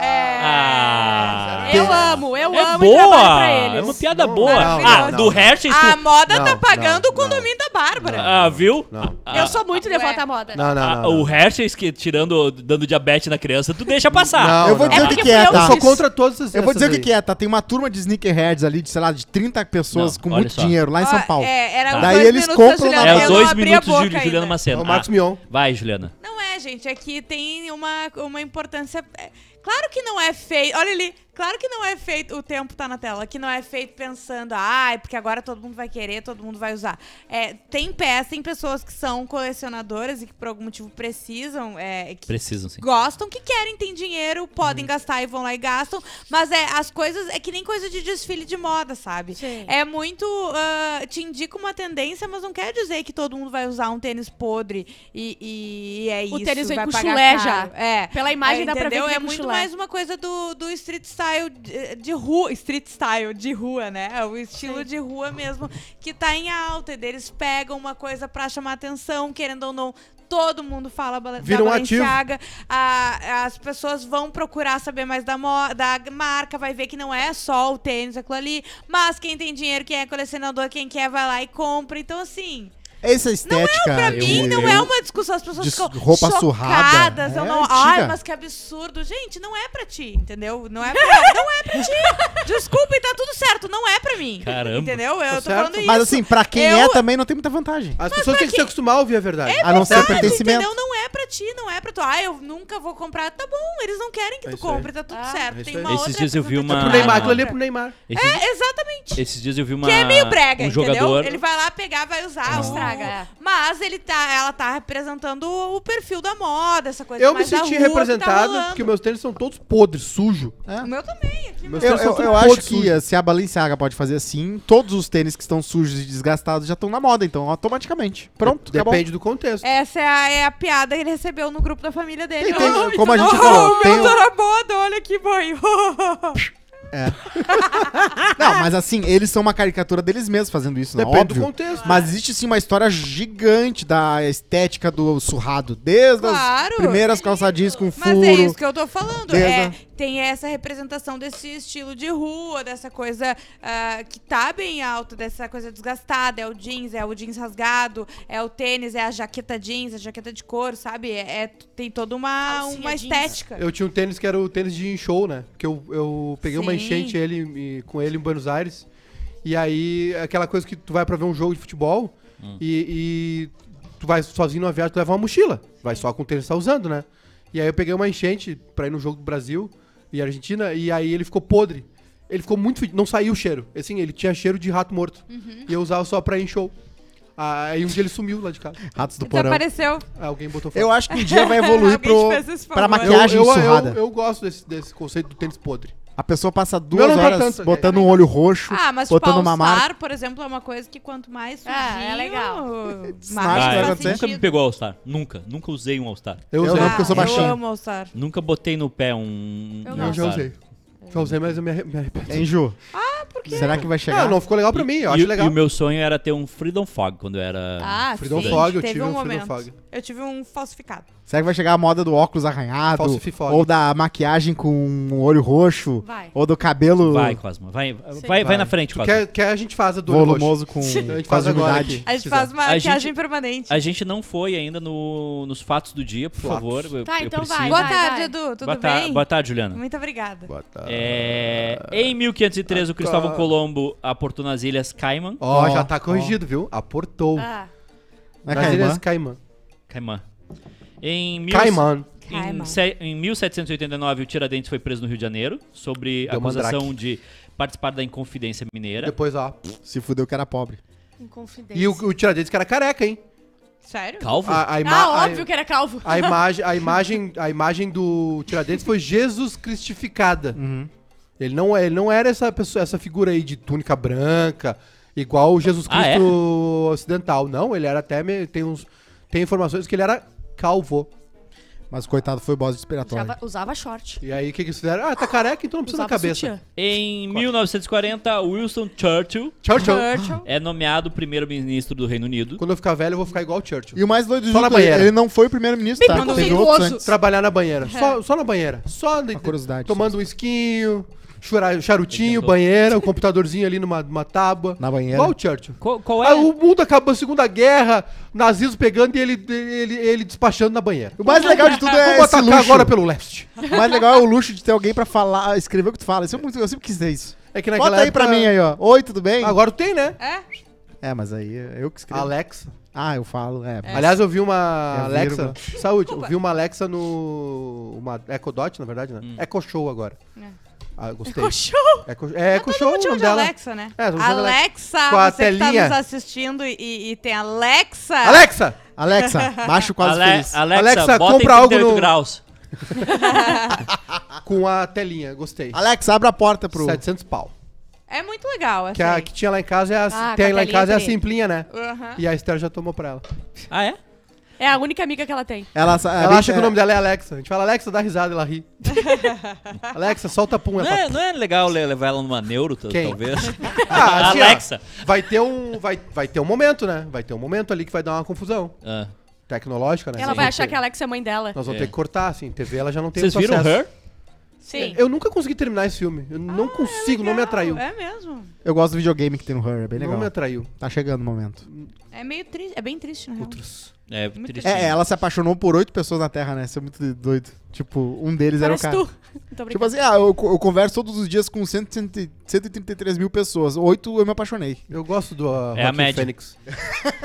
Speaker 5: É,
Speaker 1: Ah,
Speaker 2: Eu amo, eu
Speaker 1: é
Speaker 2: amo e trabalho
Speaker 1: boa!
Speaker 2: pra
Speaker 1: É
Speaker 2: eles.
Speaker 1: uma piada
Speaker 4: Não,
Speaker 1: boa.
Speaker 4: não,
Speaker 1: ah,
Speaker 4: não,
Speaker 1: do
Speaker 4: não.
Speaker 1: Hershey.
Speaker 5: a moda
Speaker 4: Não,
Speaker 5: tá pagando
Speaker 4: não,
Speaker 5: o condomínio da Bárbara.
Speaker 1: Ah, viu?
Speaker 4: Não.
Speaker 1: Ah,
Speaker 2: Eu sou muito
Speaker 5: Ué.
Speaker 2: devota à moda.
Speaker 4: Não, não,
Speaker 1: ah,
Speaker 4: não.
Speaker 1: o
Speaker 4: não.
Speaker 1: Hershey que tirando, dando diabetes na criança, tu deixa passar.
Speaker 4: Não,
Speaker 3: Eu vou dizer
Speaker 2: É
Speaker 3: o que,
Speaker 2: porque
Speaker 3: que é,
Speaker 2: fui eu
Speaker 3: tá?
Speaker 4: Eu sou contra todas essas
Speaker 3: Eu vou dizer o que, que é, tá? Tem uma turma de sneakerheads ali, de, sei lá, de 30 pessoas
Speaker 1: Não,
Speaker 3: com
Speaker 1: olha
Speaker 3: muito
Speaker 1: só.
Speaker 3: dinheiro lá em São
Speaker 5: Ó,
Speaker 3: Paulo.
Speaker 5: É, era
Speaker 1: Tá.
Speaker 5: os
Speaker 3: Daí
Speaker 5: dois
Speaker 3: eles
Speaker 5: minutos
Speaker 3: compram
Speaker 5: da Juliana,
Speaker 3: na-
Speaker 1: É
Speaker 5: eu
Speaker 1: os
Speaker 5: não
Speaker 1: dois
Speaker 5: abri a
Speaker 1: minutos de
Speaker 5: boca
Speaker 1: Ju- Juliana
Speaker 5: ainda.
Speaker 1: Macena.
Speaker 4: É o Marcos
Speaker 1: Ah,
Speaker 4: Mion.
Speaker 1: vai, Juliana.
Speaker 5: Não é, gente. É que tem uma, uma importância. é, Claro que não é feito. Olha ali. Claro que não é feito. O tempo tá na tela. Que não é feito pensando. Ai, porque agora todo mundo vai querer, todo mundo vai usar. É, tem peça, tem pessoas que são colecionadoras e que por algum motivo precisam. É, que
Speaker 1: Precisam sim.
Speaker 5: gostam, que querem, tem dinheiro, podem gastar e vão lá e gastam. Mas é as coisas é que nem coisa de desfile de moda, sabe?
Speaker 2: Sim.
Speaker 5: É muito. ah, te indica uma tendência, mas não quer dizer que todo mundo vai usar um tênis podre e, e- e é isso.
Speaker 2: O tênis vem
Speaker 5: vai
Speaker 2: com
Speaker 5: pagar
Speaker 2: chulé
Speaker 5: caro.
Speaker 2: já.
Speaker 5: É.
Speaker 2: Pela imagem
Speaker 5: É,
Speaker 2: dá pra ver
Speaker 5: entendeu?
Speaker 2: que vem
Speaker 5: É
Speaker 2: com
Speaker 5: muito
Speaker 2: chulé.
Speaker 5: mais uma coisa do, do street style de, de rua. Street style de rua, né? É o estilo de rua mesmo que tá em alta. E deles pegam uma coisa pra chamar atenção, querendo ou não. Todo mundo fala bala-
Speaker 4: Vira
Speaker 5: da
Speaker 4: um ativo.
Speaker 5: Balenciaga. a- as pessoas vão procurar saber mais da, mo- da marca, vai ver que não é só o tênis, aquilo ali. Mas quem tem dinheiro, quem é colecionador, quem quer, vai lá e compra. Então, assim,
Speaker 3: Essa é estética...
Speaker 5: pra
Speaker 1: eu-
Speaker 5: mim não
Speaker 1: eu-
Speaker 5: é uma discussão. As pessoas
Speaker 3: de
Speaker 5: ficam
Speaker 3: roupa
Speaker 5: chocadas.
Speaker 3: surrada.
Speaker 5: Eu
Speaker 3: É
Speaker 5: não,
Speaker 3: antiga.
Speaker 5: Ai, mas que absurdo. Gente, não é pra ti, entendeu? Não é pra, não é pra ti. Desculpa, e tá tudo certo. Não é pra mim.
Speaker 1: Caramba.
Speaker 5: Entendeu? Eu tô
Speaker 4: certo.
Speaker 5: falando isso.
Speaker 3: Mas assim, pra quem
Speaker 5: Eu-
Speaker 3: é também não tem muita vantagem.
Speaker 4: As pessoas têm que se acostumar a ouvir a verdade.
Speaker 3: a não ser
Speaker 5: Sabe,
Speaker 3: pertencimento.
Speaker 5: Ah, Entendeu? Não é pra ti, não é pra tu. Ah, eu nunca vou comprar. Tá bom, eles não querem que
Speaker 4: É
Speaker 5: tu
Speaker 4: isso aí.
Speaker 5: compre, tá tudo
Speaker 2: Ah.
Speaker 5: certo.
Speaker 4: É
Speaker 5: Tem
Speaker 4: isso aí.
Speaker 5: uma
Speaker 1: Esses
Speaker 5: outra
Speaker 1: dias eu vi
Speaker 5: representativa.
Speaker 1: uma-
Speaker 4: Pro Neymar, aquilo ali é
Speaker 1: Ah,
Speaker 4: pro Neymar.
Speaker 1: Esses,
Speaker 5: É, exatamente.
Speaker 1: esses dias eu vi uma.
Speaker 5: Que é meio brega,
Speaker 1: um
Speaker 5: entendeu?
Speaker 1: jogador.
Speaker 5: Ele vai lá pegar, vai usar,
Speaker 2: Estraga, é.
Speaker 5: estraga. Mas ele tá, ela tá representando o perfil da moda, essa coisa
Speaker 4: Eu me
Speaker 5: mais da
Speaker 4: senti
Speaker 5: rua que tá
Speaker 4: representado,
Speaker 5: rolando.
Speaker 4: porque meus tênis são todos podres, sujos.
Speaker 5: O meu também, aqui,
Speaker 4: Meus
Speaker 5: meu.
Speaker 3: Eu,
Speaker 4: tênis são
Speaker 3: eu-
Speaker 4: tudo
Speaker 3: eu acho
Speaker 4: podres,
Speaker 3: que
Speaker 4: sujos.
Speaker 3: eh, se a Balenciaga pode fazer assim, todos os tênis que estão sujos e desgastados já estão na moda, então automaticamente. Pronto, acabou.
Speaker 4: Depende do contexto.
Speaker 5: Essa é a, é a piada que ele recebeu no grupo da família dele.
Speaker 3: Tem- tem-
Speaker 5: Ai,
Speaker 3: como a
Speaker 5: tá-
Speaker 3: gente
Speaker 5: Oh,
Speaker 3: falou,
Speaker 5: o
Speaker 3: tem um
Speaker 5: meu
Speaker 3: o-
Speaker 5: tá na moda, olha que banho.
Speaker 3: Não, mas assim, eles são uma caricatura deles mesmos fazendo isso, não
Speaker 4: Depende
Speaker 3: óbvio.
Speaker 4: do contexto.
Speaker 3: Mas existe sim uma história gigante da estética do surrado, desde
Speaker 5: Claro. é
Speaker 3: as primeiras calçadinhas com
Speaker 5: Mas
Speaker 3: furo.
Speaker 5: é isso que eu tô falando. É,
Speaker 3: Beleza.
Speaker 5: tem essa representação desse estilo de rua, dessa coisa ah, que tá bem alta, dessa coisa desgastada. É o jeans, é o jeans rasgado, é o tênis, é a jaqueta jeans, a jaqueta de couro, sabe? É, é- tem toda uma,
Speaker 2: Calcinha
Speaker 5: uma
Speaker 2: jeans.
Speaker 5: estética.
Speaker 4: Eu tinha um tênis que era o tênis de show, né? Porque eu, eu peguei uma
Speaker 5: Sim.
Speaker 4: enchente ele, e- com ele em Buenos Aires. Hum. E aí, aquela coisa que tu vai pra ver um jogo de futebol e, e tu vai sozinho numa viagem, tu leva uma mochila. Vai só com o que ele tá usando, né? E aí eu peguei uma enchente pra ir no jogo do Brasil e Argentina, e aí ele ficou podre. Ele ficou muito fedido, não saiu o cheiro. Assim, ele tinha cheiro de rato morto. E eu usava só pra ir em show. Aí um dia ele sumiu lá de casa.
Speaker 3: Ratos do porão.
Speaker 5: Desapareceu.
Speaker 4: Alguém botou fora.
Speaker 3: Eu acho que um dia vai evoluir
Speaker 5: Então Alguém
Speaker 3: pro,
Speaker 5: te fez esse favor.
Speaker 3: pra maquiagem
Speaker 4: eu,
Speaker 3: surrada.
Speaker 4: eu gosto desse, desse conceito do tênis podre.
Speaker 3: A pessoa passa duas
Speaker 4: não tá
Speaker 3: horas
Speaker 4: tanto, né?
Speaker 3: botando um olho roxo,
Speaker 5: Ah, mas tipo,
Speaker 3: botando
Speaker 5: All
Speaker 3: uma marca.
Speaker 5: Star, por exemplo, é uma coisa que quanto mais surgiu...
Speaker 2: Ah, é legal.
Speaker 3: Acho que
Speaker 5: um
Speaker 1: Ah,
Speaker 3: vai
Speaker 1: eu
Speaker 3: acontecer.
Speaker 1: nunca me pegou All Star. Nunca. Nunca usei um All Star.
Speaker 3: é. Eu
Speaker 4: usei.
Speaker 3: não, porque eu sou
Speaker 5: Ah,
Speaker 3: baixinho.
Speaker 5: Eu amo All Star.
Speaker 1: Nunca botei no pé um.
Speaker 5: Eu
Speaker 1: um
Speaker 5: não.
Speaker 4: Eu já
Speaker 1: All-Star.
Speaker 4: usei. Já usei, mas eu me arre- me arrependo.
Speaker 3: Hein, Ju? Ah, por quê? Será que vai chegar?
Speaker 4: Ah, não ficou legal pra mim, eu acho
Speaker 1: e,
Speaker 4: legal.
Speaker 1: E o meu sonho era ter um Freedom Fog quando eu era.
Speaker 5: Ah,
Speaker 4: Freedom
Speaker 5: sim.
Speaker 4: Fog, eu
Speaker 5: teve
Speaker 4: tive
Speaker 5: um
Speaker 4: um Freedom
Speaker 5: momento.
Speaker 4: Fog.
Speaker 5: Eu tive um falsificado.
Speaker 3: Será que vai chegar a moda do óculos arranhado?
Speaker 4: Falsififog.
Speaker 3: Ou da maquiagem com um olho roxo?
Speaker 2: Vai.
Speaker 3: Ou do cabelo
Speaker 1: Vai, Cosma. Vai, vai, vai na frente,
Speaker 4: Tu
Speaker 1: Cosma.
Speaker 4: quer, quer é, a gente faz a do olho roxo.
Speaker 3: volumoso com
Speaker 4: A gente
Speaker 3: com
Speaker 4: faz agora
Speaker 3: dignidade?
Speaker 4: aqui.
Speaker 5: A gente
Speaker 4: Quiser.
Speaker 5: faz
Speaker 1: A gente-
Speaker 5: maquiagem permanente.
Speaker 1: A gente não foi ainda no, nos fatos do dia, por
Speaker 4: Fatos.
Speaker 1: favor. Eu,
Speaker 2: Tá,
Speaker 1: eu
Speaker 2: então
Speaker 1: preciso.
Speaker 2: vai,
Speaker 5: Boa
Speaker 2: vai.
Speaker 5: tarde, Edu. Tudo
Speaker 1: boa, ta-
Speaker 5: bem?
Speaker 1: boa tarde, Juliana.
Speaker 5: Muito obrigada.
Speaker 1: É, em 1503, o
Speaker 4: Ah.
Speaker 1: Cristóvão Colombo aportou nas Ilhas Cayman.
Speaker 4: Ó,
Speaker 3: Ó,
Speaker 4: já tá
Speaker 3: ó.
Speaker 4: corrigido, viu? Aportou.
Speaker 2: Ah,
Speaker 3: Né,
Speaker 4: Nas
Speaker 3: Caimã?
Speaker 4: Ilhas Caimã.
Speaker 1: Caimã. Em, mil-
Speaker 4: Caimã.
Speaker 5: Caimã.
Speaker 1: em, se- em 1789, o Tiradentes foi preso no Rio de Janeiro, sobre
Speaker 4: Deu
Speaker 1: acusação
Speaker 4: mandrake.
Speaker 1: de participar da Inconfidência Mineira.
Speaker 4: Depois, ó.
Speaker 3: Se fudeu que era pobre.
Speaker 2: em confidência.
Speaker 4: E o, o Tiradentes que era careca, hein?
Speaker 5: Sério?
Speaker 4: Tá.
Speaker 1: Calvo?
Speaker 4: A, a ima-
Speaker 2: Ah,
Speaker 4: a-
Speaker 2: óbvio que era calvo.
Speaker 4: A imagem, a imagem, a imagem do Tiradentes foi Jesus cristificada.
Speaker 3: Uhum.
Speaker 4: Ele não, ele não era essa pessoa, essa figura aí de túnica branca, igual o Jesus
Speaker 1: Ah,
Speaker 4: Cristo ocidental. Não, ele era até me- tem uns tem informações que ele era calvo.
Speaker 3: Mas coitado foi bode expiratório.
Speaker 2: Usava, usava short.
Speaker 4: E aí o que que eles fizeram? Ah, tá careca, então não precisa da
Speaker 2: Usava
Speaker 4: cabeça.
Speaker 2: sutiã.
Speaker 1: Em 1940, Winston Churchill
Speaker 4: Tchau, tchau.
Speaker 1: é nomeado primeiro-ministro do Reino Unido.
Speaker 4: Quando eu ficar velho, eu vou ficar igual o Churchill.
Speaker 3: E o mais doido de
Speaker 4: Só na
Speaker 3: tudo, ele
Speaker 4: banheira.
Speaker 3: ele não foi o primeiro-ministro, tá?
Speaker 2: Bem
Speaker 3: Teve outros
Speaker 2: preconceituoso.
Speaker 3: antes.
Speaker 4: Trabalhar na
Speaker 1: É.
Speaker 4: banheira. Só, só na banheira. Só de-
Speaker 3: Uma curiosidade,
Speaker 4: tomando um esquinho, chura- charutinho,
Speaker 1: Ele tentou.
Speaker 4: banheira, o computadorzinho ali numa, numa tábua.
Speaker 3: Na banheira.
Speaker 4: Igual o Churchill.
Speaker 1: Qual, qual é?
Speaker 4: Ah, o mundo acabou a Segunda Guerra, nazismo pegando e ele, ele, ele despachando na banheira.
Speaker 3: O mais legal de tudo é
Speaker 4: Vamos
Speaker 3: esse luxo.
Speaker 4: atacar agora pelo leste.
Speaker 3: O mais legal é o luxo de ter alguém pra falar, escrever o que tu fala. Isso é muito, eu sempre quis ter isso.
Speaker 4: É que
Speaker 3: Bota aí pra mim aí, ó. Oi, tudo bem?
Speaker 4: Agora tem, né?
Speaker 5: É?
Speaker 3: É, mas aí eu que escrevo.
Speaker 4: Alexa.
Speaker 3: Ah, eu falo, é.
Speaker 4: Aliás, eu vi uma
Speaker 3: É a
Speaker 4: Alexa.
Speaker 3: vírgula.
Speaker 4: Saúde. Eu vi uma Alexa no. Uma Echo Dot, na verdade, né? Echo Show agora. Ah, eu gostei.
Speaker 2: Ficou show.
Speaker 4: Echo, é Echo
Speaker 5: Tá Todo
Speaker 4: Show o
Speaker 5: mundo chama
Speaker 4: nome
Speaker 5: de
Speaker 4: dela.
Speaker 5: Alexa, né?
Speaker 4: É, todo mundo chama de
Speaker 5: Alexa,
Speaker 4: Com a
Speaker 5: você que tá
Speaker 4: telinha.
Speaker 5: nos assistindo e, e tem Alexa.
Speaker 4: Alexa!
Speaker 3: Alexa, baixa o quadro
Speaker 1: Ale-
Speaker 3: feliz.
Speaker 1: Alexa,
Speaker 4: Alexa,
Speaker 1: bota
Speaker 4: compra
Speaker 1: em
Speaker 4: algo
Speaker 1: 38
Speaker 4: no-
Speaker 1: graus.
Speaker 4: Com a telinha, gostei.
Speaker 3: Alexa, abre a porta pro...
Speaker 4: 700 pau.
Speaker 5: É muito legal essa
Speaker 4: Que, a,
Speaker 5: aí.
Speaker 4: que tinha lá em casa é a,
Speaker 2: Ah,
Speaker 4: tem lá em
Speaker 2: Catalinha
Speaker 4: casa é a
Speaker 2: Tri.
Speaker 4: simplinha, né?
Speaker 5: Aham.
Speaker 4: E a Esther já tomou pra ela.
Speaker 1: Ah, é?
Speaker 2: É a única amiga que ela tem.
Speaker 3: Ela, sa-
Speaker 4: Ela
Speaker 3: bem-
Speaker 4: acha que
Speaker 3: é-
Speaker 4: o nome dela é Alexa. A gente fala, Alexa, dá risada, ela ri. Alexa, solta pum.
Speaker 1: Não
Speaker 4: Ela fala,
Speaker 1: é, não é legal le- levar ela numa neuro, t-
Speaker 4: Quem?
Speaker 1: talvez?
Speaker 4: Ah, assim, ó,
Speaker 1: Alexa.
Speaker 4: vai ter um. Vai, vai ter um momento, né? Vai ter um momento ali que vai dar uma confusão.
Speaker 1: Ah.
Speaker 4: Tecnológica, né?
Speaker 2: Ela
Speaker 4: Nós
Speaker 2: vai
Speaker 4: vamos
Speaker 2: achar
Speaker 4: ter-
Speaker 2: que a Alexa é mãe dela.
Speaker 4: Nós vamos
Speaker 1: É.
Speaker 4: ter que cortar, assim. TV ela já não tem
Speaker 1: Vocês
Speaker 4: muito
Speaker 1: viram
Speaker 4: acesso.
Speaker 1: Her?
Speaker 2: Sim.
Speaker 4: Eu nunca consegui terminar esse filme. Eu não
Speaker 2: Ah,
Speaker 4: consigo, não me atraiu.
Speaker 5: É mesmo.
Speaker 3: Eu gosto do videogame que tem no Her, é bem legal.
Speaker 4: Não me atraiu.
Speaker 3: Tá chegando o momento.
Speaker 5: É meio triste. É bem triste, na real.
Speaker 1: É,
Speaker 5: Muito
Speaker 1: triste.
Speaker 3: É, ela se apaixonou por oito pessoas na Terra, né? Isso é muito doido. Tipo, um deles
Speaker 2: Parece
Speaker 3: era o
Speaker 2: tu.
Speaker 3: cara.
Speaker 2: Tô brincando.
Speaker 3: Tipo assim, ah, eu, co- eu converso todos os dias com 130 133 mil pessoas. Oito eu me apaixonei.
Speaker 4: Eu gosto do uh,
Speaker 1: É a
Speaker 4: Joaquim
Speaker 1: média.
Speaker 4: Fênix.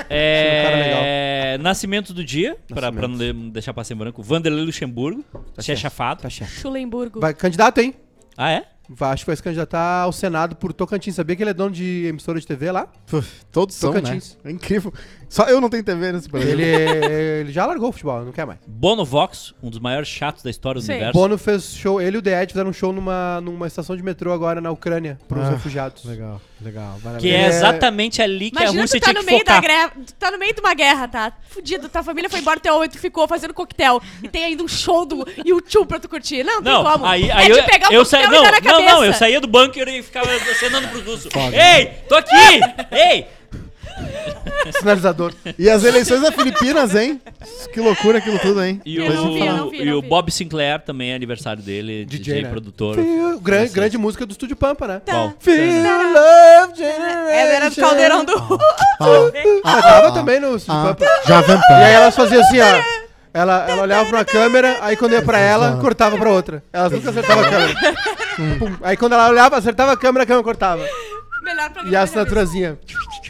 Speaker 1: É,
Speaker 4: um cara legal.
Speaker 1: Nascimento do dia, pra, pra não de- deixar passar em branco. Vanderlei Luxemburgo,
Speaker 4: Tá
Speaker 1: se é chafado.
Speaker 2: Schulenburgo.
Speaker 4: Vai, candidato, hein?
Speaker 1: Ah, é?
Speaker 4: Vai, acho que vai se candidatar ao Senado por Tocantins. Sabia que ele é dono de emissora de TV lá?
Speaker 3: Puf, todos são,
Speaker 4: Tocantins.
Speaker 3: né? É incrível. Só eu não tenho TV nesse Brasil.
Speaker 4: Ele, é ele já largou o futebol, não quer mais.
Speaker 1: Bono Vox, um dos maiores chatos da história do
Speaker 2: Sim.
Speaker 1: universo.
Speaker 4: Bono fez show, ele e o The Edge fizeram um show numa, numa estação de metrô agora na Ucrânia, pros
Speaker 3: Ah,
Speaker 4: refugiados.
Speaker 3: Legal, legal.
Speaker 1: Que
Speaker 3: Maravilha.
Speaker 1: é
Speaker 4: É.
Speaker 1: exatamente ali que é a
Speaker 2: Imagina
Speaker 1: Rússia
Speaker 2: tu tá
Speaker 1: tinha
Speaker 2: no
Speaker 1: que
Speaker 2: meio da
Speaker 1: focar.
Speaker 2: guerra, tu tá no meio de uma guerra, tá? Fudido, tua família foi embora, teu oito ficou fazendo coquetel. E tem ainda um show do YouTube pra tu curtir. Não, tem
Speaker 1: Não,
Speaker 2: como.
Speaker 1: aí,
Speaker 2: é
Speaker 1: aí
Speaker 2: de
Speaker 1: eu,
Speaker 2: pegar o
Speaker 1: eu
Speaker 2: coquetel
Speaker 1: saí,
Speaker 2: e
Speaker 1: não,
Speaker 2: dar na
Speaker 1: não,
Speaker 2: cabeça.
Speaker 1: não, eu saía do bunker e ficava acenando pros russos. Ei, tô aqui! Ei!
Speaker 4: Sinalizador.
Speaker 3: E as eleições das Filipinas, hein? Que loucura aquilo tudo, hein?
Speaker 1: E
Speaker 2: Eu não vi, eu
Speaker 1: o,
Speaker 2: não vi, eu
Speaker 1: e
Speaker 2: não
Speaker 1: o
Speaker 2: vi.
Speaker 1: Bob Sinclair também é aniversário dele, DJ,
Speaker 4: DJ, né?
Speaker 1: produtor.
Speaker 4: Feel- gran- grande música do Estúdio Pampa, né?
Speaker 1: Qual?
Speaker 4: Feel Love Generation.
Speaker 5: É, era do caldeirão do.
Speaker 4: Ah, tava também no Estúdio
Speaker 3: Ah,
Speaker 4: Pampa.
Speaker 3: já vem
Speaker 4: E aí elas faziam assim, ó. Ela, ela olhava pra uma câmera, aí quando ia pra ela, cortava pra outra. Elas nunca acertavam a câmera. Pum. Aí quando ela olhava, acertava a câmera, a câmera cortava.
Speaker 2: Melhor pra mim.
Speaker 4: E a assinaturazinha.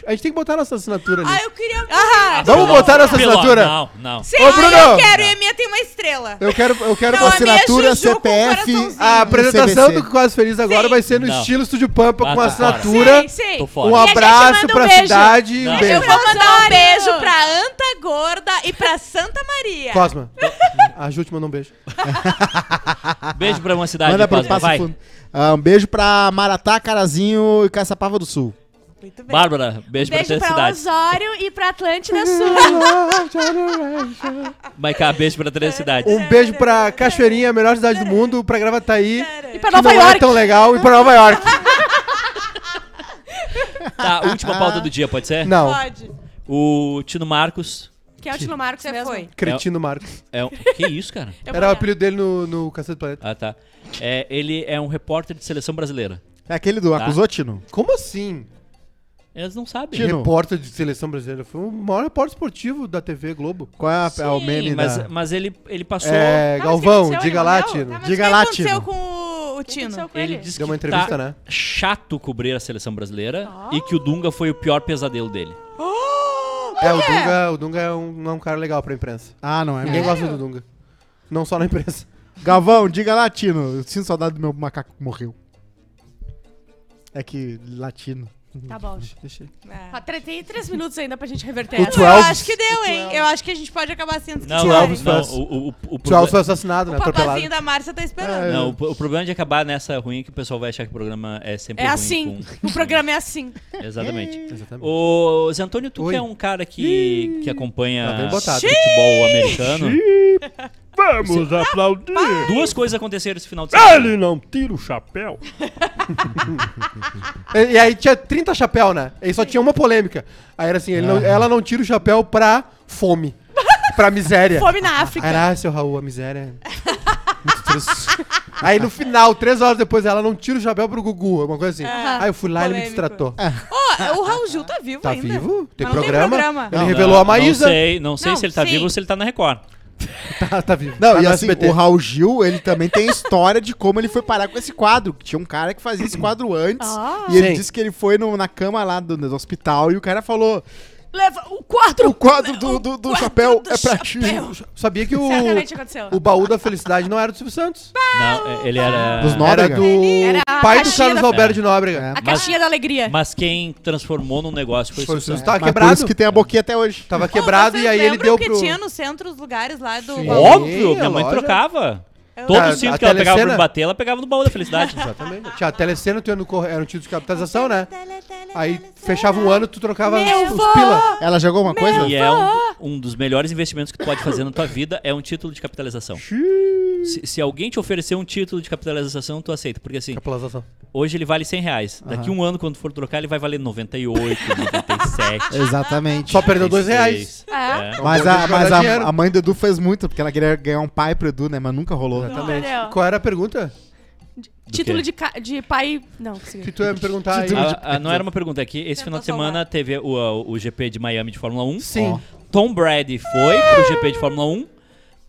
Speaker 4: A gente tem que botar nossa assinatura ali.
Speaker 2: Ah, eu queria. Ah,
Speaker 4: Vamos
Speaker 1: Pelota,
Speaker 4: botar nossa
Speaker 1: pelota.
Speaker 4: assinatura?
Speaker 1: Não, não.
Speaker 2: Sim,
Speaker 4: Ô,
Speaker 2: ah,
Speaker 4: Bruno!
Speaker 2: eu quero e a minha tem uma estrela.
Speaker 4: Eu quero, eu quero
Speaker 2: Não,
Speaker 4: uma
Speaker 2: a minha
Speaker 3: Assinatura,
Speaker 2: Juju com
Speaker 3: CPF.
Speaker 2: coraçãozinho.
Speaker 4: A
Speaker 3: e
Speaker 4: apresentação
Speaker 3: CVC.
Speaker 4: do Quase Feliz agora vai ser no
Speaker 1: Não.
Speaker 4: estilo Estúdio Pampa,
Speaker 1: Ah,
Speaker 4: com uma
Speaker 1: tá, fora.
Speaker 4: assinatura,
Speaker 2: Sim, sim.
Speaker 1: Tô fora.
Speaker 4: um
Speaker 2: E a gente
Speaker 4: abraço
Speaker 2: manda um
Speaker 4: pra
Speaker 2: beijo.
Speaker 4: cidade e
Speaker 1: Não.
Speaker 4: um
Speaker 2: Eu
Speaker 4: beijo.
Speaker 2: vou mandar um beijo pra
Speaker 5: Anta Gorda e pra Santa Maria.
Speaker 4: Cosma, a Ju te mandou um beijo.
Speaker 1: Beijo pra uma cidade.
Speaker 3: Manda pra
Speaker 1: Cosma,
Speaker 3: Passo
Speaker 1: vai.
Speaker 3: Fundo. Ah, um beijo pra Maratá, Carazinho e Caçapava do Sul.
Speaker 5: Muito bem.
Speaker 1: Bárbara, beijo, pra
Speaker 2: Beijo
Speaker 1: três
Speaker 2: pra
Speaker 1: cidades.
Speaker 2: Osório e pra Atlântida Sul.
Speaker 1: Maiká, beijo pra três cidades.
Speaker 4: Um beijo pra Cachoeirinha, a melhor cidade do mundo, pra Gravataí,
Speaker 2: e
Speaker 4: que
Speaker 2: pra
Speaker 4: não
Speaker 2: Nova
Speaker 4: é
Speaker 2: York.
Speaker 4: tão legal, e pra Nova York.
Speaker 1: Tá, última pauta do dia, pode ser?
Speaker 4: Não,
Speaker 2: Pode.
Speaker 1: O Tino Marcos.
Speaker 2: Que é o Tino Marcos
Speaker 5: Você
Speaker 2: mesmo.
Speaker 5: foi.
Speaker 4: cretino Marcos.
Speaker 1: É um... Que isso, cara?
Speaker 2: Eu
Speaker 4: Era o
Speaker 2: vou-
Speaker 4: apelido dele no, no Cacete do Planeta.
Speaker 1: Ah, tá. É, ele é um repórter de seleção brasileira.
Speaker 3: É aquele
Speaker 1: Tá.
Speaker 3: do Acusou, Tino?
Speaker 4: Como assim?
Speaker 1: Eles não sabem.
Speaker 3: Tino.
Speaker 4: Repórter de seleção brasileira. Foi o maior repórter esportivo da TV Globo.
Speaker 3: Qual é, a-
Speaker 1: Sim,
Speaker 3: é o meme
Speaker 1: mas,
Speaker 3: da...
Speaker 1: mas ele, ele passou.
Speaker 2: Tá,
Speaker 4: É,
Speaker 2: mas
Speaker 4: Galvão,
Speaker 2: quem aconteceu?
Speaker 4: diga
Speaker 2: Ele
Speaker 4: lá,
Speaker 2: morreu?
Speaker 4: Tino.
Speaker 2: Tá, mas
Speaker 3: Diga
Speaker 5: o que
Speaker 3: lá,
Speaker 5: aconteceu
Speaker 3: Tino.
Speaker 5: com o, o Tino? É.
Speaker 2: aconteceu com
Speaker 1: Ele
Speaker 2: ele?
Speaker 1: disse
Speaker 4: Deu uma
Speaker 1: que tá
Speaker 4: entrevista, né?
Speaker 1: chato cobrir a seleção brasileira e
Speaker 2: Oh.
Speaker 1: que o Dunga foi o pior pesadelo dele.
Speaker 4: É, o Dunga, o Dunga é um, não é um cara legal pra imprensa.
Speaker 3: Ah, não, é
Speaker 4: Ninguém
Speaker 3: mesmo.
Speaker 4: gosta do Dunga. Não só na imprensa.
Speaker 3: Galvão, diga lá, Tino. Eu sinto saudade do meu macaco que morreu. É que latino.
Speaker 2: Tá bom.
Speaker 4: Deixa aí.
Speaker 5: Ah.
Speaker 2: Ah, tre- Tem três minutos ainda pra gente reverter
Speaker 3: O
Speaker 2: essa.
Speaker 3: Twelve.
Speaker 5: Eu
Speaker 3: Twelves.
Speaker 5: acho que deu, hein? Eu acho que a gente pode acabar sendo
Speaker 1: Não, não,
Speaker 4: Elvis
Speaker 1: não.
Speaker 4: faz.
Speaker 1: O, o, o, o,
Speaker 4: O Charles
Speaker 1: proble-
Speaker 4: foi assassinado, né?
Speaker 5: O
Speaker 4: Atropelado.
Speaker 5: papazinho da Márcia tá
Speaker 4: É.
Speaker 5: esperando.
Speaker 1: não, o- o problema de acabar nessa ruim é que o pessoal vai achar que o programa é sempre
Speaker 2: É
Speaker 1: ruim
Speaker 2: assim.
Speaker 1: com-
Speaker 2: O programa é assim.
Speaker 1: Exatamente.
Speaker 4: Exatamente.
Speaker 1: Ô, Zé Antônio, tu
Speaker 4: Oi.
Speaker 1: que é um cara que, que
Speaker 4: Tá
Speaker 1: acompanha
Speaker 4: bem botado.
Speaker 1: futebol americano.
Speaker 6: Vamos
Speaker 2: Ah,
Speaker 6: aplaudir.
Speaker 1: Duas coisas aconteceram esse final de semana.
Speaker 6: Ele não tira o chapéu.
Speaker 4: E, e aí tinha 30 chapéu, né? E só tinha uma polêmica. Aí era assim, ele
Speaker 3: Ah.
Speaker 4: não- ela não tira o chapéu pra fome. Pra miséria.
Speaker 2: Fome na África.
Speaker 4: Caralho, seu Raul, a miséria. é Muito triste. Aí no final, três horas depois, ela não tira o chapéu pro Gugu, uma coisa assim.
Speaker 5: Aham.
Speaker 4: Aí eu fui lá e ele me
Speaker 5: Polêmico.
Speaker 4: destratou.
Speaker 5: Ô, o Raul Gil tá vivo
Speaker 4: Tá
Speaker 5: ainda.
Speaker 4: vivo? Tem
Speaker 5: Mas não tem
Speaker 4: programa?
Speaker 5: programa.
Speaker 4: Ele
Speaker 1: Não,
Speaker 4: revelou a Maísa.
Speaker 1: Não sei, não sei
Speaker 5: Não,
Speaker 1: se ele tá
Speaker 5: sim.
Speaker 1: vivo ou se ele tá na Record.
Speaker 4: Tá, tá vivo.
Speaker 3: Não,
Speaker 4: Tá
Speaker 3: e
Speaker 4: no
Speaker 3: assim,
Speaker 4: SBT.
Speaker 3: o Raul Gil, ele também tem a história de como ele foi parar com esse quadro. que Tinha um cara que fazia esse quadro antes.
Speaker 2: Ah.
Speaker 3: e ele
Speaker 4: Sim.
Speaker 3: disse que ele foi no- na cama lá do, do hospital e o cara falou:
Speaker 2: Leva o quadro.
Speaker 3: O quadro do, do, do
Speaker 2: O quadro
Speaker 3: chapéu
Speaker 2: do
Speaker 3: é pra ti.
Speaker 2: chapéu.
Speaker 4: Sabia que o,
Speaker 2: Certamente É, aconteceu.
Speaker 4: o baú da felicidade não era do Silvio Santos.
Speaker 5: Ah,
Speaker 1: Não, ele
Speaker 5: tá.
Speaker 1: era.
Speaker 3: Dos
Speaker 4: Era
Speaker 3: Nóbrega.
Speaker 4: do
Speaker 2: Era a
Speaker 4: pai do
Speaker 2: caixinha
Speaker 4: Carlos
Speaker 2: da-
Speaker 4: Alberto de Nóbrega.
Speaker 3: É.
Speaker 2: A
Speaker 1: Mas-
Speaker 2: caixinha da alegria.
Speaker 1: Mas quem transformou num negócio foi,
Speaker 4: Foi o
Speaker 1: o Silvio
Speaker 4: Silvio
Speaker 1: Santos.
Speaker 4: Tava
Speaker 3: Mas
Speaker 4: quebrado. Tá
Speaker 3: Por isso que tem a boquinha até hoje.
Speaker 4: Tava
Speaker 5: Ô,
Speaker 4: quebrado
Speaker 5: vocês
Speaker 4: e aí ele
Speaker 5: lembram
Speaker 4: deu
Speaker 5: que
Speaker 4: pro...
Speaker 5: tinha no centro os lugares lá do...
Speaker 4: Sim.
Speaker 5: baú?
Speaker 1: Óbvio,
Speaker 4: Sim,
Speaker 1: minha
Speaker 4: a
Speaker 1: mãe
Speaker 4: loja.
Speaker 1: trocava.
Speaker 5: Eu-
Speaker 1: Todo
Speaker 4: A-
Speaker 1: cinto
Speaker 4: a
Speaker 1: que ela pegava pra
Speaker 4: telecena?
Speaker 1: me bater, ela pegava no baú da felicidade.
Speaker 4: Exatamente. Tinha a telecena, tu ia no corre- era um título de capitalização, né? Aí fechava um ano, tu trocava
Speaker 2: Meu
Speaker 4: os,
Speaker 2: vô!
Speaker 4: os pila.
Speaker 3: Ela jogou uma coisa?
Speaker 1: E é um, um dos melhores investimentos que tu pode fazer na tua vida é um título de capitalização. Se, se alguém te oferecer um título de capitalização, tu aceita. Porque assim,
Speaker 4: Capitalização.
Speaker 1: hoje ele vale 100 reais. Daqui um ano, quando tu for trocar, ele vai valer 98, 97.
Speaker 3: Exatamente.
Speaker 4: Só perdeu dois reais.
Speaker 1: 96.
Speaker 2: Ah.
Speaker 1: É.
Speaker 3: Mas,
Speaker 4: Bom,
Speaker 3: a,
Speaker 4: deixa eu
Speaker 3: mas
Speaker 4: guardar
Speaker 3: a-
Speaker 4: dinheiro.
Speaker 3: a mãe do Edu fez muito, porque ela queria ganhar um pai pro Edu, né? Mas nunca rolou.
Speaker 4: Exatamente.
Speaker 2: Entendeu?
Speaker 4: Qual era a pergunta?
Speaker 2: Título
Speaker 1: quê?
Speaker 2: de, ca- de pai. Não, consegui.
Speaker 4: Que tu ia me perguntar aí.
Speaker 1: A- a- Ah, não era uma pergunta aqui. Esse
Speaker 5: Tentou
Speaker 1: final de semana teve o, o- o GP de Miami de Fórmula 1.
Speaker 4: Sim.
Speaker 1: Ó. Tom Brady foi pro GP de Fórmula 1.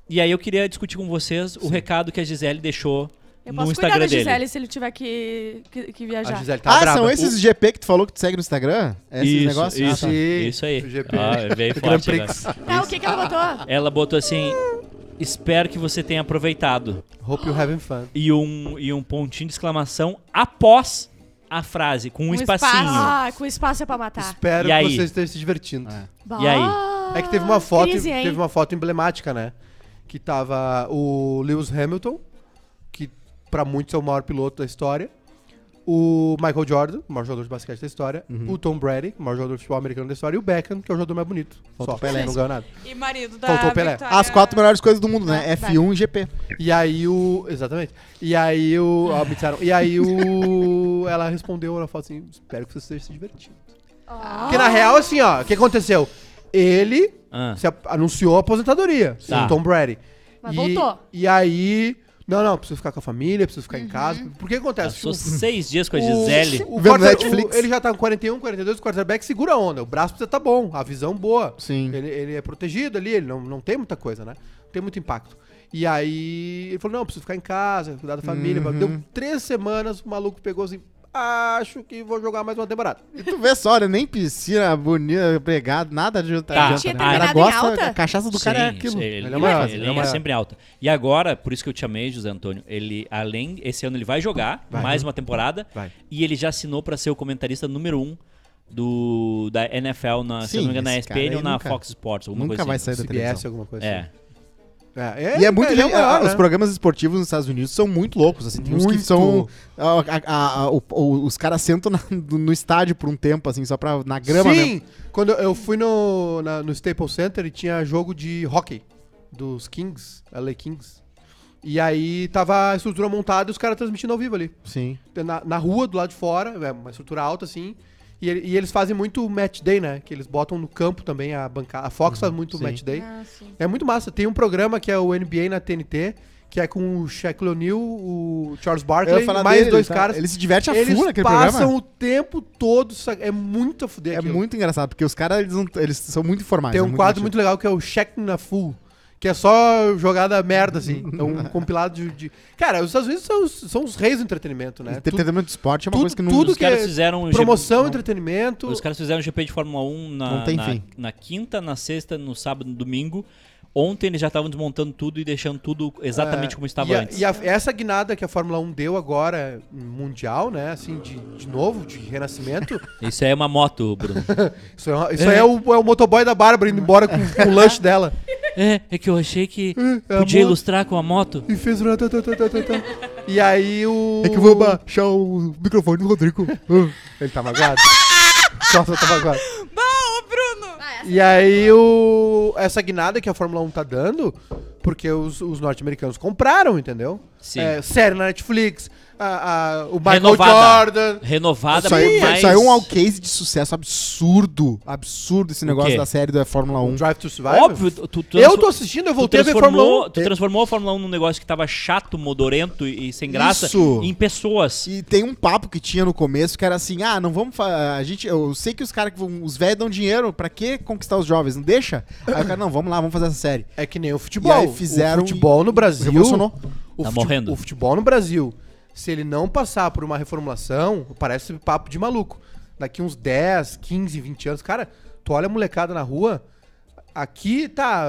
Speaker 1: E aí eu queria discutir com vocês o recado que a Gisele deixou
Speaker 2: Eu
Speaker 1: no
Speaker 2: posso cuidar da
Speaker 1: Instagram dele.
Speaker 2: Gisele se ele tiver que, que, que viajar.
Speaker 4: A Gisele tá
Speaker 3: Ah,
Speaker 4: brava.
Speaker 3: são esses GP que tu falou que tu segue no Instagram? Esses
Speaker 1: isso,
Speaker 3: negócios? Ah,
Speaker 1: Isso,
Speaker 3: tá.
Speaker 1: isso aí.
Speaker 4: O GP.
Speaker 1: Ah, veio
Speaker 4: Grand
Speaker 1: forte agora.
Speaker 4: Prix.
Speaker 2: Tá, o que, que ela botou?
Speaker 1: Ela botou assim: espero que você tenha aproveitado.
Speaker 4: Hope you having fun.
Speaker 1: E um, e um pontinho de exclamação após a frase, com um,
Speaker 5: Um espaço.
Speaker 1: espacinho.
Speaker 2: Ah, com espaço é pra matar.
Speaker 4: Espero
Speaker 1: E
Speaker 4: que
Speaker 1: aí?
Speaker 4: vocês estejam se divertindo.
Speaker 3: É.
Speaker 1: E aí?
Speaker 2: Bah,
Speaker 4: É que teve uma foto,
Speaker 2: Ah, crise, hein?
Speaker 4: teve uma foto emblemática, né? Que tava o Lewis Hamilton, que pra muitos é o maior piloto da história, o Michael Jordan, o maior jogador de basquete da história, o Tom Brady, o maior jogador de futebol americano da história, e o Beckham, que é o jogador mais bonito.
Speaker 3: Faltou
Speaker 4: Só,
Speaker 3: Pelé.
Speaker 4: não ganhou nada.
Speaker 5: E marido da
Speaker 4: Faltou o Pelé.
Speaker 5: Vitória-
Speaker 3: As quatro melhores coisas do mundo, né? F1 e GP.
Speaker 4: E aí o... Exatamente. E aí o... Ó, me disseram. E aí o... Ela respondeu na foto assim, espero que vocês estejam se divertindo.
Speaker 2: Ah.
Speaker 4: Porque na real, assim, ó, o que aconteceu? Ele
Speaker 1: Ah.
Speaker 4: se ap- anunciou a aposentadoria,
Speaker 1: Tá.
Speaker 4: o Tom Brady.
Speaker 2: Mas
Speaker 4: e,
Speaker 2: voltou. Uhum.
Speaker 4: E aí, não, não, preciso ficar com a família, preciso ficar em casa. Porque acontece?
Speaker 1: Passou
Speaker 4: o-
Speaker 1: seis dias com a
Speaker 4: o-
Speaker 1: Gisele.
Speaker 4: O,
Speaker 3: Vendo
Speaker 4: quarter-
Speaker 3: Netflix.
Speaker 4: o- ele já tá com 41, 42, o quarterback segura a onda. O braço precisa tá bom, a visão boa.
Speaker 3: Sim.
Speaker 4: Ele, ele é protegido ali, ele não, não tem muita coisa, né? Não tem muito impacto. E
Speaker 1: Uhum.
Speaker 4: aí ele falou, não, preciso ficar em casa, cuidar da família. Deu três semanas, o maluco pegou assim, acho que vou jogar mais uma temporada.
Speaker 3: E tu vê só, né? Nem piscina bonita, pregado, nada de
Speaker 1: Tá.
Speaker 3: adianta,
Speaker 1: Tinha
Speaker 3: né? O cara
Speaker 2: terminado em
Speaker 3: gosta,
Speaker 2: alta?
Speaker 3: a cachaça do cara é
Speaker 1: Sim,
Speaker 3: aquilo.
Speaker 1: Ele,
Speaker 4: Ele é
Speaker 1: é,
Speaker 4: uma alta,
Speaker 1: ele
Speaker 4: ele é
Speaker 1: é
Speaker 4: uma alta.
Speaker 1: sempre alta. E agora, por isso que eu te amei, José Antônio, ele, além, esse ano ele vai jogar mais uma temporada
Speaker 4: Vai.
Speaker 1: e ele já assinou pra ser o comentarista número um do, da NFL, na, se
Speaker 3: Sim,
Speaker 1: eu não me engano, na
Speaker 3: esse cara
Speaker 1: ESPN ou
Speaker 3: aí
Speaker 1: na
Speaker 3: nunca-
Speaker 1: Fox Sports, alguma
Speaker 3: Nunca
Speaker 1: coisa
Speaker 3: vai
Speaker 1: assim.
Speaker 3: sair da
Speaker 4: CBS,
Speaker 3: televisão.
Speaker 4: alguma coisa
Speaker 1: É.
Speaker 4: assim. É,
Speaker 3: E é muito.
Speaker 4: ele
Speaker 3: gente-
Speaker 4: maior,
Speaker 3: a- a-
Speaker 4: né?
Speaker 3: Os programas esportivos nos Estados Unidos são muito loucos. Assim, tem uns que
Speaker 4: Muito.
Speaker 3: são. a- a- a- a- o- o- os caras sentam na- no estádio por um tempo, assim, só pra, na grama
Speaker 4: Sim,
Speaker 3: mesmo.
Speaker 4: quando eu fui no, na- no Staples Center e tinha jogo de hockey dos Kings, LA Kings. E aí tava a estrutura montada e os caras transmitindo ao vivo ali.
Speaker 3: Sim.
Speaker 4: Na, na rua, do lado de fora, é uma estrutura alta assim. E, ele- e eles fazem muito match day, né? Que eles botam no campo também a bancada. A Fox faz muito
Speaker 3: Uhum, sim.
Speaker 4: match day.
Speaker 5: Ah,
Speaker 4: É muito massa. Tem um programa que é o NBA na TNT, que é com o Shaquille O'Neal, o Charles
Speaker 3: Eu
Speaker 4: Barkley,
Speaker 3: ia falar
Speaker 4: mais
Speaker 3: dele,
Speaker 4: dois
Speaker 3: tá?
Speaker 4: caras.
Speaker 3: Ele se diverte a
Speaker 4: Eles
Speaker 3: full naquele
Speaker 4: passam
Speaker 3: programa.
Speaker 4: o tempo todo. sa- É muito a fuder
Speaker 3: É
Speaker 4: aquilo.
Speaker 3: muito engraçado, porque os caras eles, não- eles são muito informais.
Speaker 4: Tem
Speaker 3: é
Speaker 4: um quadro muito legal que é o Check na Full. Que é só jogada merda, assim. É um compilado de, de- Cara, os Estados Unidos são, os- são os reis do entretenimento, né? Tu-
Speaker 3: Entretenimento de esporte é uma
Speaker 4: tudo-
Speaker 3: coisa que não.
Speaker 4: tudo
Speaker 1: Os caras
Speaker 4: que-
Speaker 1: fizeram um G-
Speaker 4: promoção, entretenimento.
Speaker 1: Os caras fizeram o GP de Fórmula 1 na,
Speaker 3: Não tem
Speaker 1: na,
Speaker 3: fim.
Speaker 1: na quinta, na sexta, no sábado, no domingo. Ontem eles já estavam desmontando tudo e deixando tudo exatamente como estava
Speaker 4: e a-
Speaker 1: antes.
Speaker 4: e a- essa guinada que a Fórmula 1 deu agora, mundial, né? Assim, de, de novo, de renascimento.
Speaker 1: Isso aí é uma moto, Bruno.
Speaker 4: isso é, uma- isso aí é o, é o motoboy da Bárbara indo embora com, com o lanche dela.
Speaker 1: é, é que eu achei que
Speaker 4: é a
Speaker 1: podia
Speaker 4: moto.
Speaker 1: ilustrar com a moto.
Speaker 4: E fez. ratatatatata. E aí o.
Speaker 3: É que eu vou baixar o microfone do Rodrigo. Uh,
Speaker 4: Ele tá magoado. Nossa, tá magoado.
Speaker 5: Bom, Bruno!
Speaker 4: E aí o essa guinada que a Fórmula 1 tá dando, porque os, os norte-americanos compraram, entendeu?
Speaker 1: Sim.
Speaker 4: É, série na Netflix, a- a- o Michael
Speaker 1: Renovada.
Speaker 4: Jordan.
Speaker 1: Renovada
Speaker 3: saiu,
Speaker 1: por mais...
Speaker 3: saiu um case de sucesso absurdo. Absurdo esse negócio
Speaker 1: quê?
Speaker 3: da série da Fórmula 1.
Speaker 4: Drive to Survive.
Speaker 1: Óbvio, tu, tu, tu-
Speaker 4: eu tô assistindo, eu
Speaker 1: tu
Speaker 4: voltei a ver Fórmula É.
Speaker 1: transformou,
Speaker 4: 1.
Speaker 1: tu transformou a Fórmula 1 num negócio que tava chato, modorento e, e sem graça
Speaker 3: Isso.
Speaker 1: em pessoas.
Speaker 4: é
Speaker 3: E tem um papo que tinha no começo que era assim: ah, não vamos. fa- A gente, eu sei que os caras que vão. Os velhos dão dinheiro, pra que conquistar os jovens? Não deixa? Aí o cara, não, vamos lá, vamos fazer essa série.
Speaker 4: É que nem o futebol.
Speaker 3: E aí fizeram
Speaker 4: o futebol no
Speaker 3: e
Speaker 4: Brasil.
Speaker 3: revolucionou.
Speaker 4: O,
Speaker 1: Tá
Speaker 4: fute-
Speaker 1: morrendo.
Speaker 4: o futebol no Brasil, se ele não passar por uma reformulação, parece papo de maluco. Daqui uns 10, 15, 20 anos, cara, tu olha a molecada na rua, aqui tá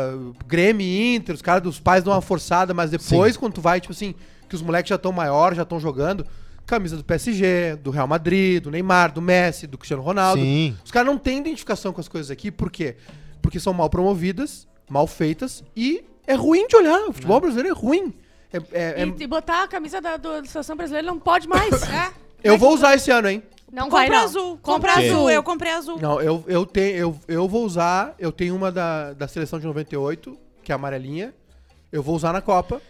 Speaker 4: Grêmio e Inter, os caras dos pais dão uma forçada, mas depois quando tu vai, tipo assim, que os moleques já estão maiores, já estão jogando, camisa do PSG, do Real Madrid, do Neymar, do Messi, do Cristiano Ronaldo.
Speaker 3: Sim.
Speaker 4: Os caras não têm identificação com as coisas aqui, por quê? Porque são mal promovidas, mal feitas e é ruim de olhar. O futebol brasileiro é ruim. É- é- é-
Speaker 2: E, e botar a camisa da, do, da seleção brasileira não pode mais. né?
Speaker 5: É.
Speaker 4: Eu vou usar esse ano, hein?
Speaker 2: Não vai,
Speaker 5: Compra
Speaker 2: não.
Speaker 5: azul.
Speaker 2: Compra
Speaker 5: Compra
Speaker 1: Ok.
Speaker 5: azul. Eu comprei azul.
Speaker 4: Não, eu, eu, tenho, eu, eu vou usar. Eu tenho uma da, da seleção de 98, que é a amarelinha. Eu vou usar na Copa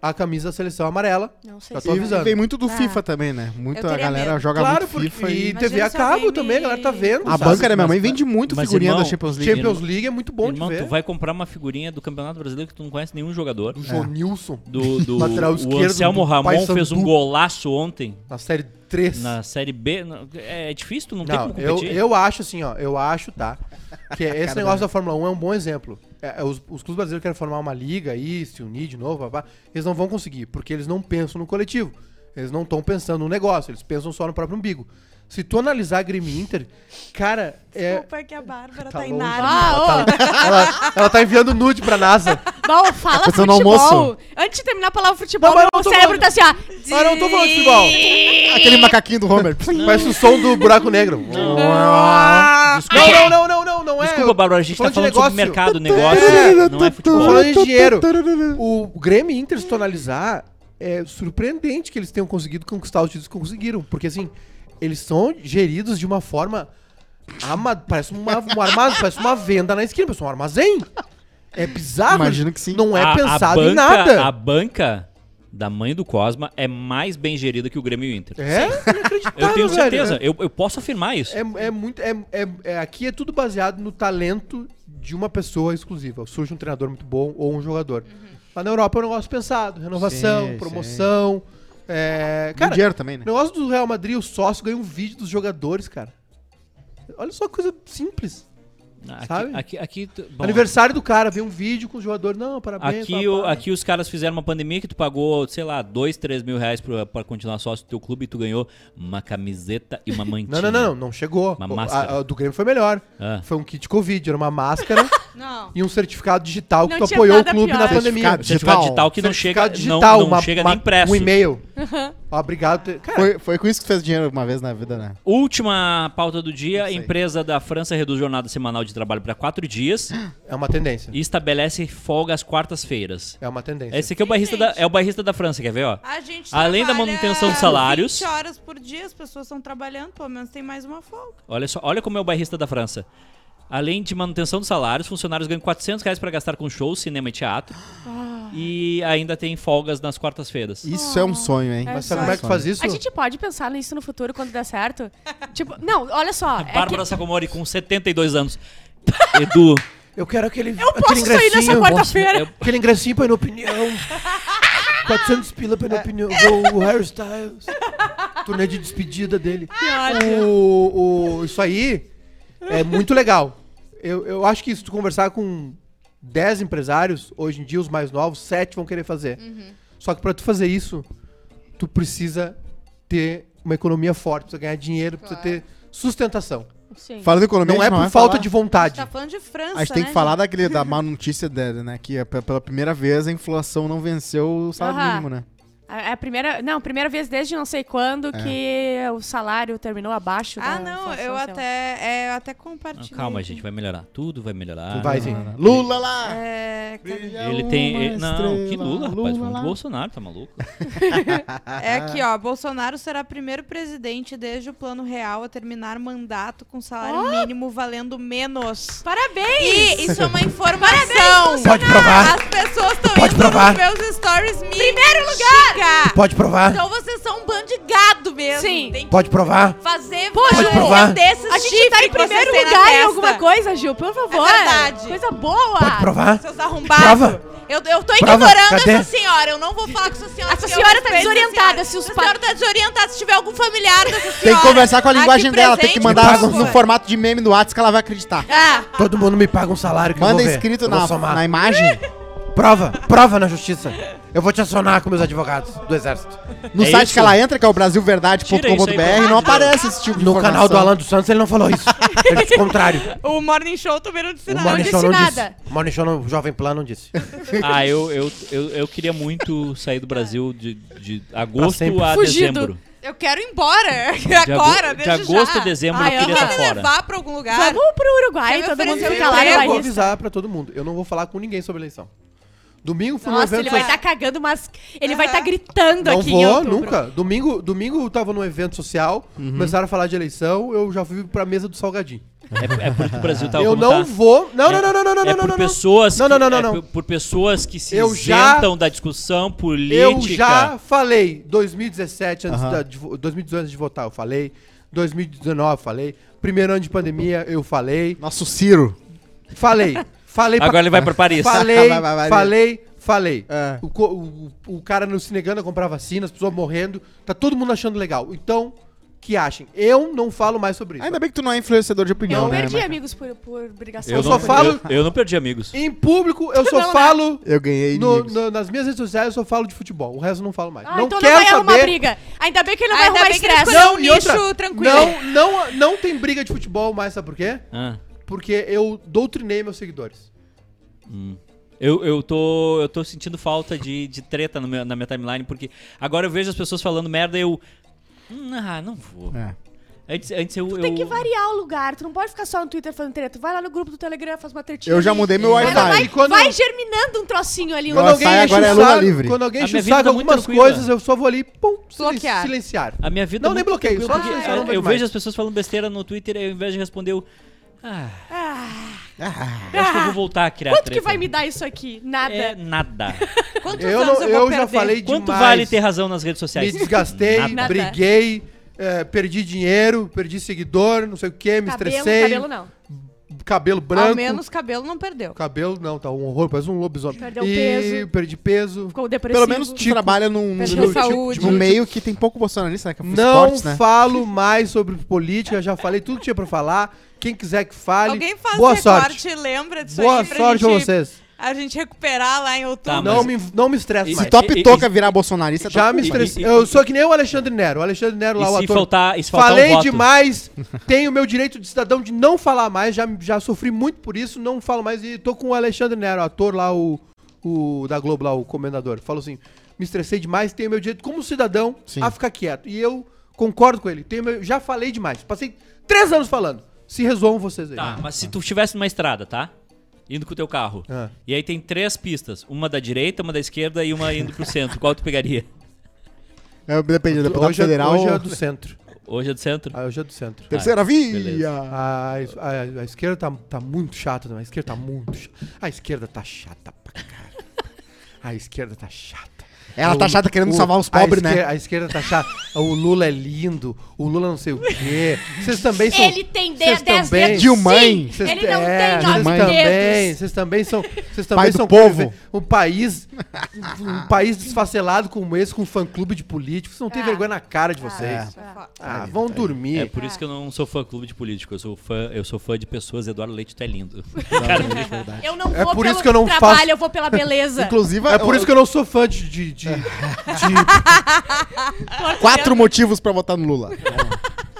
Speaker 4: a camisa da seleção amarela.
Speaker 2: Não sei
Speaker 4: Já
Speaker 2: se
Speaker 4: tô
Speaker 3: E
Speaker 4: avisando.
Speaker 3: vem muito do
Speaker 5: Ah.
Speaker 3: FIFA também, né?
Speaker 5: Eu
Speaker 3: Muita
Speaker 5: teria
Speaker 3: galera
Speaker 5: medo.
Speaker 3: joga
Speaker 4: claro,
Speaker 3: muito
Speaker 4: porque
Speaker 3: FIFA.
Speaker 4: e
Speaker 3: E...
Speaker 4: TV
Speaker 5: Imagina
Speaker 4: a
Speaker 5: se
Speaker 4: cabo
Speaker 5: alguém
Speaker 4: também, a
Speaker 5: me-
Speaker 4: galera tá vendo.
Speaker 3: A
Speaker 4: sabe?
Speaker 3: banca da minha mãe
Speaker 1: mas-
Speaker 3: vende muito
Speaker 1: mas,
Speaker 3: figurinha
Speaker 1: irmão,
Speaker 3: da Champions League.
Speaker 4: Champions League é muito bom
Speaker 1: Irmão,
Speaker 4: de ver.
Speaker 1: tu vai comprar uma figurinha do Campeonato Brasileiro que tu não conhece nenhum jogador. É.
Speaker 4: Do
Speaker 3: É.
Speaker 4: Jonilson,
Speaker 1: Do, do,
Speaker 4: Lateral
Speaker 1: o
Speaker 4: esquerdo
Speaker 1: Anselmo
Speaker 4: do
Speaker 1: Ramon
Speaker 4: Paysandu.
Speaker 1: fez um golaço ontem
Speaker 4: na série 3.
Speaker 1: na Série B. Na- É, é difícil, tu não, tem
Speaker 4: Não,
Speaker 1: como
Speaker 4: eu,
Speaker 1: competir.
Speaker 4: eu acho assim, ó, eu acho, tá? Que esse negócio da Fórmula 1 é um bom exemplo. É, é, os, os clubes brasileiros querem formar uma liga aí, se unir de novo, papá, eles não vão conseguir, porque eles não pensam no coletivo. Eles não estão pensando no negócio, eles pensam só no próprio umbigo. Se tu analisar Grêmio e Inter, cara, é.
Speaker 5: Desculpa, é que a Bárbara
Speaker 4: Tá
Speaker 5: tá, em
Speaker 4: longe.
Speaker 5: nada.
Speaker 2: Ah,
Speaker 4: tá
Speaker 2: ô,
Speaker 4: Ela, ela tá enviando nude pra NASA.
Speaker 2: bom,
Speaker 4: Tá
Speaker 2: fala
Speaker 3: pensando no
Speaker 2: futebol.
Speaker 3: almoço.
Speaker 2: Antes de terminar a palavra futebol,
Speaker 4: Não, mas eu
Speaker 2: meu
Speaker 4: não tô
Speaker 2: cérebro
Speaker 4: falando-
Speaker 2: tá assim, ó.
Speaker 4: Ah, não tô falando de futebol.
Speaker 3: Aquele macaquinho do Homer.
Speaker 4: Parece o som do buraco negro. Não, não, não, não, não, não é.
Speaker 1: Desculpa, Bárbara, a
Speaker 4: Tô
Speaker 1: gente tá
Speaker 4: falando de
Speaker 1: falando sobre mercado,
Speaker 4: negócio.
Speaker 1: negócio,
Speaker 4: É.
Speaker 1: não é
Speaker 4: Tô
Speaker 1: futebol.
Speaker 4: falando de dinheiro. O Grêmio Inter, se tu analisar, é surpreendente que eles tenham conseguido conquistar os títulos que conseguiram. Porque, assim, eles são geridos de uma forma... ama- Parece, uma, um armazém, parece uma venda na esquina, parece um armazém. É bizarro.
Speaker 3: Imagino que sim.
Speaker 4: Não é
Speaker 1: A- a
Speaker 4: pensado
Speaker 1: banca-
Speaker 4: em nada.
Speaker 1: A banca da mãe do Cosma é mais bem gerida que o Grêmio e o Inter.
Speaker 4: É inacreditável,
Speaker 1: Eu tenho
Speaker 4: velho.
Speaker 1: certeza, eu, eu posso afirmar isso.
Speaker 4: É, é muito. É, é- é- aqui é tudo baseado no talento de uma pessoa exclusiva. Surge um treinador muito bom ou um jogador. Mas na Europa é um negócio pensado: renovação,
Speaker 3: Sim,
Speaker 4: promoção. É,
Speaker 3: Com
Speaker 4: cara,
Speaker 3: dinheiro também, né?
Speaker 4: o negócio do Real Madrid, o sócio ganha um vídeo dos jogadores, cara. Olha só que coisa simples.
Speaker 1: Aqui,
Speaker 4: Sabe?
Speaker 1: Aqui, aqui, tu- bom,
Speaker 4: Aniversário do cara, veio um vídeo com os jogadores. Não, parabéns.
Speaker 1: aqui, o- aqui os caras fizeram uma pandemia que tu pagou, sei lá, 2, 3 mil reais pra, pra continuar sócio do teu clube e tu ganhou uma camiseta e uma mantinha.
Speaker 4: Não, não, não, não, não chegou.
Speaker 1: Uma
Speaker 4: O- a-
Speaker 1: máscara.
Speaker 4: a do Grêmio foi melhor.
Speaker 1: Ah.
Speaker 4: Foi um kit Covid, era uma máscara
Speaker 5: Não.
Speaker 4: e um certificado digital que
Speaker 2: Não
Speaker 4: tu
Speaker 2: tinha
Speaker 4: apoiou o
Speaker 2: nada
Speaker 4: clube
Speaker 2: pior.
Speaker 4: na pandemia.
Speaker 3: Certificado
Speaker 1: Certificado
Speaker 3: Digital.
Speaker 1: digital que não chega,
Speaker 4: Certificado
Speaker 1: não, não
Speaker 4: uma-
Speaker 1: chega
Speaker 4: uma-
Speaker 1: nem impresso.
Speaker 4: Um e-mail.
Speaker 2: Uhum.
Speaker 4: Obrigado. te- Cara,
Speaker 3: Foi, foi com isso que tu fez dinheiro uma vez na vida, né?
Speaker 1: Última pauta do dia:
Speaker 3: Isso aí.
Speaker 1: empresa da França reduz jornada semanal de trabalho para quatro dias
Speaker 4: é uma tendência.
Speaker 1: e estabelece folga às quartas-feiras.
Speaker 4: É uma tendência.
Speaker 1: Esse aqui é o barrista da, é o barrista da França, quer ver, ó?
Speaker 5: A gente
Speaker 1: Além da
Speaker 5: trabalha
Speaker 1: manutenção de salários.
Speaker 5: 20 horas por dia, as pessoas estão trabalhando, pelo menos tem mais uma folga.
Speaker 1: Olha só, olha como é o bairrista da França. Além de manutenção dos salários, funcionários ganham 400 reais para gastar com shows, cinema e teatro. E ainda tem folgas nas quartas-feiras.
Speaker 3: Isso é um sonho, hein?
Speaker 4: Mas sabe como é que faz isso?
Speaker 2: A gente pode pensar nisso no futuro quando der certo? tipo, não, olha só. é que-
Speaker 1: Bárbara Sacomori com 72 anos. Edu,
Speaker 4: Eu quero aquele.
Speaker 2: eu posso sair nessa quarta-feira.
Speaker 1: eu- Ah,
Speaker 4: Aquele ingressinho pra ir na opinião. 400 pila pra ir na opinião.
Speaker 5: É.
Speaker 4: O, o Harry Styles. Turnê de despedida dele. O, o- isso aí é muito legal. Eu, eu acho que se tu conversar com 10 empresários, hoje em dia os mais novos, 7 vão querer fazer.
Speaker 5: Uhum.
Speaker 4: Só que pra tu fazer isso, tu precisa ter uma economia forte, precisa ganhar dinheiro, precisa ter sustentação.
Speaker 2: Sim.
Speaker 3: Fala da economia,
Speaker 4: Não
Speaker 3: a
Speaker 4: é
Speaker 3: gente
Speaker 4: por
Speaker 3: vai
Speaker 4: falta
Speaker 3: falar.
Speaker 4: de
Speaker 5: A
Speaker 4: vontade.
Speaker 5: gente tá falando de França,
Speaker 3: A gente tem
Speaker 5: né,
Speaker 3: que falar daquele, da má notícia dela, né? Que é pe- pela primeira vez a inflação não venceu o salário
Speaker 2: Aham.
Speaker 3: mínimo, né?
Speaker 2: É a primeira, não, primeira vez desde não sei quando que o salário terminou abaixo.
Speaker 5: Ah,
Speaker 2: da
Speaker 5: não,
Speaker 2: inflação,
Speaker 5: eu
Speaker 2: sei lá.
Speaker 5: até, é, eu até compartilhei.
Speaker 1: calma,
Speaker 5: aqui.
Speaker 1: gente, vai melhorar. Tudo Ah, vai melhorar.
Speaker 4: Vai, sim.
Speaker 3: Lula lá!
Speaker 5: É,
Speaker 1: Ele tem.
Speaker 3: Uma
Speaker 1: ele- não, que
Speaker 3: estrela,
Speaker 1: Lula, rapaz.
Speaker 3: Lula
Speaker 1: Muito
Speaker 3: lá.
Speaker 1: Bolsonaro, tá maluco?
Speaker 5: é aqui, ó. Bolsonaro será primeiro presidente desde o Plano Real a terminar mandato com salário mínimo valendo menos.
Speaker 2: Parabéns!
Speaker 5: E isso é uma informação.
Speaker 4: Pode provar.
Speaker 5: As pessoas estão
Speaker 4: Pode
Speaker 5: indo
Speaker 4: provar.
Speaker 5: nos meus stories me Primeiro lugar!
Speaker 4: Pode provar.
Speaker 5: Então vocês são um bando de gado mesmo.
Speaker 2: Sim.
Speaker 5: Tem que
Speaker 4: Pode provar.
Speaker 5: fazer
Speaker 2: Pô, Ju,
Speaker 5: coisas
Speaker 4: provar.
Speaker 5: desses
Speaker 2: a gente tá
Speaker 5: chifres
Speaker 2: em
Speaker 5: que vocês
Speaker 2: primeiro
Speaker 5: têm na
Speaker 2: lugar em
Speaker 5: testa.
Speaker 2: alguma coisa, Gil, por favor.
Speaker 5: É verdade.
Speaker 2: Coisa boa.
Speaker 5: Tá.
Speaker 4: Pode provar.
Speaker 5: Seus arrombados.
Speaker 4: Prova.
Speaker 5: Eu, eu tô
Speaker 4: Prova.
Speaker 5: ignorando
Speaker 4: Cadê?
Speaker 5: essa senhora. Eu não vou falar com essa senhora.
Speaker 2: Essa
Speaker 5: porque
Speaker 2: senhora
Speaker 5: eu
Speaker 2: tá
Speaker 5: respeito essa
Speaker 2: desorientada,
Speaker 5: senhora.
Speaker 2: se os
Speaker 5: Essa
Speaker 2: pa-
Speaker 5: senhora tá desorientada. Se tiver algum familiar dessa senhora.
Speaker 3: Tem que conversar com a
Speaker 5: aqui
Speaker 3: linguagem dela, tem que
Speaker 5: presente,
Speaker 3: mandar
Speaker 5: por
Speaker 4: pago.
Speaker 3: no
Speaker 5: favor.
Speaker 3: formato de meme do WhatsApp que ela vai acreditar.
Speaker 5: Ah,
Speaker 4: Todo mundo me paga um salário que eu
Speaker 3: Manda
Speaker 4: vou ver.
Speaker 3: escrito
Speaker 4: Eu vou
Speaker 3: na,
Speaker 4: somar.
Speaker 3: na imagem,
Speaker 4: Prova, prova na justiça. Eu vou te acionar com meus advogados do exército.
Speaker 3: no
Speaker 1: É
Speaker 3: site
Speaker 1: isso?
Speaker 3: que ela entra, que é o brasilverdade.com.br,
Speaker 1: Tira
Speaker 3: não
Speaker 1: isso aí,
Speaker 3: aparece esse tipo de
Speaker 4: No
Speaker 3: informação.
Speaker 4: canal do Alan dos Santos ele não falou isso. Ele disse o contrário.
Speaker 5: o Morning Show também não disse
Speaker 4: O
Speaker 5: nada.
Speaker 4: Morning
Speaker 2: disse
Speaker 4: Show não
Speaker 2: nada.
Speaker 4: disse. O Morning Show, não, o Jovem Plan não disse.
Speaker 1: Ah, eu, eu, eu, eu queria muito sair do Brasil de, de agosto
Speaker 4: sempre.
Speaker 1: a
Speaker 2: Fugido.
Speaker 1: dezembro.
Speaker 5: Eu quero ir embora.
Speaker 2: Tá
Speaker 1: De,
Speaker 5: Agora,
Speaker 1: ago- de
Speaker 5: desde
Speaker 1: agosto
Speaker 5: já.
Speaker 1: a dezembro
Speaker 2: Ah,
Speaker 1: eu
Speaker 2: eu
Speaker 1: queria
Speaker 5: Quer
Speaker 1: estar
Speaker 5: me
Speaker 1: fora.
Speaker 5: levar pra algum lugar?
Speaker 2: Vamos pro Uruguai,
Speaker 5: Quer me
Speaker 2: todo mundo
Speaker 5: oferecer
Speaker 2: fica lá
Speaker 5: um
Speaker 2: no
Speaker 5: emprego?
Speaker 4: Eu vou
Speaker 2: barista.
Speaker 4: avisar pra todo mundo. Eu não vou falar com ninguém sobre a eleição. Domingo foi um
Speaker 2: Nossa,
Speaker 4: evento.
Speaker 2: ele vai
Speaker 4: social-
Speaker 2: estar cagando, mas ele vai estar
Speaker 5: Aham.
Speaker 2: gritando
Speaker 4: Não
Speaker 2: aqui em
Speaker 4: vou,
Speaker 2: outubro.
Speaker 4: nunca. Domingo, domingo eu tava num evento social,
Speaker 3: Uhum.
Speaker 4: começaram a falar de eleição, eu já fui pra mesa do Salgadinho.
Speaker 1: É, é por isso que o Brasil tá
Speaker 4: eu
Speaker 1: como
Speaker 4: não
Speaker 1: tá.
Speaker 4: vou. Não,
Speaker 1: É-
Speaker 4: não, não, não, não, não,
Speaker 1: é
Speaker 4: não,
Speaker 1: por
Speaker 4: não, não.
Speaker 1: pessoas
Speaker 4: Não,
Speaker 1: que-
Speaker 4: não, não, não,
Speaker 1: é
Speaker 4: não.
Speaker 1: Por, por pessoas que se
Speaker 4: Eu já-
Speaker 1: isentam da discussão política.
Speaker 4: Eu já falei 2017 antes
Speaker 3: Aham.
Speaker 4: da- de, vo- 2018 antes de votar, eu falei. 2019 eu falei. Primeiro ano de pandemia eu falei.
Speaker 3: Nosso Ciro.
Speaker 4: Falei. Falei pra-
Speaker 1: Agora ele vai pra Paris.
Speaker 4: Falei,
Speaker 3: Vai, vai, vai.
Speaker 4: falei, falei.
Speaker 3: É.
Speaker 4: O, co- o- o cara não se negando a comprar vacina, as pessoas morrendo. Tá todo mundo achando legal. Então, que achem. Eu não falo mais sobre isso.
Speaker 3: Ainda bem que tu não é influenciador de
Speaker 2: Eu
Speaker 3: opinião, né?
Speaker 2: perdi
Speaker 3: Marca?
Speaker 2: amigos por, por obrigação.
Speaker 1: Eu,
Speaker 4: Eu
Speaker 1: não,
Speaker 4: só falo-
Speaker 1: eu- eu não perdi amigos.
Speaker 4: Em público, eu só
Speaker 2: Não, né?
Speaker 4: falo.
Speaker 3: Eu ganhei
Speaker 4: no-
Speaker 3: inimigos.
Speaker 4: no- nas minhas redes sociais, eu só falo de futebol. O resto eu não falo mais.
Speaker 2: Ah,
Speaker 4: não
Speaker 2: então
Speaker 4: quero
Speaker 2: não vai arrumar
Speaker 4: saber.
Speaker 2: briga. Ainda bem que ele não
Speaker 5: Ainda
Speaker 2: vai
Speaker 5: bem
Speaker 2: arrumar
Speaker 5: que ele
Speaker 2: estresse.
Speaker 5: escolheu
Speaker 4: Não,
Speaker 5: um
Speaker 4: e outra,
Speaker 5: nicho tranquilo.
Speaker 4: não, não, não tem briga de futebol mais, sabe por quê?
Speaker 1: Ah,
Speaker 4: Porque eu doutrinei meus seguidores.
Speaker 1: eu, eu, tô, eu tô sentindo falta de, de treta no meu- na minha timeline, porque agora eu vejo as pessoas falando merda e eu. "Hum, Ah, não vou.
Speaker 3: É.
Speaker 1: Antes, antes eu.
Speaker 2: Tem
Speaker 1: eu-
Speaker 2: que variar o lugar. Tu não pode ficar só no Twitter falando treta. Tu vai lá no grupo do Telegram, faz uma tretinha.
Speaker 3: Eu já
Speaker 2: ali.
Speaker 3: mudei meu
Speaker 2: Ela vai,
Speaker 3: Wi-Fi.
Speaker 4: E quando-
Speaker 2: vai germinando um trocinho ali. um
Speaker 3: Quando
Speaker 2: negócio.
Speaker 3: sai, agora
Speaker 4: o
Speaker 3: é Lula
Speaker 4: saco-
Speaker 3: livre.
Speaker 4: Quando alguém
Speaker 1: A
Speaker 4: enche
Speaker 1: minha
Speaker 4: o
Speaker 1: vida
Speaker 4: saco
Speaker 1: tá muito
Speaker 4: algumas
Speaker 1: tranquila.
Speaker 4: coisas, eu só vou ali, pum, silen-
Speaker 5: Bloquear.
Speaker 4: silenciar.
Speaker 1: A minha vida.
Speaker 4: Não,
Speaker 1: é
Speaker 4: nem
Speaker 1: muito
Speaker 4: bloqueio,
Speaker 1: tranquila,
Speaker 4: só
Speaker 1: porque
Speaker 4: silenciar, não
Speaker 1: eu,
Speaker 4: vai
Speaker 1: eu
Speaker 4: demais.
Speaker 1: vejo as pessoas falando besteira no Twitter e ao invés de responder, eu. Ah. eu Acho que eu vou voltar a criar
Speaker 2: Quanto
Speaker 1: treta.
Speaker 2: que vai me dar isso aqui? Nada.
Speaker 1: É nada.
Speaker 5: Quantos
Speaker 4: Eu,
Speaker 5: anos
Speaker 4: não,
Speaker 5: eu,
Speaker 4: eu,
Speaker 5: vou
Speaker 4: já
Speaker 5: perder?
Speaker 4: falei
Speaker 1: Quanto
Speaker 4: É demais.
Speaker 1: vale ter razão nas redes sociais?
Speaker 4: Me desgastei,
Speaker 1: Nada.
Speaker 4: briguei, eh, perdi dinheiro, perdi seguidor, não sei o que,
Speaker 2: cabelo,
Speaker 4: me estressei.
Speaker 2: cabelo não.
Speaker 4: cabelo branco.
Speaker 5: Ao menos cabelo não perdeu.
Speaker 4: Cabelo não, tá um horror, parece um lobisomem.
Speaker 2: Perdeu
Speaker 4: e
Speaker 2: peso.
Speaker 4: perdi peso.
Speaker 2: Ficou depressivo.
Speaker 3: Pelo menos tu
Speaker 4: tipo,
Speaker 3: trabalha num,
Speaker 5: Perdeu
Speaker 3: num-
Speaker 5: saúde.
Speaker 3: num tipo, meio que tem pouco bolsonarista, né? Que é
Speaker 4: Não
Speaker 3: esportes, né?
Speaker 4: falo mais sobre política, já falei tudo que tinha pra falar. Quem quiser que fale.
Speaker 5: Alguém faz
Speaker 4: Boa
Speaker 5: recorte,
Speaker 4: sorte.
Speaker 5: lembra disso
Speaker 4: Boa
Speaker 5: aqui pra
Speaker 4: sorte
Speaker 5: gente,
Speaker 4: a vocês.
Speaker 5: A gente recuperar lá em outubro.
Speaker 1: Tá, mas-
Speaker 4: Não me, não me estresse
Speaker 1: E
Speaker 3: Se
Speaker 4: mais.
Speaker 3: É Top
Speaker 1: E- e-
Speaker 3: Toca virar bolsonarista, tá
Speaker 4: Já me
Speaker 3: fudido.
Speaker 4: estressei.
Speaker 1: e- e-
Speaker 4: Eu sou que nem o Alexandre Nero. O Alexandre Nero lá,
Speaker 1: E
Speaker 4: o
Speaker 1: se
Speaker 4: ator.
Speaker 1: faltar- e se faltar um
Speaker 4: Falei
Speaker 1: voto?
Speaker 4: demais. tenho o meu direito de cidadão de não falar mais. Já, já sofri muito por isso. Não falo mais. E tô com o Alexandre Nero, o ator lá, o, o da Globo lá, o comendador. Falou assim, me estressei demais. Tenho meu direito como cidadão
Speaker 3: Sim.
Speaker 4: a ficar quieto. E eu concordo com ele. Tenho meu- já falei demais. Passei três anos falando. Se resolvam vocês aí.
Speaker 1: Tá, mas se tu estivesse numa estrada, tá? Indo com o teu carro.
Speaker 4: Ah.
Speaker 1: E aí tem três pistas. Uma da direita, uma da esquerda e uma indo pro centro. Qual tu pegaria?
Speaker 3: É, depende, o deputado
Speaker 4: Hoje, é-
Speaker 3: federal.
Speaker 4: hoje é do centro.
Speaker 1: Hoje é do centro?
Speaker 4: Ah, Hoje é do centro.
Speaker 3: Terceira via!
Speaker 1: beleza.
Speaker 4: A, a- a esquerda tá, tá muito chata, né? A esquerda tá muito chata. A esquerda tá chata pra caralho. A esquerda tá chata.
Speaker 3: Ela tá
Speaker 4: O-
Speaker 3: chata querendo
Speaker 4: o-
Speaker 3: salvar os
Speaker 4: a
Speaker 3: pobres, né?
Speaker 4: esquer- A esquerda tá chata. O Lula é lindo. O Lula não sei o quê. Vocês também são.
Speaker 2: Ele tem
Speaker 4: vocês
Speaker 2: 10 dedos.
Speaker 4: também-
Speaker 3: Dilma,
Speaker 2: Sim,
Speaker 3: hein?
Speaker 4: Vocês-
Speaker 2: ele não
Speaker 4: é,
Speaker 2: tem 9
Speaker 4: vocês
Speaker 3: Dilma.
Speaker 4: também,
Speaker 2: dedos.
Speaker 4: vocês também são, vocês
Speaker 3: Pai
Speaker 4: também
Speaker 3: do
Speaker 4: são
Speaker 3: povo.
Speaker 4: convive- um país, um país desfacelado como esse, com um fã-clube de políticos, não tem
Speaker 2: Ah.
Speaker 4: vergonha na cara de
Speaker 3: É.
Speaker 4: vocês. Ah, vão dormir.
Speaker 1: É por isso que eu não sou fã clube de político. Eu sou fã, eu sou fã de pessoas. Eduardo Leite, tu é lindo. Cara,
Speaker 2: Eu não
Speaker 4: É
Speaker 2: vou
Speaker 4: por
Speaker 2: pelo
Speaker 4: isso que eu não
Speaker 2: trabalho,
Speaker 4: faço-
Speaker 2: eu vou pela beleza.
Speaker 3: Inclusive,
Speaker 4: É por isso que eu não sou fã de. de, de, de-
Speaker 3: quatro motivos pra votar no Lula.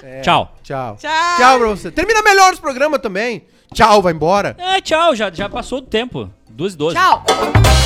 Speaker 4: É.
Speaker 1: Tchau.
Speaker 4: Tchau.
Speaker 5: Tchau.
Speaker 4: Tchau pra você. Termina melhor os programas também. Tchau, vai embora.
Speaker 1: É, tchau. Já, já passou do tempo. 12 e 12.
Speaker 2: Tchau.